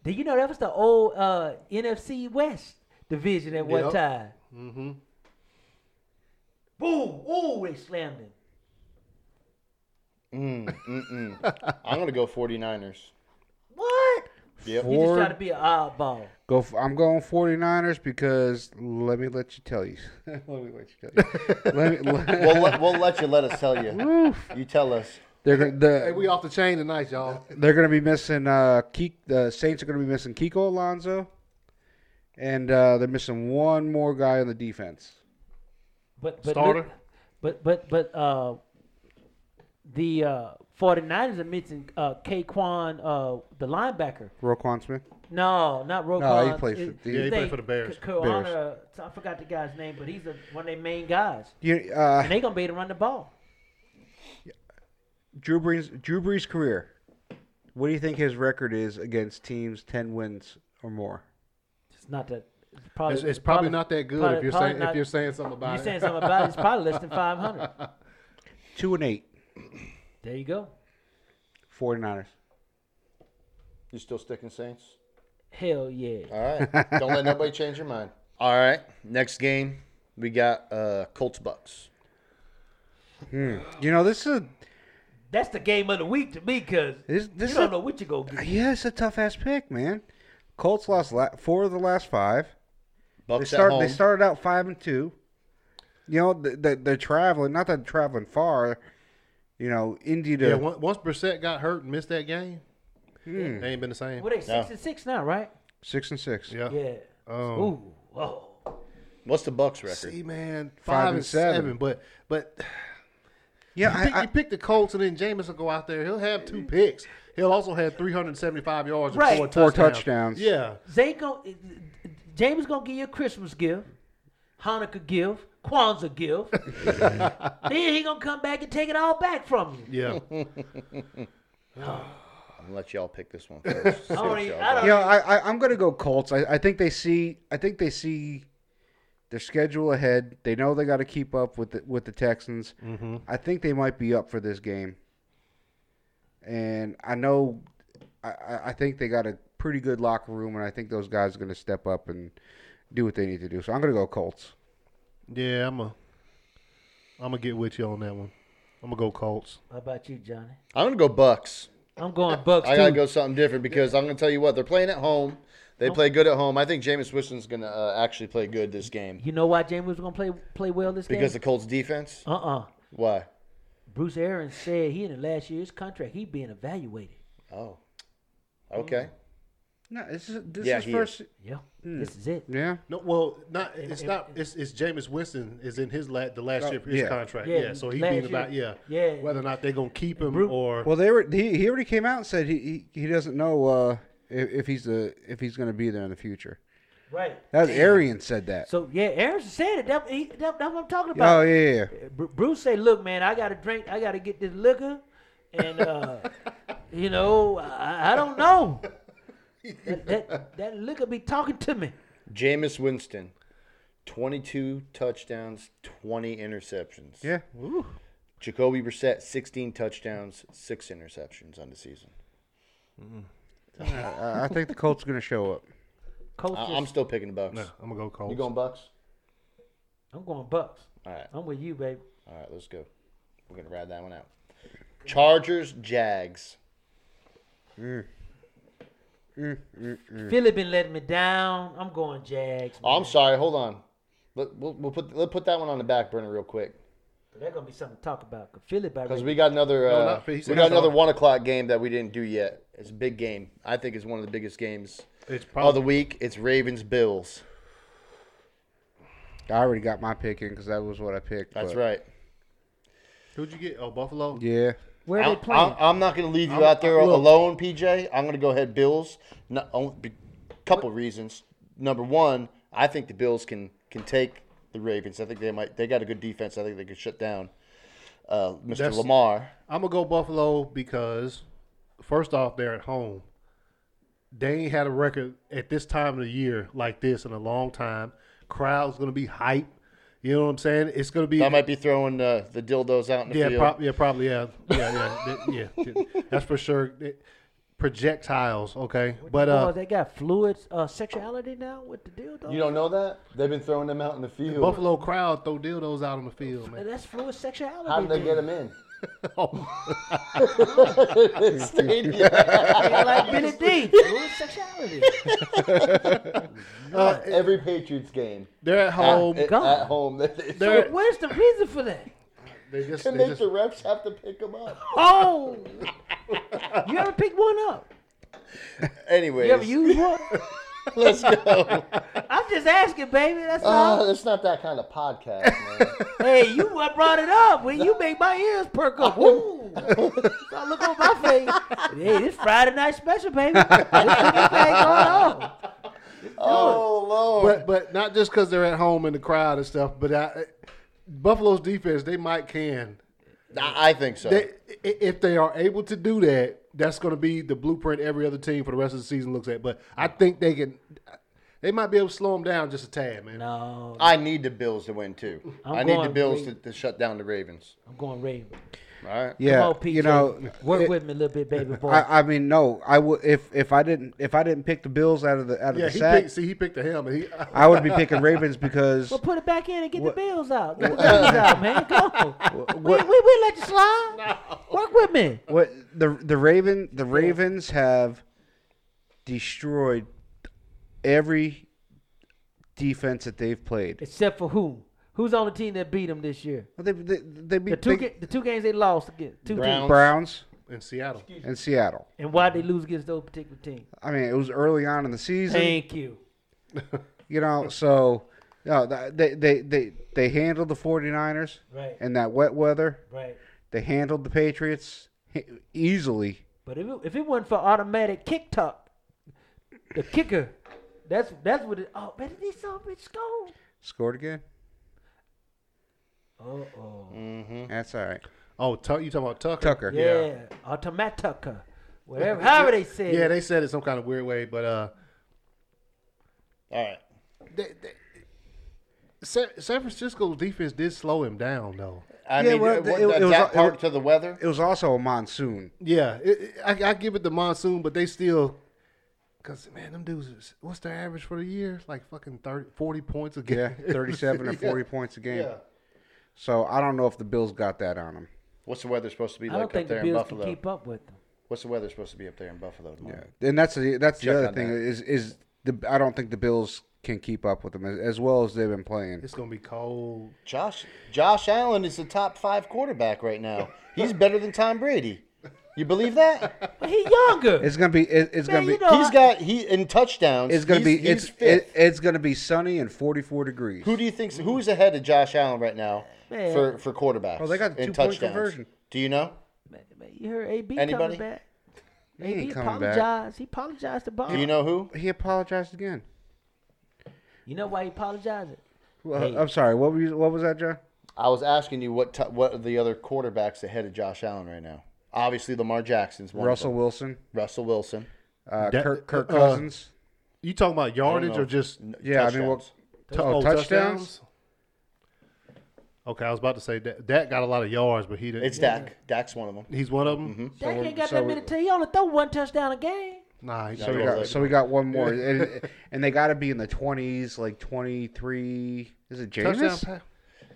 Speaker 3: Did you know that was the old uh, NFC West division at one
Speaker 1: Yep.
Speaker 3: time?
Speaker 1: Mm-hmm.
Speaker 3: Boom! Ooh, they slammed him.
Speaker 4: Mm, mm-mm. I'm going to go 49ers.
Speaker 3: What?
Speaker 4: Yep.
Speaker 3: You just try
Speaker 2: Four-
Speaker 3: to be an oddball.
Speaker 2: Go. For, I'm going 49ers because let me let you tell you. let me let you tell you. let me, let,
Speaker 4: we'll, let, we'll let you let us tell you.
Speaker 2: Oof.
Speaker 4: You tell us.
Speaker 2: they're gonna- the,
Speaker 1: Hey, we off the chain tonight, y'all.
Speaker 2: They're going to be missing uh, Ke- the Saints are going to be missing Kiko Alonso, and uh, they're missing one more guy on the defense.
Speaker 3: But, but
Speaker 1: Starter?
Speaker 3: look- but but but uh, the uh, 49ers are missing uh, Kwan, uh, the linebacker.
Speaker 2: Roquan Smith.
Speaker 3: No, not Roquan.
Speaker 2: No, he plays for-
Speaker 3: It-
Speaker 2: he-
Speaker 1: Yeah, he
Speaker 3: they-
Speaker 1: played for the Bears.
Speaker 3: K- Kawana- I forgot the guy's name, but he's the, one of their main guys,
Speaker 2: You, uh,
Speaker 3: and they gonna be able to run the ball.
Speaker 2: Drew Brees. Drew Brees' career. What do you think his record is against teams ten wins or more?
Speaker 3: It's not that. It's probably,
Speaker 1: It's, it's probably not that good
Speaker 3: probably-
Speaker 1: if you're
Speaker 3: probably
Speaker 1: saying
Speaker 3: not-
Speaker 1: if you're saying something about
Speaker 3: You're saying
Speaker 1: it.
Speaker 3: something about it. It's probably less than 500.
Speaker 2: Two and eight.
Speaker 3: There you go.
Speaker 2: 49ers.
Speaker 4: You still sticking Saints?
Speaker 3: Hell yeah.
Speaker 4: All right. Don't let nobody change your mind. All right. Next game, we got uh, Colts Bucks.
Speaker 2: You know this is a
Speaker 3: That's the game of the week to me because
Speaker 2: This-
Speaker 3: you
Speaker 2: this
Speaker 3: don't
Speaker 2: is-
Speaker 3: know what you're going to get.
Speaker 2: yeah, it's a tough ass pick, man. Colts lost la- four of the last five.
Speaker 4: Bucks
Speaker 2: They
Speaker 4: at
Speaker 2: start.
Speaker 4: home.
Speaker 2: They started out five and two. You know th- th- they're traveling. Not that they're traveling far. You know, Indy to
Speaker 1: Yeah, on- once Brissett got hurt and missed that game, they ain't been the same.
Speaker 3: What they, 6
Speaker 4: No.
Speaker 3: and 6 now, right?
Speaker 2: six and six.
Speaker 1: Yeah.
Speaker 3: Yeah.
Speaker 1: Um,
Speaker 3: Ooh. Whoa.
Speaker 4: What's the Bucks record?
Speaker 1: See, man, five,
Speaker 2: and
Speaker 1: and seven.
Speaker 2: seven.
Speaker 1: but but
Speaker 2: Yeah,
Speaker 1: you, pick,
Speaker 2: I, I,
Speaker 1: you pick the Colts and then Jameis will go out there. He'll have two picks. He'll also have 375 yards
Speaker 3: Right.
Speaker 1: and
Speaker 2: Four
Speaker 1: four touchdowns.
Speaker 2: touchdowns.
Speaker 1: Yeah,
Speaker 3: They go, James going to eh, give you a Christmas gift, Hanukkah gift, Kwanzaa gift. then he going to come back and take it all back from you.
Speaker 1: yeah.
Speaker 4: I'm gonna let y'all pick this one first. See
Speaker 3: I
Speaker 4: what
Speaker 3: don't even-
Speaker 4: y'all
Speaker 3: I
Speaker 4: got.
Speaker 3: don't-
Speaker 2: you know, I, I, I'm gonna go Colts. I, I think they see. I think they see their schedule ahead. They know they got to keep up with the, with the Texans. I think they might be up for this game. And I know, I, I- I think they got a pretty good locker room, and I think those guys are gonna step up and do what they need to do. So I'm gonna go Colts.
Speaker 1: Yeah, I'm a. I'm gonna get with you on that one. I'm gonna go Colts.
Speaker 3: How about you, Johnny?
Speaker 4: I'm gonna go Bucks.
Speaker 3: I'm going Bucks,
Speaker 4: I gotta
Speaker 3: too.
Speaker 4: go something different because I'm gonna tell you what they're playing at home. They play good at home. I think Jameis Winston's gonna uh, actually play good this game
Speaker 3: You know why James was going to play play well this
Speaker 4: because the
Speaker 3: game?
Speaker 4: Colts defense.
Speaker 3: Uh-uh.
Speaker 4: Why?
Speaker 3: Bruce Aaron said he in the last year's contract, he being evaluated.
Speaker 4: Oh, okay.
Speaker 2: No, this is this
Speaker 4: Yeah,
Speaker 2: is
Speaker 4: he
Speaker 2: first.
Speaker 3: Yeah. This is it.
Speaker 2: Yeah.
Speaker 1: No, well, not it's not it's it's Jameis Winston is in his la- the last year of his
Speaker 2: yeah.
Speaker 1: contract.
Speaker 3: Yeah,
Speaker 1: Oh, Yeah, so he's
Speaker 3: last
Speaker 1: being
Speaker 3: year.
Speaker 1: about yeah,
Speaker 3: Yeah.
Speaker 1: whether or not they're gonna keep him
Speaker 3: Bru-
Speaker 1: or
Speaker 2: Well, they were. He, he already came out and said he he, he doesn't know uh, if, if he's the if he's going to be there in the future.
Speaker 3: Right.
Speaker 2: That was Arian said that.
Speaker 3: So yeah, Aaron said it. That, he, that, that's what I'm talking
Speaker 2: oh
Speaker 3: about.
Speaker 2: yeah, yeah, yeah.
Speaker 3: Bru- Bruce say, "Look, man, I got to drink. I got to get this liquor, and uh, you know, I, I don't know. That, that that liquor be talking to me.
Speaker 4: Jameis Winston, 22 touchdowns, 20 interceptions.
Speaker 2: yeah.
Speaker 4: Jacoby Brissett, 16 touchdowns, six interceptions on the season.
Speaker 2: Uh, I, I think the Colts are going to show up.
Speaker 3: Coach,
Speaker 4: I- I'm
Speaker 3: I'm,
Speaker 4: still picking the Bucks.
Speaker 1: no, I'm gonna go Colts.
Speaker 4: You going Bucks?
Speaker 3: I'm going Bucks.
Speaker 4: All right.
Speaker 3: I'm with you, babe.
Speaker 4: All right, let's go. We're gonna ride that one out. Chargers, Jags. Mm.
Speaker 3: Philly been letting me down. I'm going Jags.
Speaker 4: Oh,
Speaker 3: Man.
Speaker 4: I'm sorry. Hold on. Let, we'll, we'll put let's put that one on the back burner real quick
Speaker 3: There's gonna be something to talk about. 'cause Philly by
Speaker 4: because
Speaker 3: ready-
Speaker 4: we got another
Speaker 1: No,
Speaker 4: uh,
Speaker 1: not
Speaker 4: we
Speaker 1: Philly.
Speaker 4: got another one o'clock game that we didn't do yet. It's a big game. I think it's one of the biggest games
Speaker 1: It's
Speaker 4: of the
Speaker 1: probably
Speaker 4: week. It's Ravens Bills.
Speaker 2: I already got my pick in because that was what I picked.
Speaker 4: That's
Speaker 2: but-
Speaker 4: right.
Speaker 1: who'd you get? Oh, Buffalo.
Speaker 2: Yeah.
Speaker 3: where they
Speaker 4: I'm,
Speaker 3: playing.
Speaker 4: I'm- I'm not going to leave you
Speaker 1: I'm-
Speaker 4: out there
Speaker 1: look.
Speaker 4: alone, PJ. I'm going to go ahead Bills. No, on- be- couple reasons. Number one, I think the Bills can can take the Ravens. I think they might. They got a good defense. I think they could shut down uh, Mr.
Speaker 1: That's-
Speaker 4: Lamar.
Speaker 1: I'm gonna go Buffalo because first off, they're at home. They ain't had a record at this time of the year like this in a long time. Crowd's gonna be hype. You know what I'm saying? It's gonna be
Speaker 4: I might be throwing uh, the dildos out in the
Speaker 1: yeah,
Speaker 4: field.
Speaker 1: prob- yeah, probably yeah, yeah, yeah, That- yeah. That's for sure. It- projectiles, okay, but
Speaker 3: oh,
Speaker 1: uh,
Speaker 3: they got fluids, uh, sexuality now with the dildo.
Speaker 4: you don't know that? They've been throwing them out in the field.
Speaker 1: Buffalo crowd throw dildos out on the field, man.
Speaker 3: And that's fluid sexuality.
Speaker 4: How did they
Speaker 3: then.
Speaker 4: get them in?
Speaker 1: Oh,
Speaker 4: Stadium.
Speaker 3: They like Billy D. Fluid sexuality.
Speaker 4: Every Patriots game.
Speaker 1: they're at home.
Speaker 4: at,
Speaker 3: God.
Speaker 4: at home. They, they,
Speaker 1: Oh, They're-
Speaker 3: But where's the reason for that?
Speaker 1: They just,
Speaker 4: to
Speaker 1: they
Speaker 4: make
Speaker 1: just-
Speaker 4: the refs have to pick them up.
Speaker 3: Oh, you ever pick one up?
Speaker 4: Anyways,
Speaker 3: You ever use one?
Speaker 4: let's go.
Speaker 3: I'm just asking, baby. That's all.
Speaker 4: Uh, it's not that kind of podcast, man.
Speaker 3: Hey, you brought it up. When you make my ears perk up. Woo! so I look on my face. Hey, this Friday night special, baby. This thing going on.
Speaker 4: oh Lord!
Speaker 1: but but not just because they're at home in the crowd and stuff. But I, Buffalo's defense, they might can.
Speaker 4: I I think so.
Speaker 1: They, i- if they are able to do that, that's going to be the blueprint every other team for the rest of the season looks at. But I think they can. They might be able to slow them down just a tad, man.
Speaker 3: No,
Speaker 4: I need the Bills to win too.
Speaker 3: I'm
Speaker 4: i need the
Speaker 3: going
Speaker 4: Bills to,
Speaker 3: Ravens.
Speaker 4: to shut down the Ravens.
Speaker 3: I'm going Raven.
Speaker 4: All right.
Speaker 2: Yeah,
Speaker 3: Come on, PJ.
Speaker 2: you know,
Speaker 3: work
Speaker 2: it-
Speaker 3: with me a little bit, baby boy.
Speaker 2: I, I mean, no, I would if if I didn't if I didn't pick the Bills out of the out of
Speaker 1: Yeah,
Speaker 2: the
Speaker 1: he
Speaker 2: sack,
Speaker 1: picked. See, he picked the helmet. He,
Speaker 2: I would be picking Ravens because
Speaker 3: well, put it back in and get
Speaker 2: What-
Speaker 3: the bills out. Get the bills out, man. Go. We, we, we let you slide. Work with me.
Speaker 2: what the the Raven the Ravens have destroyed every defense that they've played.
Speaker 3: Except for who? Who's on the team that beat them this year?
Speaker 2: They they, they beat
Speaker 3: The two,
Speaker 2: big
Speaker 3: ga- the two games they lost against two
Speaker 4: Browns.
Speaker 3: teams.
Speaker 2: Browns
Speaker 1: in Seattle.
Speaker 2: and Seattle.
Speaker 3: And why they lose against those particular teams?
Speaker 2: I mean, it was early on in the season,
Speaker 3: Thank you.
Speaker 2: you know. So no, th- they they they they handled the 49ers
Speaker 3: Right.
Speaker 2: in that wet weather.
Speaker 3: Right.
Speaker 2: They handled the Patriots he- easily.
Speaker 3: But if it, if it wasn't for automatic kick tuck, the kicker, that's that's what it. Oh, man, they saw bitch score.
Speaker 2: Scored again.
Speaker 3: Uh oh.
Speaker 2: That's all right.
Speaker 1: Oh, Tuck, you talking about Tucker?
Speaker 2: Tucker.
Speaker 3: Yeah. Automatic tucker. Whatever. However they said.
Speaker 1: Yeah,
Speaker 3: it.
Speaker 1: they said it some kind of weird way, but uh,
Speaker 4: All right.
Speaker 1: they, they, San, San Francisco's defense did slow him down, though.
Speaker 4: I
Speaker 2: Yeah,
Speaker 4: mean,
Speaker 2: well,
Speaker 4: it,
Speaker 2: it-
Speaker 4: it,
Speaker 2: it was-
Speaker 4: that
Speaker 2: it
Speaker 4: part
Speaker 2: was-
Speaker 4: to the weather.
Speaker 2: It was also a monsoon.
Speaker 1: Yeah, it, it- I, I give it the monsoon, but they still, cause man, them dudes, is- what's their average for the year? Like fucking 30, 40 points a game.
Speaker 2: Yeah, 37 or 40 points a game.
Speaker 1: Yeah.
Speaker 2: So I don't know if the Bills got that on them.
Speaker 4: What's the weather supposed to be
Speaker 3: I don't
Speaker 4: like up
Speaker 3: think the
Speaker 4: there in
Speaker 3: Bills can
Speaker 4: Buffalo?
Speaker 3: keep up with them.
Speaker 4: What's the weather supposed to be up there in Buffalo? tomorrow?
Speaker 2: And that's the that's
Speaker 4: Check
Speaker 2: the other
Speaker 4: on
Speaker 2: thing
Speaker 4: that.
Speaker 2: is is the I don't think the Bills can keep up with them as, as well as they've been playing.
Speaker 1: It's gonna be cold.
Speaker 4: Josh Josh Allen is the top five quarterback right now. He's better than Tom Brady. You believe that?
Speaker 3: But he younger.
Speaker 2: It's gonna be it, it's
Speaker 3: Man,
Speaker 2: gonna
Speaker 3: you
Speaker 2: be
Speaker 3: know,
Speaker 4: He's got he in touchdowns.
Speaker 2: it's gonna
Speaker 4: he's-
Speaker 2: be
Speaker 4: he's
Speaker 2: it's
Speaker 4: fifth.
Speaker 2: it, it's gonna be sunny and 44 degrees.
Speaker 4: Who do you think who's ahead of Josh Allen right now
Speaker 3: Man.
Speaker 4: for for quarterbacks?
Speaker 2: Oh, they got the
Speaker 4: in
Speaker 2: two-point
Speaker 4: touchdowns?
Speaker 2: conversion.
Speaker 4: Do you know?
Speaker 3: Man, man, you heard AB coming
Speaker 4: Anybody?
Speaker 3: back.
Speaker 2: he
Speaker 3: He
Speaker 2: ain't coming
Speaker 3: apologized.
Speaker 2: back.
Speaker 3: He apologized to Bob.
Speaker 4: Do you know who?
Speaker 2: He apologized again.
Speaker 3: You know why he apologized?
Speaker 2: Well,
Speaker 3: Hey.
Speaker 2: I'm sorry. What were you, what was that, John?
Speaker 4: I was asking you what t- what are the other quarterbacks ahead of Josh Allen right now? Obviously, Lamar Jackson's one. of
Speaker 2: Russell
Speaker 4: them.
Speaker 2: Wilson,
Speaker 4: Russell Wilson.
Speaker 2: uh,
Speaker 1: That-
Speaker 2: Kirk,
Speaker 1: uh,
Speaker 2: Kirk Cousins.
Speaker 1: You talking about
Speaker 4: I don't
Speaker 1: yardage
Speaker 4: know.
Speaker 1: or just
Speaker 4: N-
Speaker 2: yeah, I mean, well,
Speaker 4: touchdowns.
Speaker 2: t- oh, touchdowns.
Speaker 1: Okay, I was about to say that Dak got a lot of yards, but he didn't.
Speaker 4: it's Dak. Mm-hmm. Dak's one of them.
Speaker 1: He's one of them.
Speaker 3: Dak ain't got
Speaker 2: so
Speaker 3: that
Speaker 2: we-
Speaker 3: many to He only throw one touchdown a game.
Speaker 1: Nah, he
Speaker 4: So
Speaker 1: sure
Speaker 2: So we
Speaker 4: Yeah,
Speaker 1: does.
Speaker 2: got,
Speaker 4: like-
Speaker 2: so we got one more, and, and they got to be in the twenties, like twenty three. Is it
Speaker 1: touchdown.
Speaker 2: Jameis?
Speaker 1: pass.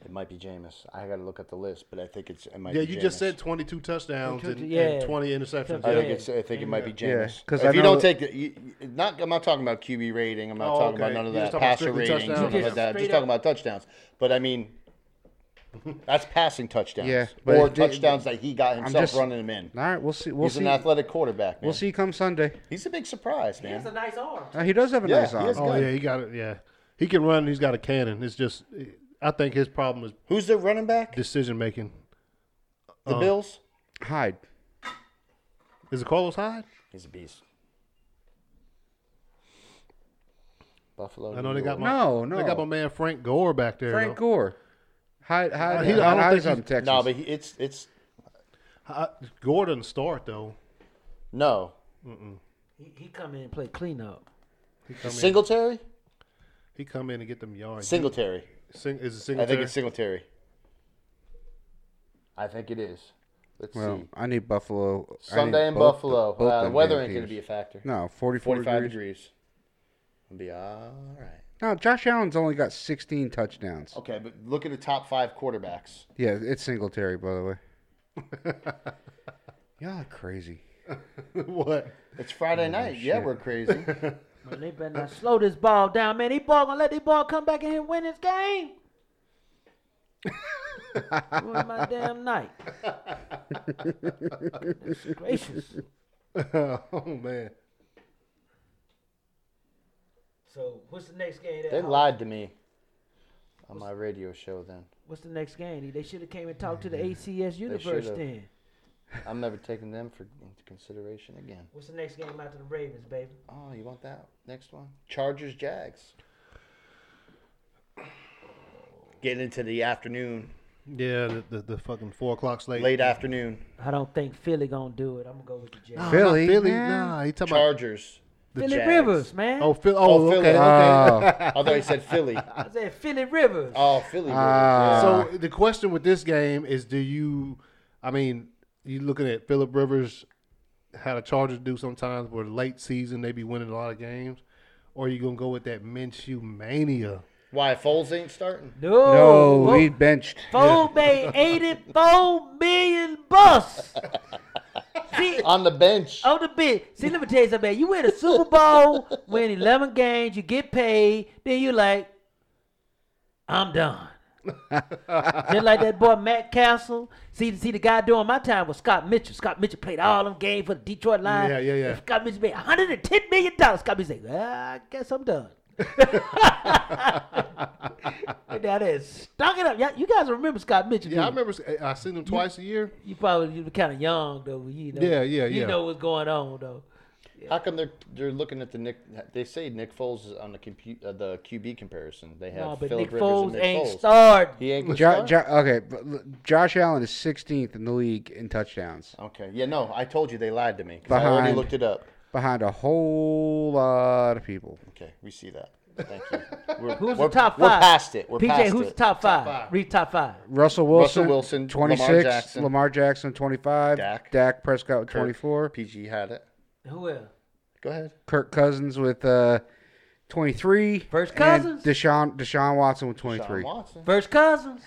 Speaker 4: It might be Jameis. I got to look at the list, but I think it's it might
Speaker 1: Yeah,
Speaker 4: be
Speaker 1: you just
Speaker 4: Jameis.
Speaker 1: said twenty-two touchdowns and, and
Speaker 3: Yeah.
Speaker 1: twenty interceptions.
Speaker 4: I
Speaker 1: Yeah.
Speaker 4: think
Speaker 3: Yeah.
Speaker 4: it's. I think it might be
Speaker 2: Yeah,
Speaker 4: Jameis.
Speaker 2: 'cause
Speaker 4: Because
Speaker 2: I
Speaker 4: if you
Speaker 2: know
Speaker 4: don't take the, you, you- not, I'm not talking about QB rating. I'm not
Speaker 1: Oh,
Speaker 4: talking about
Speaker 1: okay.
Speaker 4: none of
Speaker 1: You're just
Speaker 4: that
Speaker 1: talking about
Speaker 4: passer
Speaker 1: strictly
Speaker 4: rating,
Speaker 1: touchdowns?
Speaker 4: nothing like that. I'm
Speaker 3: Straight
Speaker 4: just
Speaker 3: up.
Speaker 4: talking about touchdowns. But I mean, that's passing touchdowns.
Speaker 2: Yeah, but
Speaker 4: or
Speaker 2: it-
Speaker 4: touchdowns that he got himself
Speaker 2: just-
Speaker 4: running them in.
Speaker 2: All right, we'll see. We'll
Speaker 4: He's
Speaker 2: see.
Speaker 4: an athletic quarterback. Man.
Speaker 2: We'll see come Sunday.
Speaker 4: He's a big surprise, man.
Speaker 3: That's a nice arm.
Speaker 2: Uh, he does have a
Speaker 4: Yeah,
Speaker 2: nice
Speaker 4: he
Speaker 2: arm.
Speaker 4: has-
Speaker 1: Oh
Speaker 4: good.
Speaker 1: yeah, he got it. Yeah, he can run. He's got a cannon. It's just, I think his problem is
Speaker 4: Who's their running back?
Speaker 1: decision making.
Speaker 4: The Bills.
Speaker 2: Hyde.
Speaker 1: Is it Carlos Hyde?
Speaker 4: He's a beast. Buffalo.
Speaker 1: I know they got my
Speaker 2: No,
Speaker 1: They
Speaker 2: no.
Speaker 1: got my man Frank Gore back there.
Speaker 2: Frank
Speaker 1: Frank
Speaker 2: Gore. Hyde. Hyde.
Speaker 1: Uh, he- I
Speaker 2: Hyde
Speaker 1: don't
Speaker 2: Hyde's
Speaker 1: think
Speaker 2: on Texas.
Speaker 4: No, but he, it's it's
Speaker 1: Gore doesn't start though.
Speaker 4: No.
Speaker 3: He, he come in and play cleanup.
Speaker 1: He come, in,
Speaker 4: Singletary?
Speaker 1: he come in and get them yards.
Speaker 4: Singletary.
Speaker 1: Sing, is it
Speaker 4: I
Speaker 1: Singletary?
Speaker 4: think it's Singletary. I think it is. Let's
Speaker 2: Well,
Speaker 4: see.
Speaker 2: I need Buffalo. I need
Speaker 4: Sunday in
Speaker 2: both-
Speaker 4: Buffalo.
Speaker 2: both
Speaker 4: uh,
Speaker 2: them
Speaker 4: weather
Speaker 2: damn
Speaker 4: ain't going to be
Speaker 2: teams.
Speaker 4: a factor.
Speaker 2: No, 44
Speaker 4: 45
Speaker 2: degrees.
Speaker 4: degrees. It'll be all right.
Speaker 2: No, Josh Allen's only got 16 touchdowns.
Speaker 4: Okay, but look at the top five quarterbacks.
Speaker 2: Yeah, it's Singletary, by the way. Y'all are crazy.
Speaker 1: what?
Speaker 4: It's Friday
Speaker 2: Oh,
Speaker 4: night. Yeah, we're crazy.
Speaker 3: Man, they better not slow this ball down, man. They ball gonna let this ball come back in here and win this game. Ruin my damn night. Goodness gracious.
Speaker 1: oh man.
Speaker 3: So what's the next game? That
Speaker 4: they lied to me on my radio show then.
Speaker 3: What's the next game? They should have came and talked to the ACS universe
Speaker 4: should've.
Speaker 3: then.
Speaker 4: I'm never taking them for into consideration again.
Speaker 3: What's the next game after the Ravens, baby?
Speaker 4: Oh, you want that next one? Chargers, Jags. Getting into the afternoon,
Speaker 1: Yeah, the, the, the fucking four o'clock slate.
Speaker 4: late afternoon.
Speaker 3: I don't think Philly gonna do it. I'm gonna go with the Jets.
Speaker 1: Nah,
Speaker 2: Philly,
Speaker 1: not Philly.
Speaker 2: man.
Speaker 1: Nah, he talking about.
Speaker 4: Chargers.
Speaker 3: Philly
Speaker 4: Jags.
Speaker 3: Rivers, Oh. man.
Speaker 1: Oh, Phil,
Speaker 4: Oh,
Speaker 1: oh,
Speaker 4: Philly.
Speaker 1: okay, okay.
Speaker 4: I thought you said Philly.
Speaker 3: I said Philly Rivers.
Speaker 4: Oh, Philly. Rivers,
Speaker 2: Ah.
Speaker 4: yeah.
Speaker 1: so the question with this game is, do you? I mean, you looking at Philip Rivers, how the Chargers do sometimes, where late season they be winning a lot of games, or you gonna go with that Minshew mania?
Speaker 4: Why Foles ain't starting?
Speaker 3: No,
Speaker 2: No,
Speaker 3: Fo-
Speaker 2: he benched.
Speaker 3: Foe made 84 million bucks. See,
Speaker 4: On the bench.
Speaker 3: on Oh, the bit. See, let me tell you something. man. You win a Super Bowl, win 11 games, you get paid, then you like, I'm done. Just like that boy Matt Castle. See, see, the guy doing my time was Scott Mitchell. Scott Mitchell played all them games for the Detroit Lions.
Speaker 1: Yeah, yeah, yeah.
Speaker 3: Scott Mitchell made 110 million dollars. Scott Mitchell said, "Ah, I guess I'm done. and that is stuck it up. Y'all- You guys remember Scott Mitchell?
Speaker 1: Yeah, I
Speaker 3: didn't you?
Speaker 1: remember. I seen him twice a year.
Speaker 3: You probably you were kind of young though. You know.
Speaker 1: Yeah, yeah, yeah.
Speaker 3: You know what's going on though.
Speaker 4: How come they're they're looking at the Nick? They say Nick Foles is on the compu, uh, the QB comparison. They have
Speaker 3: No, but
Speaker 4: Philip
Speaker 3: Nick
Speaker 4: Rivers and
Speaker 3: Foles
Speaker 4: Nick
Speaker 3: ain't
Speaker 4: Foles.
Speaker 3: starred.
Speaker 4: He ain't gonna
Speaker 2: Jo-
Speaker 4: start?
Speaker 2: jo- okay, but l- Josh Allen is 16th in the league in touchdowns,
Speaker 4: Okay. Yeah. No, I told you they lied to me. 'cause I already
Speaker 2: Behind.
Speaker 4: looked it up.
Speaker 2: behind a whole lot of people.
Speaker 4: Okay, we see that. Thank you. We're,
Speaker 3: Who's
Speaker 4: we're-
Speaker 3: the top 5
Speaker 4: We're past it. We're
Speaker 3: PJ,
Speaker 4: past
Speaker 3: who's
Speaker 4: it.
Speaker 3: the top five?
Speaker 1: five.
Speaker 3: Read top five.
Speaker 2: Russell Wilson,
Speaker 4: Wilson, Lamar
Speaker 2: 26,
Speaker 4: Jackson.
Speaker 2: Lamar Jackson, 25,
Speaker 4: Dak.
Speaker 2: Prescott with
Speaker 4: Kirk.
Speaker 2: 24,
Speaker 4: PG had it.
Speaker 3: Who else?
Speaker 4: Go ahead.
Speaker 2: Kirk Cousins with uh, 23,
Speaker 3: First
Speaker 2: and
Speaker 3: Cousins?
Speaker 2: Deshaun Deshaun Watson with 23,
Speaker 4: John Watson.
Speaker 3: First cousins.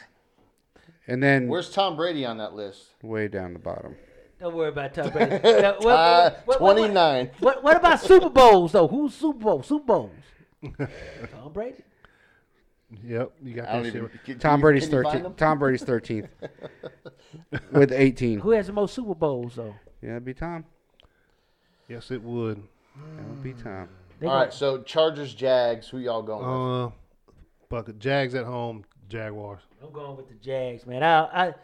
Speaker 2: and then
Speaker 4: Where's Tom Brady on that list?
Speaker 2: way down the bottom.
Speaker 3: Don't worry about Tom Brady. Now, what- what-
Speaker 4: Uh,
Speaker 3: what- what-
Speaker 4: twenty nine.
Speaker 3: What, what about Super Bowls though? Who's Super Bowl? Super Bowls. Tom Brady.
Speaker 1: Yep, you got
Speaker 4: I don't
Speaker 1: that shit.
Speaker 4: even.
Speaker 1: right.
Speaker 4: can- can
Speaker 2: Tom
Speaker 4: you-
Speaker 2: Brady's
Speaker 4: can you find
Speaker 2: 13th.
Speaker 4: them?
Speaker 2: Tom Brady's 13th with 18.
Speaker 3: Who has the most Super Bowls though?
Speaker 2: Yeah, it'd be Tom.
Speaker 1: Yes, it would.
Speaker 2: That would be Tom.
Speaker 3: They
Speaker 4: All
Speaker 3: gonna-
Speaker 4: right. So Chargers, Jags. Who y'all going with?
Speaker 1: Uh, bucket Jags at home, Jaguars.
Speaker 3: I'm going with the Jags, man. I, I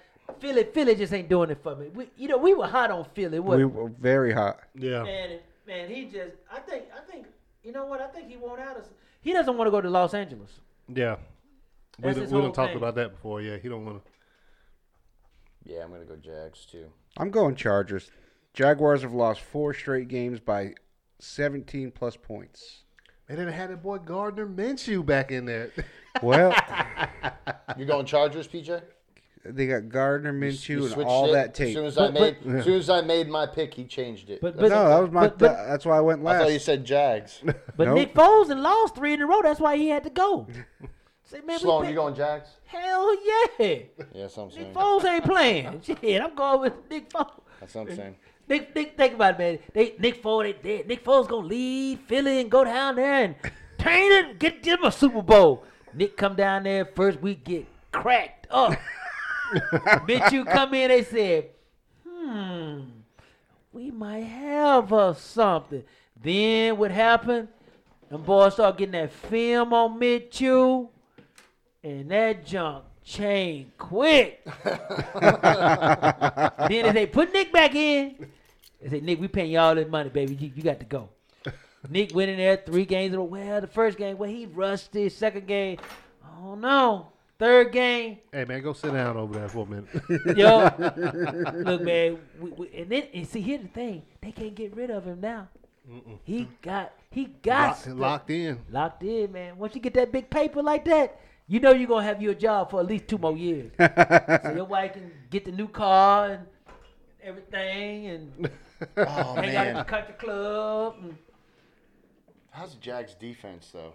Speaker 3: Philly, Philly just ain't doing it for me. We, you know, we were hot on Philly. What?
Speaker 2: We were very hot.
Speaker 1: Yeah,
Speaker 3: Man, man, he just. I think. I think. You know what? I think he won't out us. He doesn't want to go to Los Angeles.
Speaker 1: yeah. We
Speaker 3: That's
Speaker 1: done,
Speaker 3: his
Speaker 1: we done
Speaker 3: whole
Speaker 1: talked
Speaker 3: thing.
Speaker 1: about that before. Yeah, he don't want to.
Speaker 4: Yeah, I'm gonna go Jags too.
Speaker 2: I'm going Chargers. Jaguars have lost four straight games by 17 plus points.
Speaker 1: They didn't have that boy Gardner Minshew back in there.
Speaker 2: Well,
Speaker 4: You're going Chargers, PJ.
Speaker 2: they got Gardner
Speaker 4: You
Speaker 2: Minshew and
Speaker 4: switched
Speaker 2: all
Speaker 4: it?
Speaker 2: that
Speaker 4: As
Speaker 2: tape.
Speaker 4: soon as I
Speaker 3: But-
Speaker 4: made,
Speaker 3: but-
Speaker 4: as soon as I made my pick, he changed it.
Speaker 3: But-
Speaker 4: That's-
Speaker 2: no, that was my.
Speaker 3: But- but-
Speaker 2: that's why I went
Speaker 4: I
Speaker 2: last.
Speaker 4: thought you said Jags.
Speaker 3: But
Speaker 2: Nope.
Speaker 3: Nick Foles had lost three in a row. That's why he had to go. Say, man, we
Speaker 4: Sloan,
Speaker 3: pick-
Speaker 4: you going Jags?
Speaker 3: Hell yeah.
Speaker 4: Yes, I'm
Speaker 3: Nick
Speaker 4: saying.
Speaker 3: Foles ain't playing. Shit, I'm going with Nick Foles.
Speaker 4: That's what I'm saying.
Speaker 3: Nick, Nick, think about it, man. They, Nick Foles, they dead. Nick Foles gonna lead Philly and go down there and turn it, and get them a Super Bowl. Nick come down there first week, get cracked up. Bitch, you come in, they said, hmm, we might have us something. Then what happened? Them boys start getting that film on Mitchell, and that junk changed quick. then if they put Nick back in, they say, Nick, we paying you all this money, baby. You, you got to go. Nick went in there three games in a row. Well, the first game, well, he rushed this. Second game, oh no. Third game,
Speaker 1: Hey man, go sit down over there for a minute.
Speaker 3: yo, look, man. We, we, and then and see, here's the thing: they can't get rid of him now. He got, he got
Speaker 1: Mm. locked, locked in.
Speaker 3: Locked in, man. Once you get that big paper like that, you know you're gonna have your job for at least two more years. so your wife can get the new car and everything, and
Speaker 4: Oh
Speaker 3: hang out at the
Speaker 4: man,
Speaker 3: country club. And
Speaker 4: how's the Jags defense though?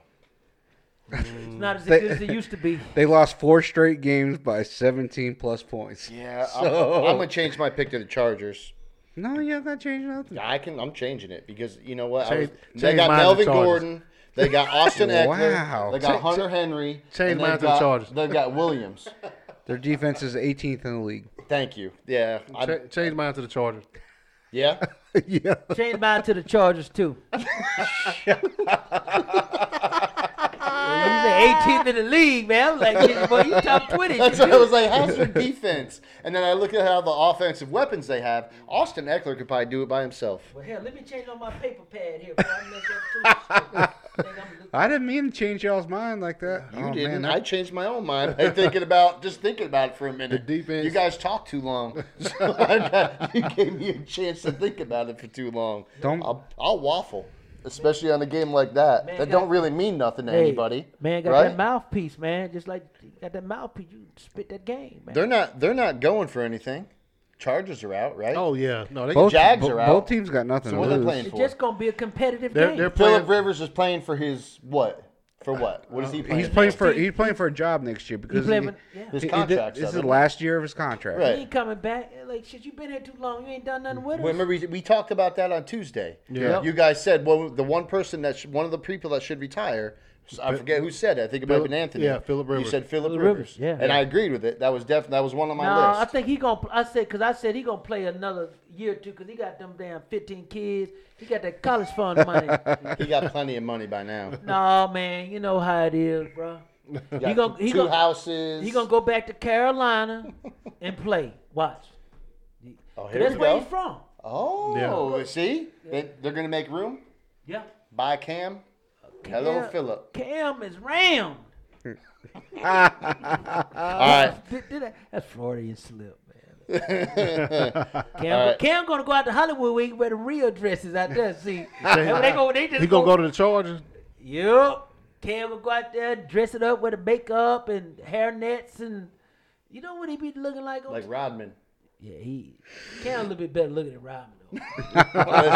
Speaker 3: it's not as
Speaker 2: They-
Speaker 3: good as it used to be.
Speaker 2: They lost four straight games by 17 plus points.
Speaker 4: Yeah, I'm-
Speaker 2: So-
Speaker 4: I'm, gonna change my pick to the Chargers.
Speaker 2: No, you have not changed nothing.
Speaker 4: I can. I'm changing it because you know what? I
Speaker 1: Change-
Speaker 4: was, they
Speaker 1: change
Speaker 4: got
Speaker 1: mine to
Speaker 4: Melvin
Speaker 1: Chargers.
Speaker 4: Gordon. They got Austin Eckler.
Speaker 2: Wow.
Speaker 4: They got
Speaker 2: Cha-
Speaker 4: Hunter Henry.
Speaker 1: change
Speaker 4: and
Speaker 1: mine
Speaker 4: they've
Speaker 1: to the
Speaker 4: got-
Speaker 1: Chargers.
Speaker 4: They've got Williams.
Speaker 2: Their defense is 18th in the league.
Speaker 4: Thank you. Yeah. I-
Speaker 1: Cha- change mine to the Chargers.
Speaker 4: yeah.
Speaker 1: yeah.
Speaker 3: Change mine to the Chargers too. Well, you the 18th in the league, man. I'm like, yeah, boy, you top 20.
Speaker 4: That's what I was like. How's their defense? And then I look at how the offensive weapons they have. Austin Eckler could probably do it by himself.
Speaker 3: Well, hell, let me change on my paper pad here. Before I mess up too. Think I'm-
Speaker 2: I didn't mean to change y'all's mind like that.
Speaker 4: You
Speaker 2: oh,
Speaker 4: didn't.
Speaker 2: Man,
Speaker 4: I changed my own mind by thinking about just thinking about it for a minute.
Speaker 1: defense-
Speaker 4: You guys talked too long. So I got, you gave me a chance to think about it for too long.
Speaker 2: Don't-
Speaker 4: I'll, I'll waffle, especially on a game like that.
Speaker 3: Man
Speaker 4: that
Speaker 3: got-
Speaker 4: don't really mean nothing to
Speaker 3: Hey,
Speaker 4: anybody.
Speaker 3: Man got
Speaker 4: right?
Speaker 3: that mouthpiece, man. Just like you got that mouthpiece, you spit that game, man.
Speaker 4: They're not. They're not going for anything. Chargers are out, right?
Speaker 1: Oh yeah. No, they
Speaker 2: both,
Speaker 4: Jags
Speaker 2: bo-
Speaker 4: are out.
Speaker 2: both teams got nothing
Speaker 4: So
Speaker 2: to
Speaker 4: what are they
Speaker 2: lose.
Speaker 4: playing
Speaker 3: it's
Speaker 4: for?
Speaker 3: just gonna be a competitive
Speaker 1: They're-
Speaker 3: game.
Speaker 1: they're-
Speaker 4: Philip
Speaker 1: playing- Uh,
Speaker 4: Rivers is playing for his what? For what? What is he playing?
Speaker 2: He's playing for
Speaker 4: for?
Speaker 2: he's playing for a job next year because
Speaker 3: played
Speaker 2: he-
Speaker 3: with- yeah.
Speaker 4: His
Speaker 2: he- he did-
Speaker 4: contract's
Speaker 2: this
Speaker 4: up,
Speaker 2: is the
Speaker 4: isn't it?
Speaker 2: last year of his contract.
Speaker 4: Right.
Speaker 3: he ain't coming back. Like shit, you been here too long. You ain't done nothing with us.
Speaker 4: Well, Remember, we, we talked about that on Tuesday.
Speaker 1: Yeah.
Speaker 4: You guys said, well, the one person that should, one of the people that should retire, I forget who said it. I think it might have been
Speaker 1: Phil-
Speaker 4: Anthony.
Speaker 1: yeah, Philip
Speaker 4: You
Speaker 1: Rivers.
Speaker 4: said Philip
Speaker 3: Philip
Speaker 4: Rivers.
Speaker 3: Rivers, yeah.
Speaker 4: And
Speaker 3: Yeah.
Speaker 4: I agreed with it. That was def- that was one on my
Speaker 3: no, I
Speaker 4: list.
Speaker 3: think he gonna. I said because I said he gonna play another year or two because he got them damn fifteen kids. He got that college fund money.
Speaker 4: he got plenty of money by now.
Speaker 3: no man, you know how it is, bro. He
Speaker 4: Got
Speaker 3: gonna he
Speaker 4: 2
Speaker 3: gonna,
Speaker 4: houses.
Speaker 3: he gonna go back to Carolina and play. Watch.
Speaker 4: Oh, here
Speaker 3: That's
Speaker 4: we
Speaker 3: where
Speaker 4: go.
Speaker 3: he's from.
Speaker 4: Oh, see, they, they're gonna make room.
Speaker 3: Yeah.
Speaker 4: Buy Cam. Hello,
Speaker 3: Cam-
Speaker 4: Philip.
Speaker 3: Cam is round. Uh,
Speaker 4: All right.
Speaker 3: Did- did that- That's Floridian slip, man. Cam, Cam gonna go out to Hollywood where he wear the real dresses out there. See, And when they go, they just
Speaker 1: He gonna go to the Chargers.
Speaker 3: Yep. Cam will go out there, dress it up with the makeup and hairnets, and you know what he be looking like? On
Speaker 4: Like Rodman.
Speaker 3: yeah, he Cam a little bit better looking than Robin. Though.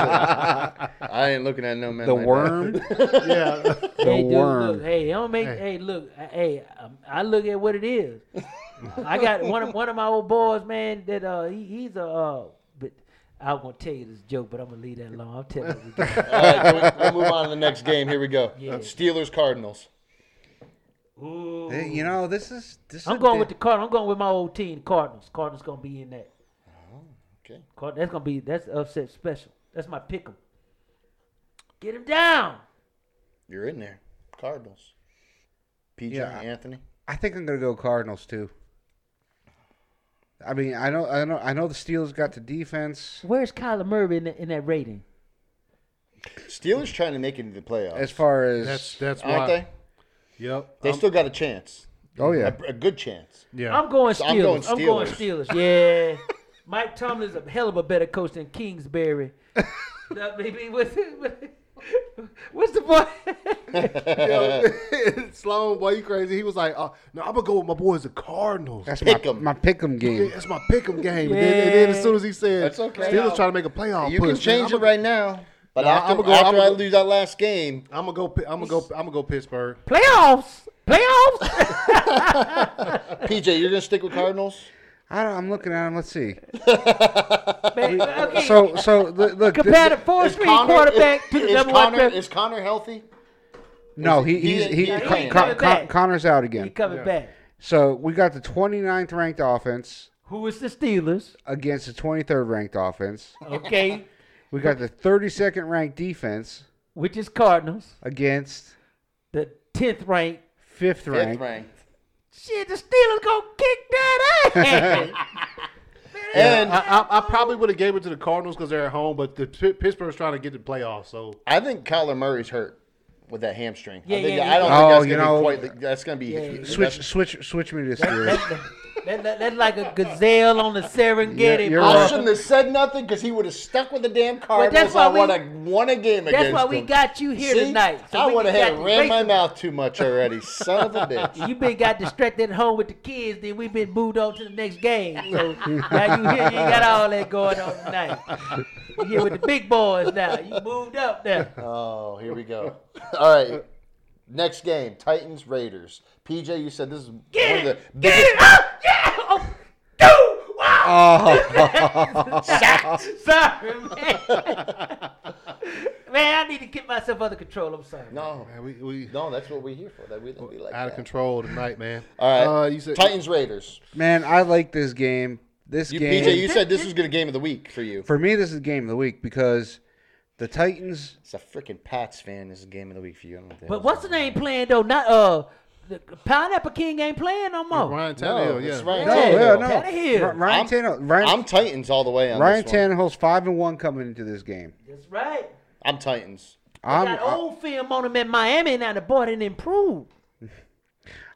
Speaker 4: I ain't looking at no man.
Speaker 2: The
Speaker 4: like that.
Speaker 2: worm.
Speaker 1: Yeah.
Speaker 2: The
Speaker 3: hey, dude,
Speaker 2: worm.
Speaker 3: Look, hey, it don't make. Hey, look. I- Hey, um, I look at what it is. I got one of one of my old boys, man. That uh, he, he's a. Uh, but I won't tell you this joke, but I'm gonna leave that alone. I'll tell you. what we got.
Speaker 4: All right, we'll, we'll move on to the next game. Here we go. Steelers Cardinals.
Speaker 3: Ooh.
Speaker 2: Hey, you know this is this. is
Speaker 3: I'm
Speaker 2: a
Speaker 3: going
Speaker 2: da-
Speaker 3: with the Cardinals. I'm going with my old team, Cardinals. Cardinals gonna be in that.
Speaker 4: Okay.
Speaker 3: Card- That's gonna be that's upset special. That's my pick 'em. Get him down.
Speaker 4: You're in there. Cardinals. PJ
Speaker 2: Yeah.
Speaker 4: Anthony.
Speaker 2: I think I'm gonna go Cardinals too. I mean, I know, I know, I know the Steelers got the defense.
Speaker 3: Where's Kyler Murray in, the, in that rating?
Speaker 4: Steelers trying to make it into the playoffs.
Speaker 2: As far as
Speaker 1: That's that's why.
Speaker 4: aren't they?
Speaker 1: Yep. Uh,
Speaker 4: They still got a chance.
Speaker 2: oh yeah,
Speaker 4: A, a good chance.
Speaker 1: Yeah.
Speaker 3: I'm going
Speaker 4: So
Speaker 3: Steelers.
Speaker 4: I'm
Speaker 3: I'm going
Speaker 4: going
Speaker 3: Steelers. Yeah. Mike Tomlin's a hell of a better coach than Kingsbury. that maybe what's, what's the boy?
Speaker 1: Sloan, boy, you crazy. He was like, uh, no, I'm gonna go with my boys, the Cardinals.
Speaker 2: that's
Speaker 4: Pick 'em.
Speaker 2: my my pick'em
Speaker 1: Yeah,
Speaker 2: game.
Speaker 1: that's my pick'em game. And, then, and then as soon as he said,
Speaker 4: That's okay.
Speaker 1: Steelers trying to make a playoff
Speaker 4: you
Speaker 1: push.
Speaker 4: can change it
Speaker 1: I'm
Speaker 4: right now. But
Speaker 1: Nah,
Speaker 4: after,
Speaker 1: I'ma go-
Speaker 4: after
Speaker 1: I'ma
Speaker 4: I
Speaker 1: go-
Speaker 4: lose that last game,
Speaker 1: I'm gonna go. I'm gonna go. I'm gonna go Pittsburgh.
Speaker 3: Playoffs. Playoffs.
Speaker 4: PJ, you're going to stick with Cardinals?
Speaker 2: I don't, I'm looking at him. Let's see.
Speaker 3: Man, okay.
Speaker 2: So, so look, look thi-
Speaker 3: Compare the four string quarterback to
Speaker 4: is,
Speaker 3: the number one
Speaker 4: Connor,
Speaker 3: draft.
Speaker 4: is Connor healthy?
Speaker 2: no,
Speaker 4: he-
Speaker 2: he he's,
Speaker 4: he-
Speaker 2: he,
Speaker 4: he
Speaker 2: Con-
Speaker 4: coming
Speaker 2: Con-
Speaker 3: back.
Speaker 2: Connor's out
Speaker 3: He
Speaker 2: again.
Speaker 3: coming back.
Speaker 2: So we got the 29th ranked offense
Speaker 3: Who is the Steelers?
Speaker 2: against the 23rd ranked offense.
Speaker 3: Okay,
Speaker 2: We got the 32nd ranked defense
Speaker 3: which is Cardinals.
Speaker 2: against
Speaker 3: The tenth ranked
Speaker 2: fifth
Speaker 4: Fifth
Speaker 2: ranked.
Speaker 4: ranked.
Speaker 3: Shit, the Steelers gonna kick that ass.
Speaker 4: And
Speaker 1: I, I, I probably would have gave it to the Cardinals because they're at home, but the P- Pittsburgh's trying to get to the playoffs. So
Speaker 4: I think Kyler Murray's hurt. with that hamstring.
Speaker 3: Yeah,
Speaker 4: I, think,
Speaker 3: yeah,
Speaker 4: I don't
Speaker 2: yeah.
Speaker 4: think
Speaker 2: Oh,
Speaker 4: that's
Speaker 2: you
Speaker 4: gonna
Speaker 2: know,
Speaker 4: be quite. the- That's gonna be
Speaker 3: yeah.
Speaker 2: Switch, switch, switch me to Steelers.
Speaker 3: That- that- that- That's like a gazelle on the Serengeti.
Speaker 2: you're
Speaker 3: bro.
Speaker 4: I
Speaker 2: right.
Speaker 4: shouldn't have said nothing because he would have stuck with the damn Cardinals.
Speaker 3: that's
Speaker 4: I
Speaker 3: why
Speaker 4: would
Speaker 3: we-
Speaker 4: have won a game against
Speaker 3: That's why we
Speaker 4: them.
Speaker 3: got you here
Speaker 4: See?
Speaker 3: tonight. so
Speaker 4: I
Speaker 3: we
Speaker 4: would have
Speaker 3: can
Speaker 4: had
Speaker 3: got
Speaker 4: ran my
Speaker 3: racist.
Speaker 4: mouth too much already. Son of a bitch.
Speaker 3: You been got distracted at home with the kids, then we been moved on to the next game. So now you here, you ain't got all that going on tonight. You here with the big boys now. You moved up now.
Speaker 4: Oh, here we go. All right. Next game, Titans Raiders. PJ, you said this is
Speaker 3: Get
Speaker 4: one of
Speaker 3: it,
Speaker 4: the
Speaker 3: get
Speaker 4: biggest
Speaker 3: it, oh, yeah, oh, dude, wow.
Speaker 2: oh,
Speaker 3: sorry, man. man, I need to get myself under control. I'm sorry.
Speaker 4: No,
Speaker 1: Man, we, we
Speaker 4: no, that's what we're here for. That we, we like
Speaker 1: out of
Speaker 4: that.
Speaker 1: control tonight, man.
Speaker 4: All right,
Speaker 1: Uh, you said
Speaker 4: Titans Raiders.
Speaker 2: man, I like this game. This
Speaker 4: You,
Speaker 2: game,
Speaker 4: PJ, you said this was gonna game of the week for you.
Speaker 2: for me, this is game of the week because the Titans.
Speaker 4: It's a freaking Pats fan. This is game of the week for you. I don't think
Speaker 3: But what's the name playing though? Not uh, the Pineapple King ain't playing no more.
Speaker 1: Ryan Tannehill.
Speaker 4: No,
Speaker 1: Oh, yeah,
Speaker 4: it's Ryan
Speaker 2: No, Oh, yeah,
Speaker 4: Tannehill.
Speaker 2: no.
Speaker 3: Tannehill.
Speaker 2: R- Ryan
Speaker 4: I'm-
Speaker 2: Tannehill. Ryan,
Speaker 4: I'm Titans all the way on
Speaker 2: Ryan
Speaker 4: this one.
Speaker 2: Tannehill's five and one coming into this game.
Speaker 3: That's right.
Speaker 4: I'm Titans.
Speaker 3: I
Speaker 2: I'm
Speaker 3: got old film on him in Miami, now the boy didn't improve.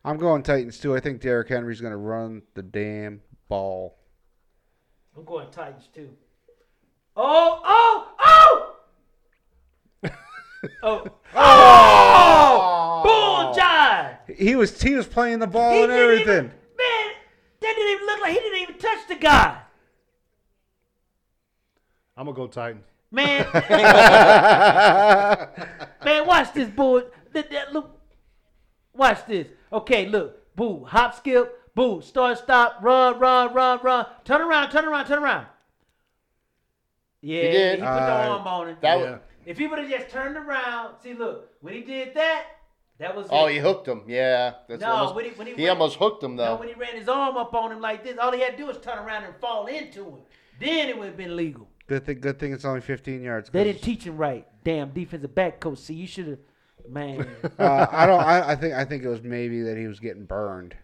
Speaker 2: I'm going Titans too. I think Derrick Henry's going to run the damn ball.
Speaker 3: I'm going Titans too. Oh, oh, oh! oh, oh! Boom, John!
Speaker 2: He was he was playing the ball and
Speaker 3: didn't even-
Speaker 2: everything.
Speaker 3: man, that didn't even look like he didn't even touch the guy.
Speaker 1: I'm gonna go Titans.
Speaker 3: Man, man, watch this, boy. That, that, look, watch this. Okay, look, boo, hop, skip, boo, start, stop, run, run, run, run, turn around, turn around, turn around. Yeah, he,
Speaker 4: did.
Speaker 3: put the
Speaker 2: Uh,
Speaker 3: arm on it.
Speaker 4: That
Speaker 1: Yeah.
Speaker 4: was,
Speaker 3: If he would have just turned around, see, look, when he did that, that was
Speaker 4: oh,
Speaker 3: it.
Speaker 4: he hooked him. Yeah, that's
Speaker 3: No,
Speaker 4: almost,
Speaker 3: when he- when he-
Speaker 4: he almost hooked him
Speaker 3: No,
Speaker 4: though.
Speaker 3: when he ran his arm up on him like this, all he had to do was turn around and fall into him. Then it would have been legal.
Speaker 2: Good thing good thing it's only 15 yards.
Speaker 3: They didn't teach him right. Damn defensive back coach. See, you should have, man.
Speaker 2: uh, I don't. I, I think I think it was maybe that he was getting burned.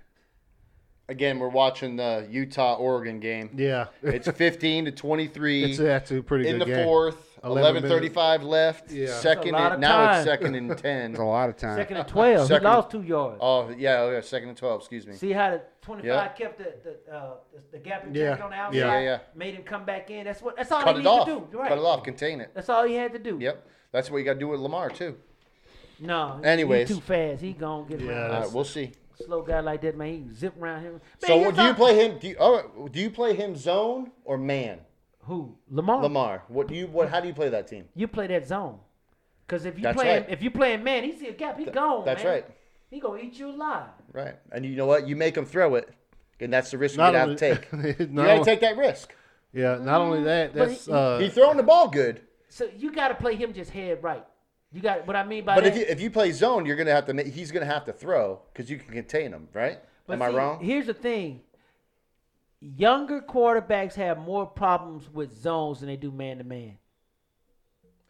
Speaker 4: Again, we're watching the Utah Oregon game.
Speaker 1: Yeah,
Speaker 4: It's 15 to 23
Speaker 1: it's actually a pretty
Speaker 4: in the
Speaker 1: good game.
Speaker 4: fourth.
Speaker 1: 11
Speaker 4: 11:35 left.
Speaker 1: Yeah. That's a
Speaker 4: Second
Speaker 3: lot
Speaker 4: and
Speaker 3: of
Speaker 4: now
Speaker 3: time.
Speaker 4: it's second and 10.
Speaker 2: It's a lot of time.
Speaker 3: Second and twelve.
Speaker 4: Second-
Speaker 3: He lost two yards.
Speaker 4: Oh yeah, oh, yeah, second and twelve. Excuse me.
Speaker 3: See how the twenty-five
Speaker 4: Yeah.
Speaker 3: kept the the, uh, the, the gap and
Speaker 1: Yeah.
Speaker 3: checked on the
Speaker 1: Yeah.
Speaker 3: outside.
Speaker 4: Yeah, yeah.
Speaker 3: Made him come back in. That's what. That's all
Speaker 4: Cut
Speaker 3: he
Speaker 4: it
Speaker 3: needed
Speaker 4: off.
Speaker 3: to do. Right.
Speaker 4: Cut it off. Contain it.
Speaker 3: That's all he had to do.
Speaker 4: Yep. That's what you got to do with Lamar too.
Speaker 3: No. he-
Speaker 4: Anyways.
Speaker 3: he too fast. He gonna get
Speaker 1: Yeah,
Speaker 3: around.
Speaker 4: All
Speaker 1: that's-
Speaker 4: right, we'll see.
Speaker 3: Slow guy like that, man. He can zip around him. Man,
Speaker 4: So
Speaker 3: he's
Speaker 4: do you
Speaker 3: not-
Speaker 4: play him? Do you, all right, do you play him zone or man?
Speaker 3: Who? Lamar.
Speaker 4: Lamar. What do you? What? How do you play that team?
Speaker 3: You play that zone. Cause if you
Speaker 4: That's
Speaker 3: play
Speaker 4: right.
Speaker 3: if you playing man, he see a gap, he gone.
Speaker 4: that's
Speaker 3: man.
Speaker 4: right.
Speaker 3: He gonna eat you alive.
Speaker 4: Right. And you know what? You make him throw it, and that's the risk you
Speaker 1: Not
Speaker 4: got to
Speaker 1: only-
Speaker 4: take. you
Speaker 1: not
Speaker 4: got to
Speaker 1: only-
Speaker 4: take that risk.
Speaker 1: Yeah, not only that,
Speaker 3: But
Speaker 1: that's
Speaker 3: he-
Speaker 1: uh,
Speaker 4: He's throwing the ball good,
Speaker 3: So you gotta play him just head right. You got what I mean by
Speaker 4: but
Speaker 3: that.
Speaker 4: if you, if you play zone, you're gonna have to. Make, he's gonna have to throw because you can contain him, right?
Speaker 3: But
Speaker 4: Am I
Speaker 3: see,
Speaker 4: wrong?
Speaker 3: Here's the thing. Younger quarterbacks have more problems with zones than they do man to man.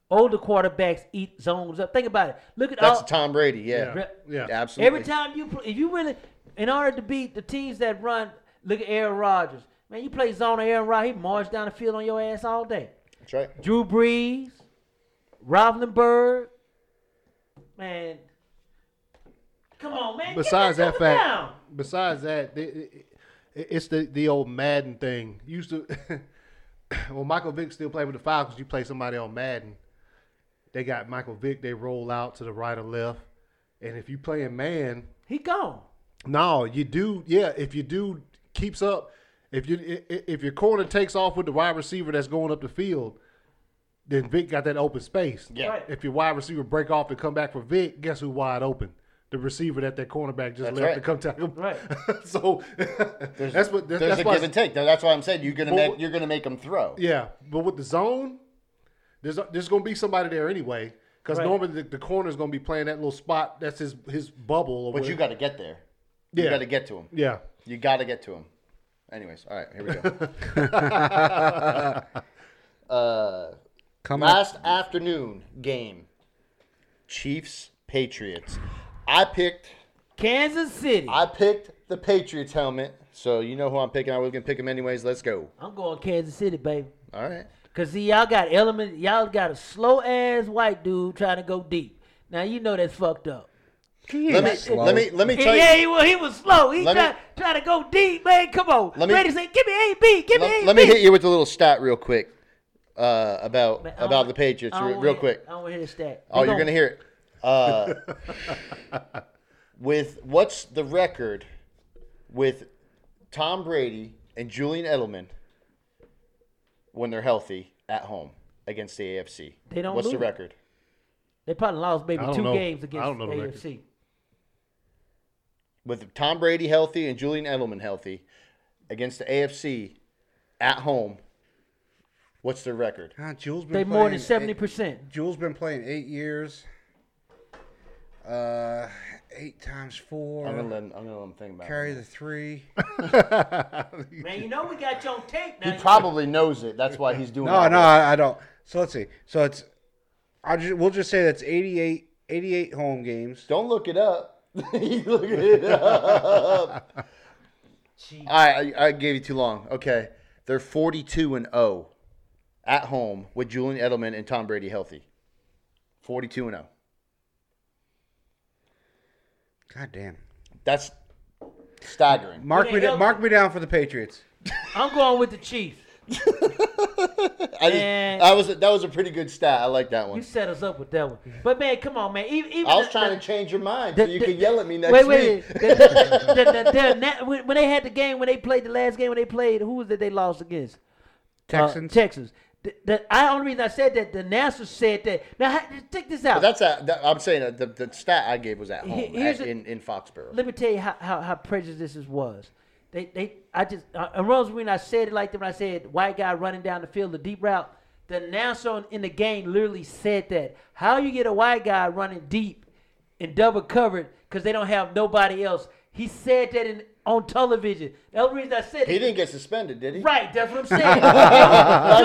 Speaker 3: Older quarterbacks eat zones up. Think about it. Look at
Speaker 4: that's
Speaker 3: all
Speaker 4: Tom Brady. Yeah.
Speaker 1: yeah, yeah.
Speaker 4: Absolutely.
Speaker 3: every time you play, if you really in order to beat the teams that run. Look at Aaron Rodgers. Man, you play zone on Aaron Rodgers, he march down the field on your ass all day.
Speaker 4: That's right.
Speaker 3: Drew Brees, Rovlenberg, man. Come on, man.
Speaker 1: Besides that
Speaker 3: get
Speaker 1: fact,
Speaker 3: down.
Speaker 1: besides that, they- it- it- it's the the old Madden thing. You used to, well, Michael Vick still played with the Falcons. You play somebody on Madden, they got Michael Vick. They roll out to the right or left, and if you playing man,
Speaker 3: he gone.
Speaker 1: no, you do. Yeah, if you do keeps up, if you i- i- if your corner takes off with the wide receiver that's going up the field, then Vic got that open space.
Speaker 4: Yeah.
Speaker 3: Right.
Speaker 1: If your wide receiver break off and come back for Vic, guess who wide open? The receiver that that cornerback just
Speaker 4: That's
Speaker 1: left
Speaker 4: right.
Speaker 1: to come tackle.
Speaker 3: Right.
Speaker 1: so that's what that's,
Speaker 4: There's a
Speaker 1: why.
Speaker 4: give and take. Now, That's why I'm saying you're gonna
Speaker 1: Well-
Speaker 4: make you're gonna make him throw.
Speaker 1: Yeah, but with the zone, there's there's gonna be somebody there anyway. Because
Speaker 3: Right.
Speaker 1: normally the, the corner's gonna be playing that little spot. That's his his bubble. Or
Speaker 4: But
Speaker 1: whatever.
Speaker 4: you got to get there. You
Speaker 1: Yeah.
Speaker 4: got to get to him.
Speaker 1: yeah.
Speaker 4: You got to get to him. Anyways, all right, here we go. uh,
Speaker 2: Come on.
Speaker 4: last afternoon game, Chiefs Patriots. I picked
Speaker 3: Kansas City. I,
Speaker 4: I picked the Patriots helmet, so you know who I'm picking. I was gonna pick him anyways. Let's go.
Speaker 3: am going Kansas City, baby.
Speaker 4: All right.
Speaker 3: Cause see, y'all got element. Y'all got a slow ass white dude trying to go deep. Now you know that's fucked up.
Speaker 4: Let me,
Speaker 2: slow.
Speaker 4: let me let me
Speaker 3: Yeah,
Speaker 4: tell
Speaker 3: yeah,
Speaker 4: you.
Speaker 3: he was, he was slow. He
Speaker 4: Let me-
Speaker 3: tried, tried to go deep, man. Come on.
Speaker 4: Let me-
Speaker 3: Brady said, give me AB. Give me
Speaker 4: Let,
Speaker 3: AB.
Speaker 4: let me hit you with a little stat real quick uh, about
Speaker 3: Man, I don't-
Speaker 4: about the Patriots
Speaker 3: I don't
Speaker 4: re-
Speaker 3: wanna
Speaker 4: real
Speaker 3: hear-
Speaker 4: quick.
Speaker 3: I don't want to hear the stat.
Speaker 4: Oh,
Speaker 3: They
Speaker 4: you're
Speaker 3: gon-
Speaker 4: gonna hear it. Uh, with what's the record with Tom Brady and Julian Edelman when they're healthy at home against the AFC?
Speaker 3: They don't
Speaker 4: What's the
Speaker 3: lose.
Speaker 4: record?
Speaker 3: They probably lost maybe
Speaker 1: I don't
Speaker 3: two
Speaker 1: know.
Speaker 3: games
Speaker 1: I
Speaker 3: against
Speaker 1: don't know the record.
Speaker 3: AFC.
Speaker 4: With Tom Brady healthy and Julian Edelman healthy against the AFC at home, what's their record?
Speaker 2: God, Jules been
Speaker 3: They more than
Speaker 2: playing
Speaker 3: seventy
Speaker 2: eight-
Speaker 3: percent.
Speaker 2: Jules been playing eight years. Uh, eight times
Speaker 4: I'm gonna
Speaker 2: four.
Speaker 4: let I'm gonna let them think about
Speaker 2: Carry
Speaker 4: it.
Speaker 2: the three.
Speaker 3: Man, you know we got you on tape
Speaker 4: He
Speaker 3: now.
Speaker 4: probably knows it. That's why he's doing.
Speaker 2: No,
Speaker 4: all
Speaker 2: no,
Speaker 4: this.
Speaker 2: I, I don't. So let's see. So it's, I just, we'll just say that's 88, 88 home games.
Speaker 4: Don't look it up. You look it up.
Speaker 3: Jeez.
Speaker 4: I, I I gave you too long. Okay, they're forty-two and zero at home with Julian Edelman and Tom Brady healthy. Forty-two and oh. zero.
Speaker 2: God damn.
Speaker 4: That's staggering.
Speaker 2: Mark
Speaker 3: Who
Speaker 2: me,
Speaker 3: the
Speaker 2: da-
Speaker 3: hell-
Speaker 2: mark me down for the
Speaker 4: Uh,
Speaker 2: Patriots.
Speaker 3: I'm going with the Chiefs.
Speaker 4: I just,
Speaker 3: Man.
Speaker 4: that was a, that was a pretty good stat. I like that
Speaker 3: You
Speaker 4: one.
Speaker 3: set us up with that one. But man, come on, man. Even, even
Speaker 4: I was
Speaker 3: the-
Speaker 4: trying to
Speaker 3: the-
Speaker 4: change your mind so
Speaker 3: the-
Speaker 4: you
Speaker 3: the-
Speaker 4: could yell at me next
Speaker 3: wait, wait,
Speaker 4: week.
Speaker 3: wait. The- the- the- the- their na- when, when they had the game, when they played the last game, when they played, who was it they lost against?
Speaker 2: Texans.
Speaker 3: Uh, Texans. The, the I only reason I said that the NASA said that. Now how, check this out.
Speaker 4: That's a, that, I'm saying that the, the stat I gave was at home
Speaker 3: He- here's
Speaker 4: at-
Speaker 3: a-
Speaker 4: in in Foxborough.
Speaker 3: let me tell you how, how, how prejudiced this was. They they I just uh, and Rose when I said it like that when I said white guy running down the field the deep route, the announcer in the game literally said that how you get a white guy running deep and double covered because they don't have nobody else. He said that in on television. The only reason I said it.
Speaker 4: he didn't get suspended, did he?
Speaker 3: Right, that's what I'm saying. don't,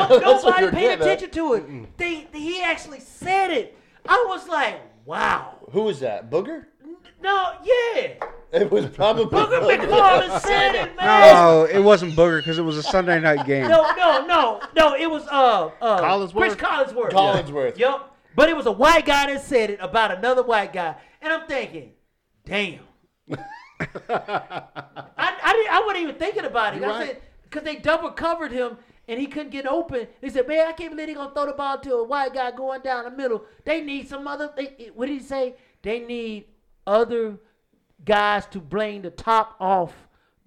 Speaker 3: don't-
Speaker 4: That's what
Speaker 3: nobody
Speaker 4: you're
Speaker 3: paid
Speaker 4: getting at.
Speaker 3: attention to it. They, he actually said it. I was like, wow.
Speaker 4: Who was that? Booger?
Speaker 3: No, yeah.
Speaker 4: It was probably
Speaker 3: Booger McFarland said it, man.
Speaker 2: No, it wasn't Booger because it was a Sunday night game.
Speaker 3: No, no, no, no. It was uh, uh
Speaker 1: Collinsworth?
Speaker 3: Chris Collinsworth.
Speaker 4: Collinsworth.
Speaker 3: Yep. But it was a white guy that said it about another white guy, and I'm thinking, damn. I I, didn't, I wasn't even thinking about it.
Speaker 1: You're
Speaker 3: I
Speaker 1: right.
Speaker 3: said because they double covered him and he couldn't get open. They said, man, I can't believe they gonna throw the ball to a white guy going down the middle. They need some other. They, what did he say? They need other guys to bring the top off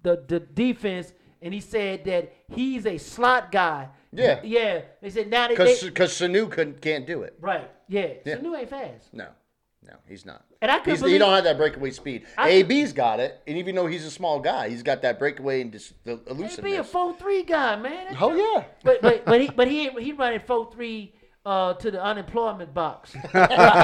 Speaker 3: the the defense. And he said that he's a slot guy.
Speaker 4: Yeah.
Speaker 3: Yeah. They said now they,
Speaker 4: Because
Speaker 3: they
Speaker 4: Sanu couldn't can't do it.
Speaker 3: right. Yeah. So new ain't fast.
Speaker 4: No, no, he's not.
Speaker 3: And I couldn't
Speaker 4: he's, he
Speaker 3: believe-
Speaker 4: don't have that breakaway speed.
Speaker 3: I-
Speaker 4: AB's got it, and even though he's a small guy, he's got that breakaway and dis-
Speaker 3: He
Speaker 4: the
Speaker 3: be a
Speaker 4: elusiveness.
Speaker 3: four three guy, man. That
Speaker 4: Oh,
Speaker 3: dude-
Speaker 4: yeah.
Speaker 3: But but but he but he ain't- he running four three uh to the unemployment box.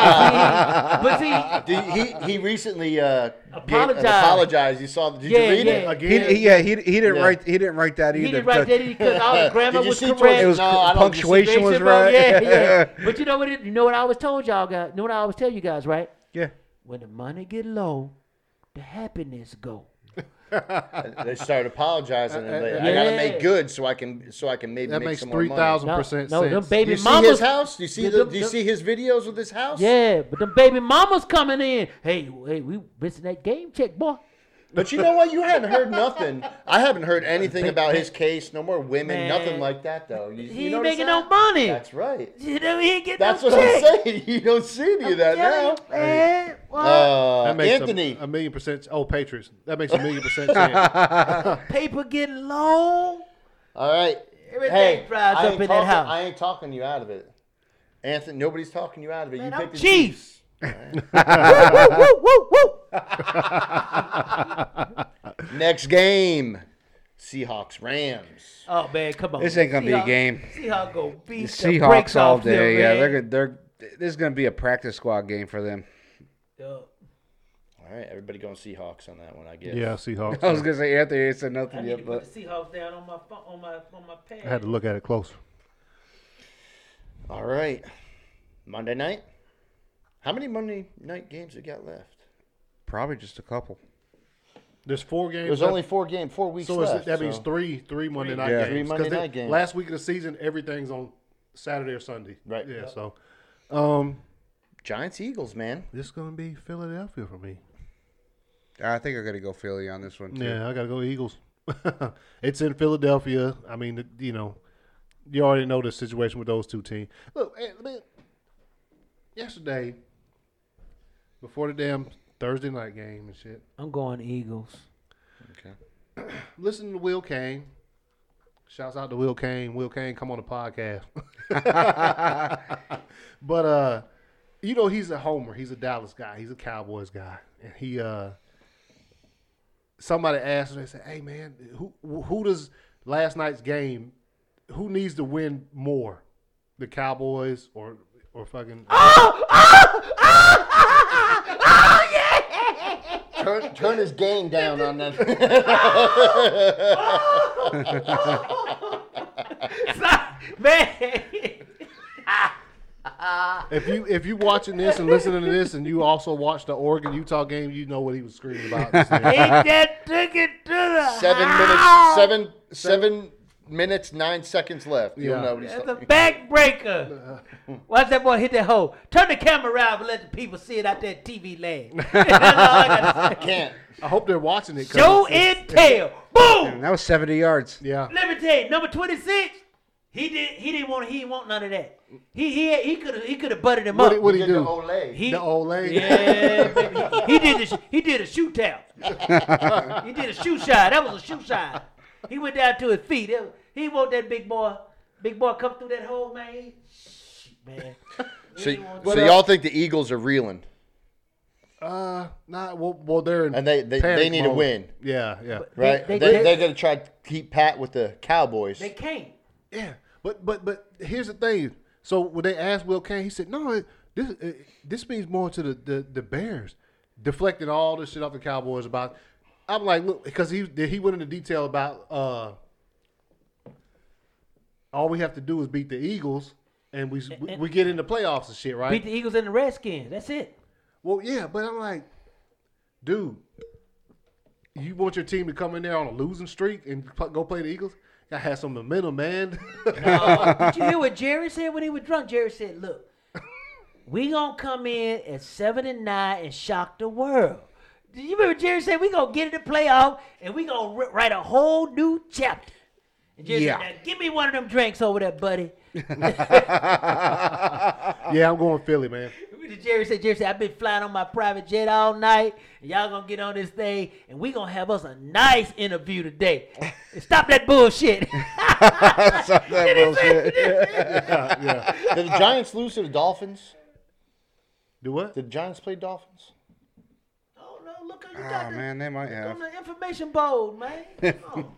Speaker 3: but see, but see
Speaker 4: Did he he recently uh, gave-
Speaker 3: Apologized.
Speaker 4: apologized. You saw? Did
Speaker 3: Yeah,
Speaker 4: you read
Speaker 3: yeah.
Speaker 4: it?
Speaker 2: He,
Speaker 1: Again,
Speaker 2: he- yeah, he, he didn't
Speaker 4: Yeah.
Speaker 2: write he didn't write that either.
Speaker 3: he did right
Speaker 2: but-
Speaker 3: there because all the grammar
Speaker 4: Did you
Speaker 3: was
Speaker 4: see
Speaker 3: correct.
Speaker 4: George-
Speaker 2: It was
Speaker 4: No, I don't-
Speaker 2: punctuation was
Speaker 3: Basic, bro.
Speaker 2: right.
Speaker 3: Yeah, yeah. but you know what? It, you know what I always told y'all guys. You know what I always tell you guys, right?
Speaker 2: Yeah.
Speaker 3: When the money get low, the happiness go.
Speaker 4: They started apologizing. and they, I
Speaker 3: Yeah.
Speaker 4: gotta make good so I can so I can maybe
Speaker 1: that
Speaker 4: make
Speaker 1: makes
Speaker 4: some more
Speaker 1: three
Speaker 4: money.
Speaker 1: thousand
Speaker 3: No,
Speaker 1: percent
Speaker 3: no, them
Speaker 1: sense.
Speaker 4: You
Speaker 3: baby
Speaker 4: see
Speaker 3: mamas.
Speaker 4: his house? You see
Speaker 3: Yeah,
Speaker 4: the,
Speaker 3: them-
Speaker 4: do you
Speaker 3: them-
Speaker 4: see his videos with his house?
Speaker 3: Yeah, but them baby mamas coming in. Hey, hey, we missing that game check, boy.
Speaker 4: But you know what? You hadn't heard nothing. I haven't heard anything about his case. No more women.
Speaker 3: Man.
Speaker 4: Nothing like that, though.
Speaker 3: He
Speaker 4: You, you
Speaker 3: ain't
Speaker 4: notice
Speaker 3: making no
Speaker 4: that?
Speaker 3: money.
Speaker 4: That's right.
Speaker 3: You know, he ain't getting
Speaker 4: That's
Speaker 3: no
Speaker 4: what
Speaker 3: check.
Speaker 4: I'm saying. You don't see any of that now.
Speaker 3: Tell you, man, what?
Speaker 4: Uh,
Speaker 1: That makes a-
Speaker 4: Anthony,
Speaker 1: a, million percent. Oh, Patriots. That makes a million percent sense.
Speaker 3: paper getting long.
Speaker 4: all right.
Speaker 3: Everything
Speaker 4: hey,
Speaker 3: dries
Speaker 4: I
Speaker 3: up
Speaker 4: ain't
Speaker 3: in that
Speaker 4: talking,
Speaker 3: house.
Speaker 4: I ain't talking you out of it, Anthony. Nobody's talking you out of it.
Speaker 3: Man,
Speaker 4: you
Speaker 3: I'm
Speaker 4: picked the
Speaker 3: Chiefs.
Speaker 4: Chiefs.
Speaker 3: woo, woo, woo, woo, woo.
Speaker 4: Next game, Seahawks Rams.
Speaker 3: Oh man, come on.
Speaker 2: This ain't gonna be a game.
Speaker 3: Seahawks go beat
Speaker 2: The
Speaker 3: the
Speaker 2: Seahawks
Speaker 3: brakes
Speaker 2: all
Speaker 3: off them,
Speaker 2: day. yeah,
Speaker 3: man.
Speaker 2: they're good. They're this is gonna be a practice squad game for them.
Speaker 3: Yeah.
Speaker 4: All right, everybody going Seahawks on that one, I guess.
Speaker 1: yeah,
Speaker 2: I was
Speaker 1: Seahawks.
Speaker 2: gonna say Anthony ain't said
Speaker 3: I
Speaker 2: nothing
Speaker 3: need
Speaker 2: yet,
Speaker 3: to
Speaker 2: but
Speaker 3: put the Seahawks down on my phone, on my on my pad.
Speaker 1: I had to look at it close.
Speaker 4: All right, Monday night. How many Monday night games we got left?
Speaker 2: probably just a couple.
Speaker 1: There's four games.
Speaker 4: There's
Speaker 1: left.
Speaker 4: only four games, four weeks
Speaker 1: so is
Speaker 4: left.
Speaker 1: it, that means
Speaker 4: Uh, so-
Speaker 1: three, three Monday night games.
Speaker 2: Yeah.
Speaker 4: Three
Speaker 1: 'Cause
Speaker 4: Monday
Speaker 1: they-
Speaker 4: night games.
Speaker 1: Last week of the season, everything's on Saturday or Sunday.
Speaker 4: Right.
Speaker 1: Yeah. So, um,
Speaker 4: Giants Eagles, man.
Speaker 1: This is gonna be Philadelphia for me.
Speaker 2: I think I got to go Philly on this one too.
Speaker 1: Yeah, I gotta go Eagles. it's in Philadelphia. I mean, the- you know, you already know the situation with those two teams. Look, eh, man, yesterday, before the damn Thursday night game and shit,
Speaker 3: I'm going Eagles.
Speaker 4: Okay.
Speaker 1: listen to Will Kane. Shouts out to Will Kane. Will Kane, come on the podcast. but uh, you know he's a homer. He's a Dallas guy. He's a Cowboys guy, and he uh, somebody asked him. They said, "Hey man, who who does last night's game? Who needs to win more, the Cowboys or or fucking?"
Speaker 3: Oh,
Speaker 4: Turn, turn his game down on that.
Speaker 3: Man,
Speaker 1: If you if you watching this and listening to this, and you also watch the Oregon Utah game, you know what he was screaming about. just then.
Speaker 3: ain't that took it to the
Speaker 4: seven minutes.
Speaker 3: house.
Speaker 4: Seven. Seven minutes. Nine seconds left. You'll
Speaker 1: Yeah.
Speaker 4: know what he's
Speaker 3: That's a
Speaker 4: talking.
Speaker 3: backbreaker. Watch that boy hit that hole. Turn the camera around and let the people see it out there TV land. That's all I gotta say.
Speaker 4: Can't.
Speaker 1: I hope they're watching it. 'cause
Speaker 3: Show
Speaker 1: it's-
Speaker 3: and tell. Boom.
Speaker 2: That was 70 yards.
Speaker 1: Yeah.
Speaker 3: Let me tell you, number twenty six. He did. He didn't want. He didn't want none of that. He he he could have. He could have butted him
Speaker 1: What
Speaker 3: up.
Speaker 1: did, what he
Speaker 4: Did the
Speaker 1: do?
Speaker 4: Olay.
Speaker 3: He,
Speaker 1: The old lady.
Speaker 3: Yeah, baby. He did the sh- he did a shootout. he did a shoe shot. That was a shoe shot. He went down to his feet. It- he want that big boy. Big boy come through that hole, man. He- Shit, man.
Speaker 4: So,
Speaker 3: He wants-
Speaker 4: so y'all think the Eagles are reeling?
Speaker 1: Uh, nah, well, well, they're in
Speaker 4: And they- they- they
Speaker 1: panic
Speaker 4: need to
Speaker 1: mode.
Speaker 4: win.
Speaker 1: Yeah, yeah,
Speaker 4: Right?
Speaker 3: They-
Speaker 4: They,
Speaker 3: they-
Speaker 4: they, are gonna try to keep pat with the Cowboys.
Speaker 3: they can't.
Speaker 1: yeah. But but but here's the thing. So when they asked Will Kane, he said, "No, it, this it, this means more to the, the the Bears, deflecting all this shit off the Cowboys about." I'm like, look, because he he went into detail about uh, all we have to do is beat the Eagles, and we we, we get into playoffs and shit, right?
Speaker 3: Beat the Eagles and the Redskins. That's it.
Speaker 1: Well, yeah, but I'm like, dude, you want your team to come in there on a losing streak and pl- go play the Eagles? I had some momentum, man.
Speaker 3: Uh, did you hear what Jerry said when he was drunk? Jerry said, "Look, we gonna come in at seven and nine and shock the world." Do you remember Jerry said we gonna get in the playoff and we gonna ri- write a whole new chapter? And Jerry
Speaker 2: Yeah.
Speaker 3: said, "Now, "Give me one of them drinks over there, buddy."
Speaker 1: yeah, I'm going Philly, man.
Speaker 3: Jerry said, "Jerry said I've been flying on my private jet all night, and y'all gonna get on this thing, and we gonna have us a nice interview today. And Stop that bullshit."
Speaker 2: Stop that bullshit.
Speaker 4: Did the Giants lose to the Dolphins?
Speaker 1: Do what?
Speaker 4: Did the Giants play Dolphins?
Speaker 3: Oh no! Look
Speaker 1: Ah,
Speaker 3: how you got
Speaker 2: Oh,
Speaker 3: the-
Speaker 2: man, they might have.
Speaker 3: on the information board, man. Oh, Come on.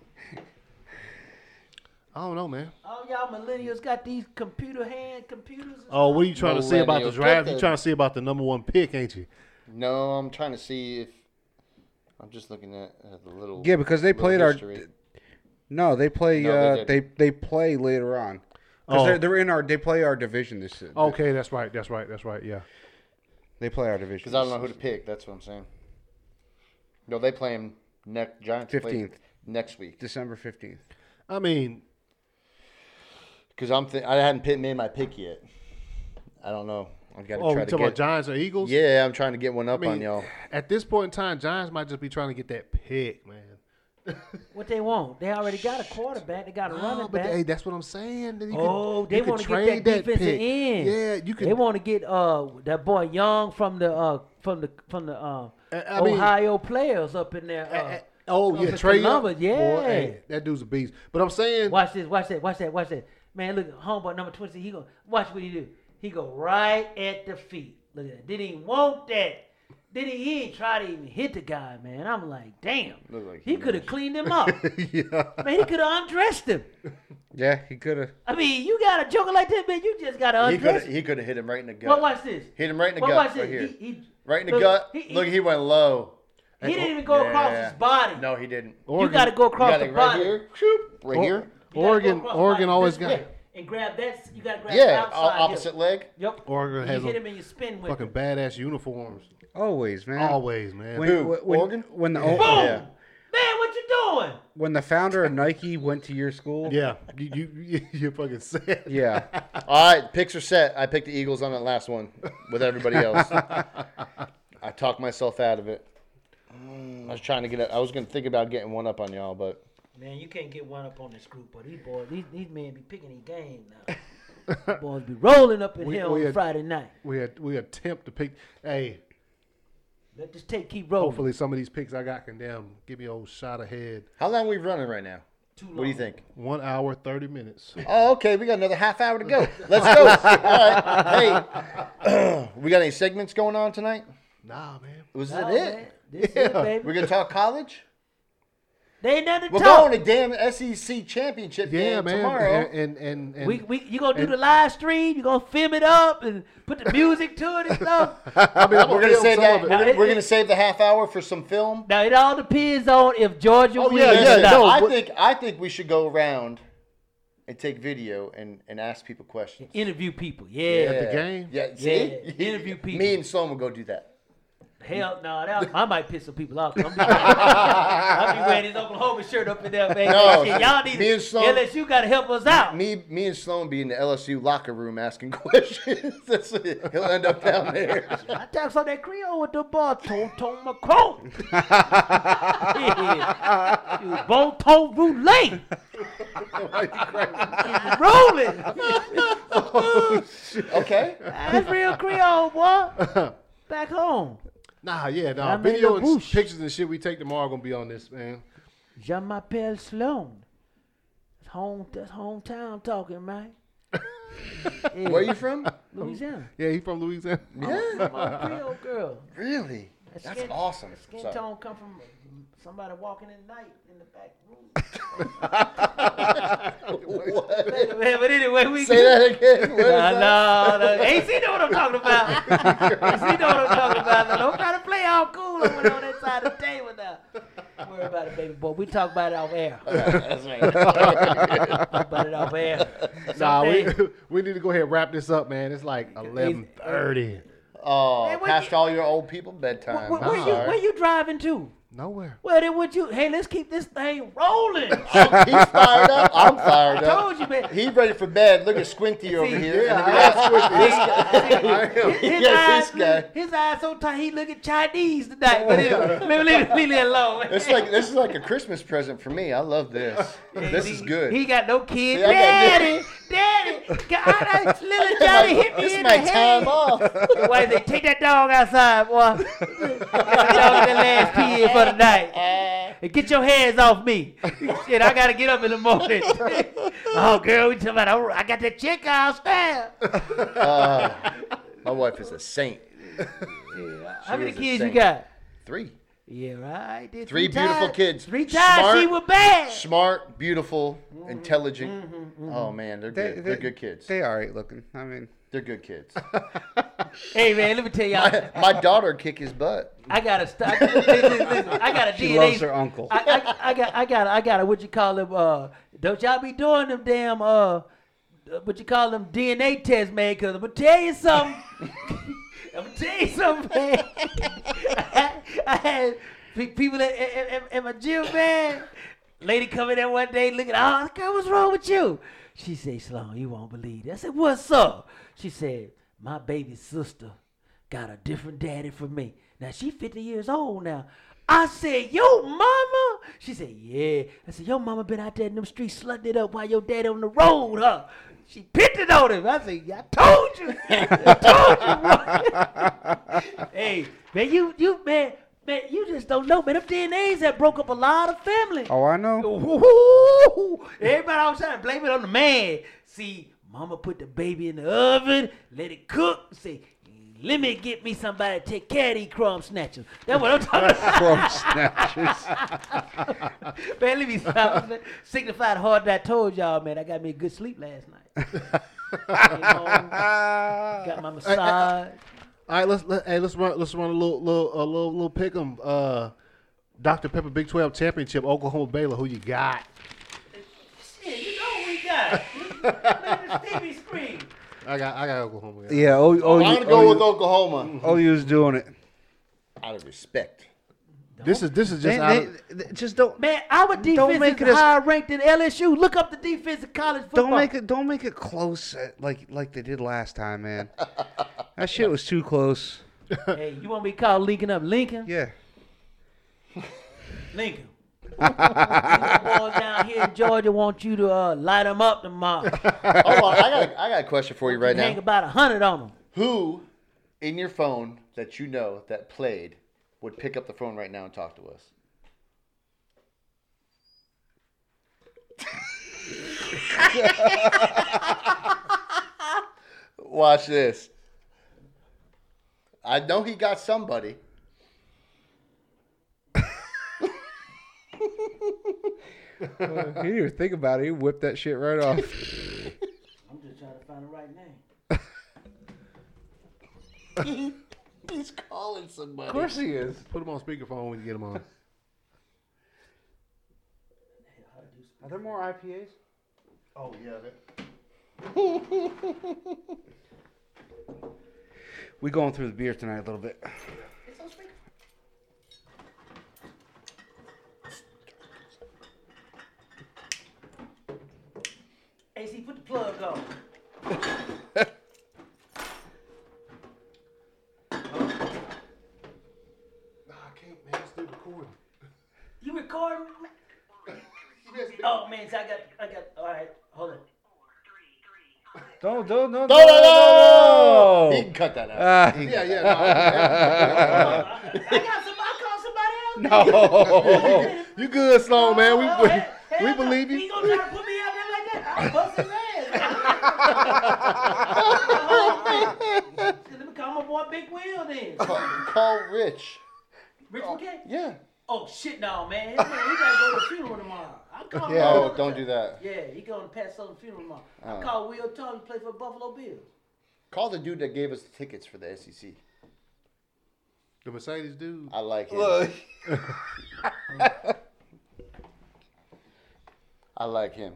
Speaker 1: I don't know, man.
Speaker 3: All y'all millennials got these computer hand computers. and
Speaker 1: Oh, what are you trying to see about the
Speaker 4: Millennials.
Speaker 1: draft?
Speaker 4: Get
Speaker 1: You
Speaker 4: the-
Speaker 1: trying to see about the number one pick, ain't you?
Speaker 4: No, I'm trying to see if I'm just looking at uh, the little
Speaker 2: Yeah, because they
Speaker 4: little
Speaker 2: played our-
Speaker 4: history.
Speaker 2: No, they play.
Speaker 4: No, they
Speaker 2: uh,
Speaker 4: did.
Speaker 2: they, they play later on. Because
Speaker 1: Oh.
Speaker 2: they're, they're in our. They play our division this. Okay.
Speaker 1: Okay, that's right. That's right. That's right. Yeah.
Speaker 2: They play our division.
Speaker 4: Because I don't know
Speaker 2: this
Speaker 4: who to pick. That's what I'm saying. No, they play him next. Giants play
Speaker 2: 15th.
Speaker 4: next week.
Speaker 2: December fifteenth.
Speaker 1: I mean,
Speaker 4: Because I'm th- I hadn't picked, made my pick yet. I don't know. I've got to
Speaker 1: oh, you
Speaker 4: try to
Speaker 1: talking
Speaker 4: get.
Speaker 1: about Giants or Eagles?
Speaker 4: yeah, I'm trying to get one
Speaker 1: I
Speaker 4: up on
Speaker 1: mean,
Speaker 4: y'all.
Speaker 1: at this point in time, Giants might just be trying to get that pick, man.
Speaker 3: What they want? They already got a quarterback. They got a
Speaker 1: No,
Speaker 3: running
Speaker 1: Oh, but
Speaker 3: back.
Speaker 1: hey, that's what I'm saying. that you could-
Speaker 3: oh,
Speaker 1: you
Speaker 3: they
Speaker 1: could
Speaker 3: want to
Speaker 1: trade
Speaker 3: get that defensive
Speaker 1: pick.
Speaker 3: end.
Speaker 1: Yeah, you can.
Speaker 3: They want to get uh that boy Young from the uh from the from the uh,
Speaker 1: I- I mean-
Speaker 3: Ohio players up in there. Uh,
Speaker 1: Uh, oh
Speaker 3: up
Speaker 1: yeah,
Speaker 3: in
Speaker 1: Trey Young.
Speaker 3: Columbus,
Speaker 1: Boy,
Speaker 3: yeah.
Speaker 1: hey, that dude's a beast. But I'm saying,
Speaker 3: Watch this. Watch that. Watch that. Watch that. Man, look, homeboy number twenty. He go watch what he do. He go right at the feet. Look at that. Didn't even want that. Didn't he, he ain't try to even hit the guy, man. I'm like, damn.
Speaker 4: Look like
Speaker 3: he
Speaker 4: he
Speaker 3: could have cleaned him up. Man, he could have undressed him.
Speaker 2: Yeah, he could have.
Speaker 3: I mean, you got a joker like that, man. You just got to
Speaker 4: He could
Speaker 3: undress. him.
Speaker 4: he could have hit him right in the gut.
Speaker 3: But watch this.
Speaker 4: Hit him right in the
Speaker 3: But
Speaker 4: gut,
Speaker 3: watch
Speaker 4: right
Speaker 3: this.
Speaker 4: here.
Speaker 3: He, he,
Speaker 4: Right in the
Speaker 3: look,
Speaker 4: gut.
Speaker 3: He, he,
Speaker 4: Look, he went low. oh,
Speaker 3: he didn't even go across his body.
Speaker 4: No, he didn't.
Speaker 3: you got to go across
Speaker 4: got
Speaker 3: the
Speaker 4: it right
Speaker 3: body.
Speaker 4: here. Shoop, right
Speaker 1: Or-
Speaker 4: here.
Speaker 3: You gotta go
Speaker 1: Oregon,
Speaker 3: across the
Speaker 1: Oregon
Speaker 3: body
Speaker 1: always
Speaker 3: this
Speaker 1: got
Speaker 3: way And grab that. You got to grab the
Speaker 4: Yeah, o-
Speaker 3: outside.
Speaker 4: opposite
Speaker 3: hip.
Speaker 4: leg.
Speaker 3: Yep.
Speaker 1: Oregon
Speaker 3: you
Speaker 1: has
Speaker 3: hit
Speaker 1: a-
Speaker 3: him and you spin with
Speaker 1: fucking
Speaker 3: him.
Speaker 1: badass uniforms
Speaker 2: Always, man.
Speaker 1: always, man.
Speaker 2: When,
Speaker 4: Who?
Speaker 2: when, when,
Speaker 4: Oregon?
Speaker 2: when the
Speaker 3: Boom!
Speaker 4: Yeah.
Speaker 3: Man, what you doing? going?
Speaker 2: when the founder of Nike went to your school.
Speaker 1: Yeah, you you, you you're fucking sad.
Speaker 2: Yeah.
Speaker 4: All right, picks are set. I picked the Eagles on that last one with everybody else. I talked myself out of it. I was trying to get. it- I was gonna think about getting one up on y'all, but
Speaker 3: Man, you can't get one up on this group, but these boys, these, these men be picking these games now. These boys be rolling up in
Speaker 1: We-
Speaker 3: here
Speaker 1: we
Speaker 3: on
Speaker 1: had-
Speaker 3: Friday night.
Speaker 1: We had, we attempt to pick. Hey,
Speaker 3: Let this tape keep rolling.
Speaker 1: hopefully some of these picks I got can damn give me a old shot ahead.
Speaker 4: how long we running right now?
Speaker 3: Too
Speaker 4: What do you
Speaker 3: long.
Speaker 4: think?
Speaker 1: One hour thirty minutes.
Speaker 4: Oh, okay. We got another half hour to go. Let's go. All right. Hey, we got any segments going on tonight?
Speaker 1: Nah, man.
Speaker 4: Was
Speaker 3: Oh,
Speaker 4: that it?
Speaker 3: man, This is it, baby.
Speaker 4: We're gonna talk college.
Speaker 3: They ain't nothing to
Speaker 4: We're
Speaker 3: talk.
Speaker 4: going to damn SEC championship
Speaker 1: Yeah,
Speaker 4: game
Speaker 1: man.
Speaker 4: tomorrow.
Speaker 1: And and and,
Speaker 3: we,
Speaker 1: and
Speaker 3: we, you gonna do the live stream? You gonna film it up and put the music to it and stuff?
Speaker 1: I mean, I'm
Speaker 4: we're gonna
Speaker 1: film
Speaker 4: save
Speaker 1: some
Speaker 4: that.
Speaker 1: of
Speaker 4: We're,
Speaker 1: it.
Speaker 3: Now,
Speaker 4: gonna-
Speaker 3: it-
Speaker 4: we're gonna
Speaker 3: it-
Speaker 4: save the half hour for some film.
Speaker 3: Now it all depends on if Georgia
Speaker 1: Oh,
Speaker 3: wins.
Speaker 1: yeah,
Speaker 3: or
Speaker 1: yeah,
Speaker 3: not.
Speaker 1: no.
Speaker 4: I
Speaker 1: what-
Speaker 4: think I think we should go around and take video and, and ask people questions.
Speaker 3: Interview people. Yeah.
Speaker 1: the game?
Speaker 4: Yeah, see?
Speaker 3: Yeah, interview people.
Speaker 4: Me and Sloan will go do that.
Speaker 3: Hell no, that, I might piss some people off. 'cause I'm be I'll be wearing his Oklahoma shirt up in there, man.
Speaker 4: No,
Speaker 3: Shit, y'all need
Speaker 4: me and Sloan-
Speaker 3: unless you gotta help us out.
Speaker 4: Me me and Sloan be in the LSU locker room asking questions. That's it. He'll end up down there.
Speaker 3: I talks on that Creole with the bar, Tom Tom Macron. yeah. You bon ton roulette. It's Rolling.
Speaker 4: Okay.
Speaker 3: That's real Creole, boy. Back home.
Speaker 1: Nah, yeah,
Speaker 3: I
Speaker 1: nah.
Speaker 3: made
Speaker 1: Video
Speaker 3: a
Speaker 1: and
Speaker 3: whoosh.
Speaker 1: pictures and shit we take tomorrow gonna be on this, man.
Speaker 3: Je m'appelle Sloan. That's home that's hometown talking, man.
Speaker 1: Mm.
Speaker 3: Yeah,
Speaker 4: Where are you from?
Speaker 3: Louisiana.
Speaker 1: Yeah, he from Louisiana. Oh.
Speaker 4: Yeah.
Speaker 3: My Creole girl.
Speaker 4: Really?
Speaker 3: That
Speaker 4: That's
Speaker 3: skin-
Speaker 4: awesome.
Speaker 3: Skin
Speaker 4: So-
Speaker 3: tone come from somebody walking in the night in the back room.
Speaker 4: What?
Speaker 3: But anyway, we
Speaker 4: Say that again. What is
Speaker 3: Nah,
Speaker 4: that?
Speaker 3: nah, nah. Ain't she know what I'm talking about? Ain't she know what I'm talking about? Now, don't try to play all cool over there on that side of the table now. Don't worry about it, baby boy. We talk about it off air.
Speaker 4: That's right.
Speaker 3: Talk about it off air.
Speaker 1: Nah, we,
Speaker 3: Something.
Speaker 1: we need to go ahead and wrap this up, man. It's like eleven thirty.
Speaker 4: Oh,
Speaker 3: Man, what
Speaker 4: past
Speaker 3: you-
Speaker 4: all your old people bedtime.
Speaker 3: Where, where,
Speaker 4: I'm
Speaker 3: you,
Speaker 4: sorry.
Speaker 3: where you driving to?
Speaker 1: Nowhere.
Speaker 3: Well, then would you? Hey, let's keep this thing rolling.
Speaker 4: He's Oh, fired up. I'm fired up.
Speaker 3: told you, man.
Speaker 4: He ready for bed. Look at Squinty over here.
Speaker 1: Yeah,
Speaker 4: and then we got-
Speaker 3: His
Speaker 4: Yeah,
Speaker 3: eyes,
Speaker 4: this guy.
Speaker 3: his eyes so tight, he look at Chinese tonight. But anyway, leave, leave, leave it alone.
Speaker 4: It's like this is like a Christmas present for me. I love this. This
Speaker 3: He-
Speaker 4: is good.
Speaker 3: He got no kid.
Speaker 4: See, I got
Speaker 3: daddy, daddy, God, I, little Johnny hit me
Speaker 4: this is
Speaker 3: in
Speaker 4: my
Speaker 3: the
Speaker 4: time
Speaker 3: head.
Speaker 4: off.
Speaker 3: Why they take that dog outside, boy? Get that dog the last kid for the night. And get your hands off me. Shit, I gotta get up in the morning. oh, girl, we talking about oh, I got that chick outstairs.
Speaker 4: Uh, My wife is a saint.
Speaker 3: How many
Speaker 4: is
Speaker 3: kids
Speaker 4: a
Speaker 3: you
Speaker 4: saint.
Speaker 3: got?
Speaker 4: Three.
Speaker 3: Yeah, right. Did
Speaker 4: Three beautiful
Speaker 3: times-
Speaker 4: kids.
Speaker 3: Three times she
Speaker 4: Smart.
Speaker 3: was bad.
Speaker 4: Smart, beautiful, intelligent.
Speaker 3: Mm-hmm,
Speaker 4: Oh man, they're good. They're good kids.
Speaker 2: They all right looking. I mean,
Speaker 4: They're good kids.
Speaker 3: Hey man, let me tell y'all.
Speaker 4: My daughter kick his butt.
Speaker 3: I gotta stop. Listen, listen, I gotta
Speaker 2: she
Speaker 3: DNA.
Speaker 2: loves her uncle.
Speaker 3: I, I, I got, I got, I got. What you call them? Uh, don't y'all be doing them damn uh, what you call them DNA tests, man? Cause I'm gonna tell you something. I'm gonna tell you something, man. I, had pe- people at, at, at, at my gym, man. Lady come in there one day, looking, oh, girl, what's wrong with you? She said, Sloan, you won't believe it. I said, what's up? She said, my baby sister got a different daddy from me. Now she 50 years old now. I said, yo, mama? She said, yeah. I said, yo, mama been out there in them streets slutting it up while your daddy on the road, huh? She picked it on him. I said, I told you. I told you. boy." hey, man, you, you, man, man, you just don't know, man. Them DNAs that broke up a lot of families.
Speaker 2: oh, I know.
Speaker 3: Ooh, Everybody always trying to blame it on the man. See, mama put the baby in the oven, let it cook. Say, let me get me somebody to take care of these crumb snatchers. That's what I'm talking about.
Speaker 2: Crumb snatchers.
Speaker 3: man, let me stop. Signified hard that I told y'all, man, I got me a good sleep last night. Came home, got my massage.
Speaker 1: All right, let's let, hey let's run let's run a little little a little little pick 'em. Uh, Dr Pepper Big Twelve Championship, Oklahoma Baylor. Who you got?
Speaker 3: Shit, you know what we got. Look at this TV screen.
Speaker 1: I got I got Oklahoma. Yeah.
Speaker 2: Yeah. Oh, oh,
Speaker 4: I'm gonna go with Oklahoma
Speaker 2: OU's doing it.
Speaker 4: out of respect.
Speaker 1: This is this is just
Speaker 2: They-
Speaker 1: out of,
Speaker 2: they- they- just don't
Speaker 3: Man, our defense
Speaker 2: make
Speaker 3: is
Speaker 2: it as-
Speaker 3: higher ranked than LSU. Look up the defense in college football.
Speaker 2: don't make it don't make it close uh, like like they did last time, man. that shit was too close.
Speaker 3: Hey, you want to be called linking up Lincoln?
Speaker 2: Yeah.
Speaker 3: Lincoln. Lincoln boys down here in Georgia want you to uh, light them up tomorrow.
Speaker 4: Hold on, I got a, I got a question for you right
Speaker 3: Hang
Speaker 4: now.
Speaker 3: about a hundred on them.
Speaker 4: Who in your phone that you know that played would pick up the phone right now and talk to us? Watch this. I know he got somebody.
Speaker 2: he didn't even think about it. He whipped that shit right off.
Speaker 3: I'm just trying to find the right name.
Speaker 4: He's calling somebody.
Speaker 2: of course he is.
Speaker 1: Put him on speakerphone when you get him on.
Speaker 2: Are there more IPAs?
Speaker 4: Oh yeah.
Speaker 2: We going through the beer tonight a little bit.
Speaker 3: AC, put the plug on.
Speaker 1: Nah, I can't, man. It's still recording.
Speaker 3: You recording? Oh man, so I got, I got. All right, hold on.
Speaker 2: Don't don't don't
Speaker 4: No, no, no! He can cut that out.
Speaker 2: Oh. Ah.
Speaker 1: Yeah, yeah. nah,
Speaker 3: I got some. I called somebody else.
Speaker 2: Oh.
Speaker 1: yeah. you good, Sloan, man. We we, we believe
Speaker 3: He
Speaker 1: you.
Speaker 3: gonna try to put me out there like that? I'll bust his ass. Let me call my boy Big Will then.
Speaker 4: Call Rich.
Speaker 3: Rich McKay.
Speaker 4: Yeah.
Speaker 3: Oh shit, no man. He gotta go to the funeral tomorrow. I'm calling.
Speaker 4: Yeah.
Speaker 3: him.
Speaker 4: Oh, don't do that.
Speaker 3: Yeah, he going to Pat Sullivan funeral tomorrow. I called Will Tony, play for Buffalo Bills.
Speaker 4: Call the dude that gave us the tickets for the E SEC.
Speaker 1: The Mercedes dude.
Speaker 4: I like him. I like him.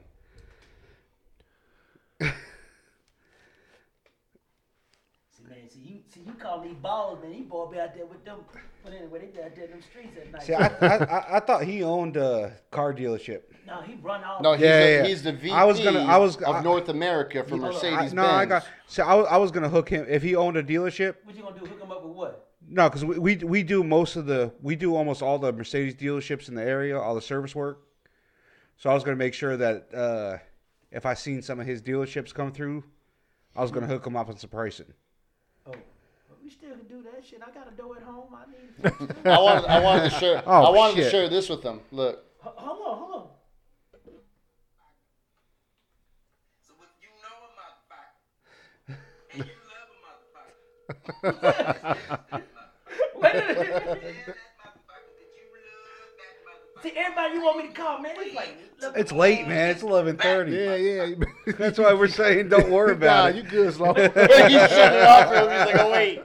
Speaker 3: See, man, see you, see you call these balls, man. These boy be out there with them. But anyway, they be out there in them streets at night.
Speaker 2: See, I, I, I, I thought he owned a car dealership.
Speaker 3: no, he run all.
Speaker 4: No, he's,
Speaker 2: Yeah,
Speaker 4: the,
Speaker 2: yeah, yeah.
Speaker 4: he's the VP
Speaker 2: I was gonna- I was-
Speaker 4: of
Speaker 2: I- Oh,
Speaker 4: North America for Mercedes
Speaker 2: I, no, I got.
Speaker 4: Benz.
Speaker 2: So I, was- I was gonna hook him if he owned a dealership.
Speaker 3: What you gonna do? Hook him up with what?
Speaker 2: No, because we, we we do most of the we do almost all the Mercedes dealerships in the area, all the service work. So I was gonna make sure that uh, if I seen some of his dealerships come through, I was gonna hook him up on some pricing.
Speaker 3: Oh, but we still can do that shit. I got a dough at home. I need. H-
Speaker 4: I wanted, I wanted to share.
Speaker 2: Oh,
Speaker 4: I wanted to
Speaker 2: shit.
Speaker 4: share this with them. Look,
Speaker 3: hold on, hold on.
Speaker 5: So if you know a motherfucker, and you love a motherfucker,
Speaker 3: Wait a minute.
Speaker 5: tell that motherfucker that you love that motherfucker.
Speaker 3: see, everybody you want me to call, man, it's like. look-
Speaker 2: It's late, man. It's eleven thirty.
Speaker 1: Yeah, yeah.
Speaker 2: That's why we're saying don't worry
Speaker 1: nah,
Speaker 2: about
Speaker 1: you
Speaker 2: it.
Speaker 1: good, Sloan.
Speaker 4: he shut it off. and He's like, oh wait.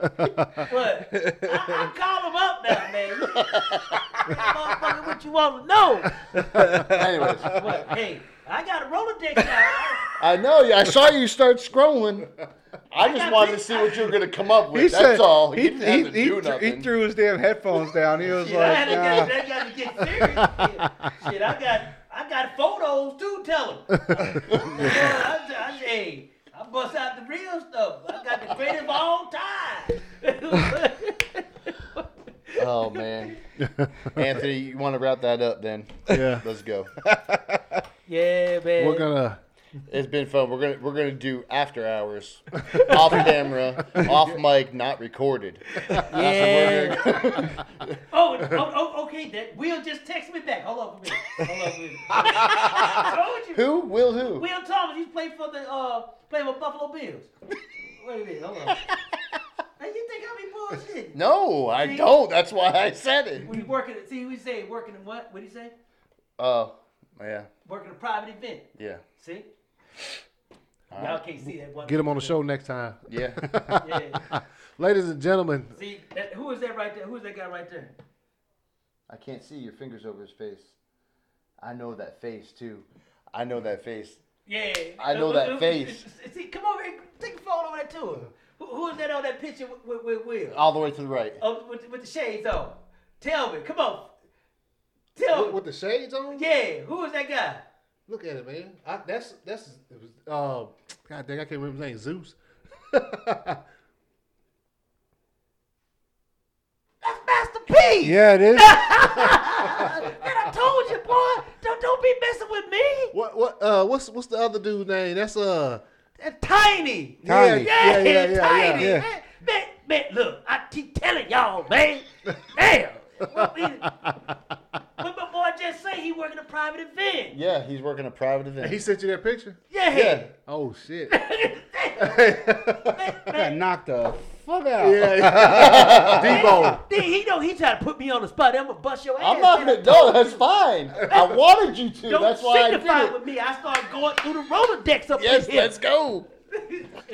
Speaker 3: What? I, I call him up now, man. Motherfucker, what you want to know?
Speaker 4: Anyways,
Speaker 3: What? Hey, I got a Rolodex now.
Speaker 4: I know. you. I saw you start scrolling. I just
Speaker 3: got
Speaker 4: wanted to
Speaker 3: this-
Speaker 4: see what you were gonna come up with. That's
Speaker 2: said-
Speaker 4: all.
Speaker 2: He,
Speaker 4: You didn't have
Speaker 2: he-
Speaker 4: to
Speaker 2: he
Speaker 4: do
Speaker 2: thr- he
Speaker 4: nothing.
Speaker 2: threw his damn headphones down. He was
Speaker 3: Shit, I
Speaker 2: like,
Speaker 3: had to
Speaker 2: nah.
Speaker 3: get, that got to get serious. Shit, Shit, I got, I got photos too. Tell him. I, I, hey, I bust out the real stuff. I got the greatest of all time.
Speaker 4: Oh man, Anthony, you want to wrap that up then?
Speaker 1: Yeah.
Speaker 4: Let's go.
Speaker 3: yeah, man.
Speaker 1: We're gonna.
Speaker 4: It's been fun. We're gonna we're gonna do after hours, off camera, off mic, not recorded.
Speaker 3: Yeah. oh, oh, oh, okay. That Will just text me back. Hold on for a minute. Hold on for a minute. I told you.
Speaker 4: Who will who?
Speaker 3: Will Thomas, he's played for the uh played with Buffalo Bills. Wait a minute, hold on. now you think I be bullshitting?
Speaker 4: No, I don't. That's why I said it.
Speaker 3: When you working at see we say working in what? What do you say?
Speaker 4: Oh, yeah,
Speaker 3: Working a private event.
Speaker 4: yeah,
Speaker 3: See? Y'all can't see that one.
Speaker 1: Get him on the show next time.
Speaker 4: yeah.
Speaker 3: Yeah.
Speaker 1: Ladies and gentlemen,
Speaker 3: See that, who is that right there? Who is that guy right there?
Speaker 4: I can't see your fingers over his face. I know that face too. I know that face.
Speaker 3: Yeah.
Speaker 4: I know that face.
Speaker 3: See, come over here. Take a phone over there to
Speaker 4: Uh,
Speaker 3: him. Who, who is that on that picture with, with, with Will?
Speaker 4: All the way to the right.
Speaker 3: Oh, with, with the shades on. Tell me, come on. Tell
Speaker 1: With,
Speaker 3: me.
Speaker 1: with the shades on?
Speaker 3: Yeah, who is that guy?
Speaker 1: Look at it, man. I, that's that's it was, uh, God dang, I can't remember his name. Zeus.
Speaker 3: That's Master P.
Speaker 2: Yeah, it is.
Speaker 3: Man, I told you, boy. Don't don't be messing with me.
Speaker 1: What what uh what's what's the other dude's name? That's uh
Speaker 3: That's Tiny.
Speaker 2: Tiny.
Speaker 3: Yeah,
Speaker 1: Yeah, yeah, yeah,
Speaker 3: Tiny.
Speaker 2: yeah.
Speaker 3: Man, man, man, look, I keep telling y'all, man. Damn. What we- what my boy just say he working a private event.
Speaker 4: Yeah, he's working a private event.
Speaker 1: he sent you that picture?
Speaker 3: Yeah.
Speaker 4: yeah,
Speaker 1: Oh shit.
Speaker 3: Man,
Speaker 2: Got
Speaker 3: man,
Speaker 2: knocked the fuck out.
Speaker 1: Debo.
Speaker 3: then he know he trying to put me on the spot. I'm gonna bust your ass.
Speaker 4: I'm not gonna. No, that's fine. I wanted you to.
Speaker 3: Don't
Speaker 4: that's why I did
Speaker 3: signify
Speaker 4: it.
Speaker 3: with me. I start going through the Rolodex up
Speaker 4: Yes,
Speaker 3: in here.
Speaker 4: let's go.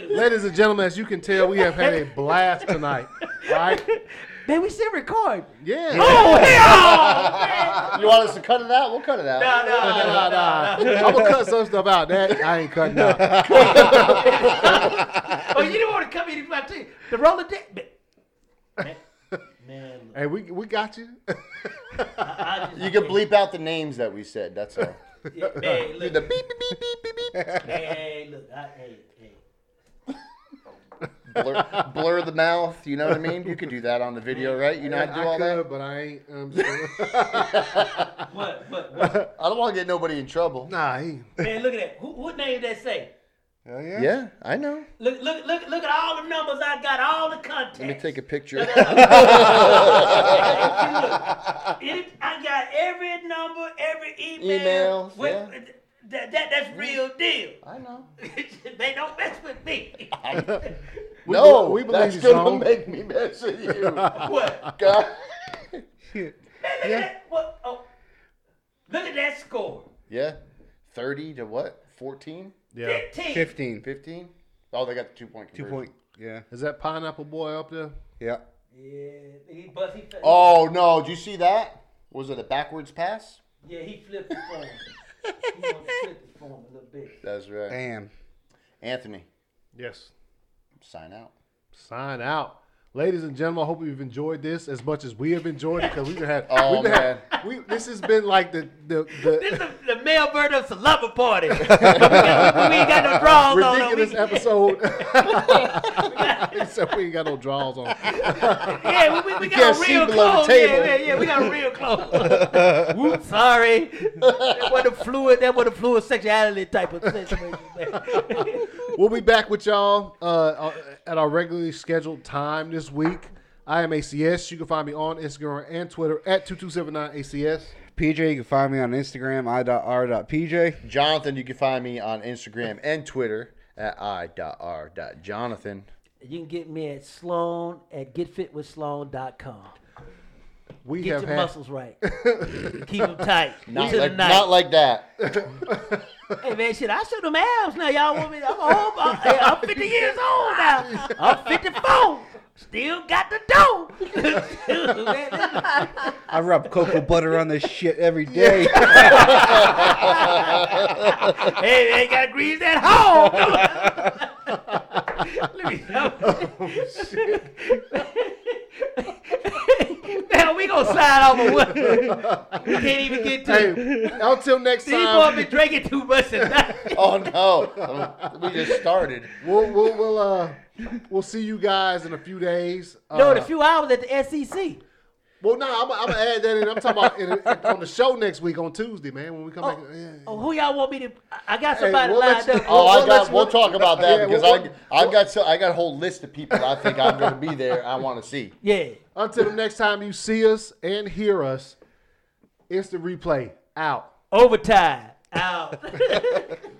Speaker 1: Ladies and gentlemen, as you can tell, we have had a blast tonight. Right?
Speaker 3: Man, we should record.
Speaker 1: Yeah.
Speaker 3: Oh hell!
Speaker 4: You want us to cut it out? We'll cut it out.
Speaker 3: Nah, nah, nah, nah,
Speaker 1: I'm gonna cut some stuff out. That I ain't cutting out.
Speaker 3: Oh, you didn't want to come in if I tell you. The Rolodex. Man, man
Speaker 1: Hey, we we got you.
Speaker 3: I just,
Speaker 4: You can bleep out the names that we said. That's all.
Speaker 3: yeah, man, look,
Speaker 4: the beep beep beep beep beep beep.
Speaker 3: hey, look, I, hey, hey.
Speaker 4: Blur, blur the mouth. You know what I mean? You can do that on the video, right? You know how to do
Speaker 1: I
Speaker 4: all that.
Speaker 1: could, but I ain't. Um, so-
Speaker 3: What, what, what?
Speaker 4: I don't want to get nobody in trouble.
Speaker 1: nah, he ain't.
Speaker 3: Man, look at that. Who, what name that say?
Speaker 2: Hell
Speaker 4: Yeah, I know.
Speaker 3: Look, look, look, look at all the numbers I got, all the contacts.
Speaker 4: Let me take a picture.
Speaker 3: Any- I got every number, every email.
Speaker 4: Emails,
Speaker 3: Wait,
Speaker 4: yeah.
Speaker 3: that, that, that's real deal.
Speaker 4: I know.
Speaker 3: they don't mess with me.
Speaker 4: no,
Speaker 1: we
Speaker 4: we
Speaker 1: believe
Speaker 4: that's
Speaker 1: you,
Speaker 4: gonna
Speaker 1: Sean.
Speaker 4: make me mess with you.
Speaker 3: what?
Speaker 4: God.
Speaker 3: Man, look
Speaker 2: Yeah.
Speaker 3: at that. What? Oh, look at that score.
Speaker 4: Yeah, thirty to what? 14?
Speaker 1: Yeah.
Speaker 3: 15.
Speaker 2: 15.
Speaker 4: 15? Oh, they got the two point.
Speaker 2: Two point. Yeah.
Speaker 1: Is that pineapple boy up there?
Speaker 2: Yeah.
Speaker 3: Yeah, he bust. He flipped.
Speaker 4: Oh no! Did you see that? Was it a backwards pass?
Speaker 3: Yeah, he flipped the form. he wanna flip the form a little bit.
Speaker 4: That's right.
Speaker 2: Damn.
Speaker 4: Anthony,
Speaker 1: Yes.
Speaker 4: sign out.
Speaker 1: Sign out. Ladies and gentlemen, I hope you've enjoyed this as much as we have enjoyed it because we've had.
Speaker 4: Oh,
Speaker 1: we've had- we, this has been like the the,
Speaker 3: This is
Speaker 1: the
Speaker 3: the male bird of Salama party. we, got, we ain't got no draws on. them.
Speaker 1: ridiculous
Speaker 3: We-
Speaker 1: episode. Except we ain't got no draws on.
Speaker 3: Yeah, we, we, we
Speaker 4: can't
Speaker 3: got a
Speaker 4: see
Speaker 3: real
Speaker 4: below the
Speaker 3: clothes. Yeah,
Speaker 4: table.
Speaker 3: yeah, yeah, we got a real clothes. Whoop, sorry. That wasn't a fluid. That wasn't a fluid sexuality type of situation. man.
Speaker 1: We'll be back with y'all uh, at our regularly scheduled time this week. I am ACS. You can find me on Instagram and Twitter at 2279ACS.
Speaker 2: PJ, you can find me on Instagram, i.r.pj.
Speaker 4: Jonathan, you can find me on Instagram and Twitter at i.r.jonathan.
Speaker 3: you can get me at Sloan at getfitwithsloan.com.
Speaker 1: We
Speaker 3: Get
Speaker 1: have
Speaker 3: your
Speaker 1: had.
Speaker 3: muscles right. Keep them tight.
Speaker 4: Not
Speaker 3: to
Speaker 4: like,
Speaker 3: the night.
Speaker 4: not like that.
Speaker 3: Hey man, shit, I show them abs now. Y'all want me? I'm old. I'm, hey, I'm 50 years old now. I'm 54. Still got the dough. Man, that's-
Speaker 2: I rub cocoa butter on this shit every day.
Speaker 3: hey, they ain't got to grease that home. Let me Now we gonna sign off on what? We can't even get to. Hey,
Speaker 1: Hey, until next
Speaker 3: These boys
Speaker 1: time,
Speaker 3: been drinking too much tonight.
Speaker 4: Oh no! Um, We just started.
Speaker 1: we'll we'll we'll, uh, we'll see you guys in a few days. Uh,
Speaker 3: No, in a few hours at the E SEC.
Speaker 1: Well, no, I'm, I'm gonna add that in. I'm talking about in, on the show next week on Tuesday, man. When we come back, yeah.
Speaker 3: Oh, who y'all want me to? I- I got
Speaker 1: Hey,
Speaker 3: somebody
Speaker 1: we'll let
Speaker 3: lined up.
Speaker 1: you-
Speaker 4: Oh,
Speaker 1: Well,
Speaker 4: I
Speaker 1: well,
Speaker 4: got.
Speaker 1: let's-
Speaker 4: We'll talk about that
Speaker 1: yeah,
Speaker 4: because
Speaker 1: well,
Speaker 4: I I got so I got a whole list of people I think I'm going to be there. I want to see.
Speaker 3: yeah.
Speaker 1: Until the next time you see us and hear us, it's the replay out.
Speaker 3: Overtime. Out.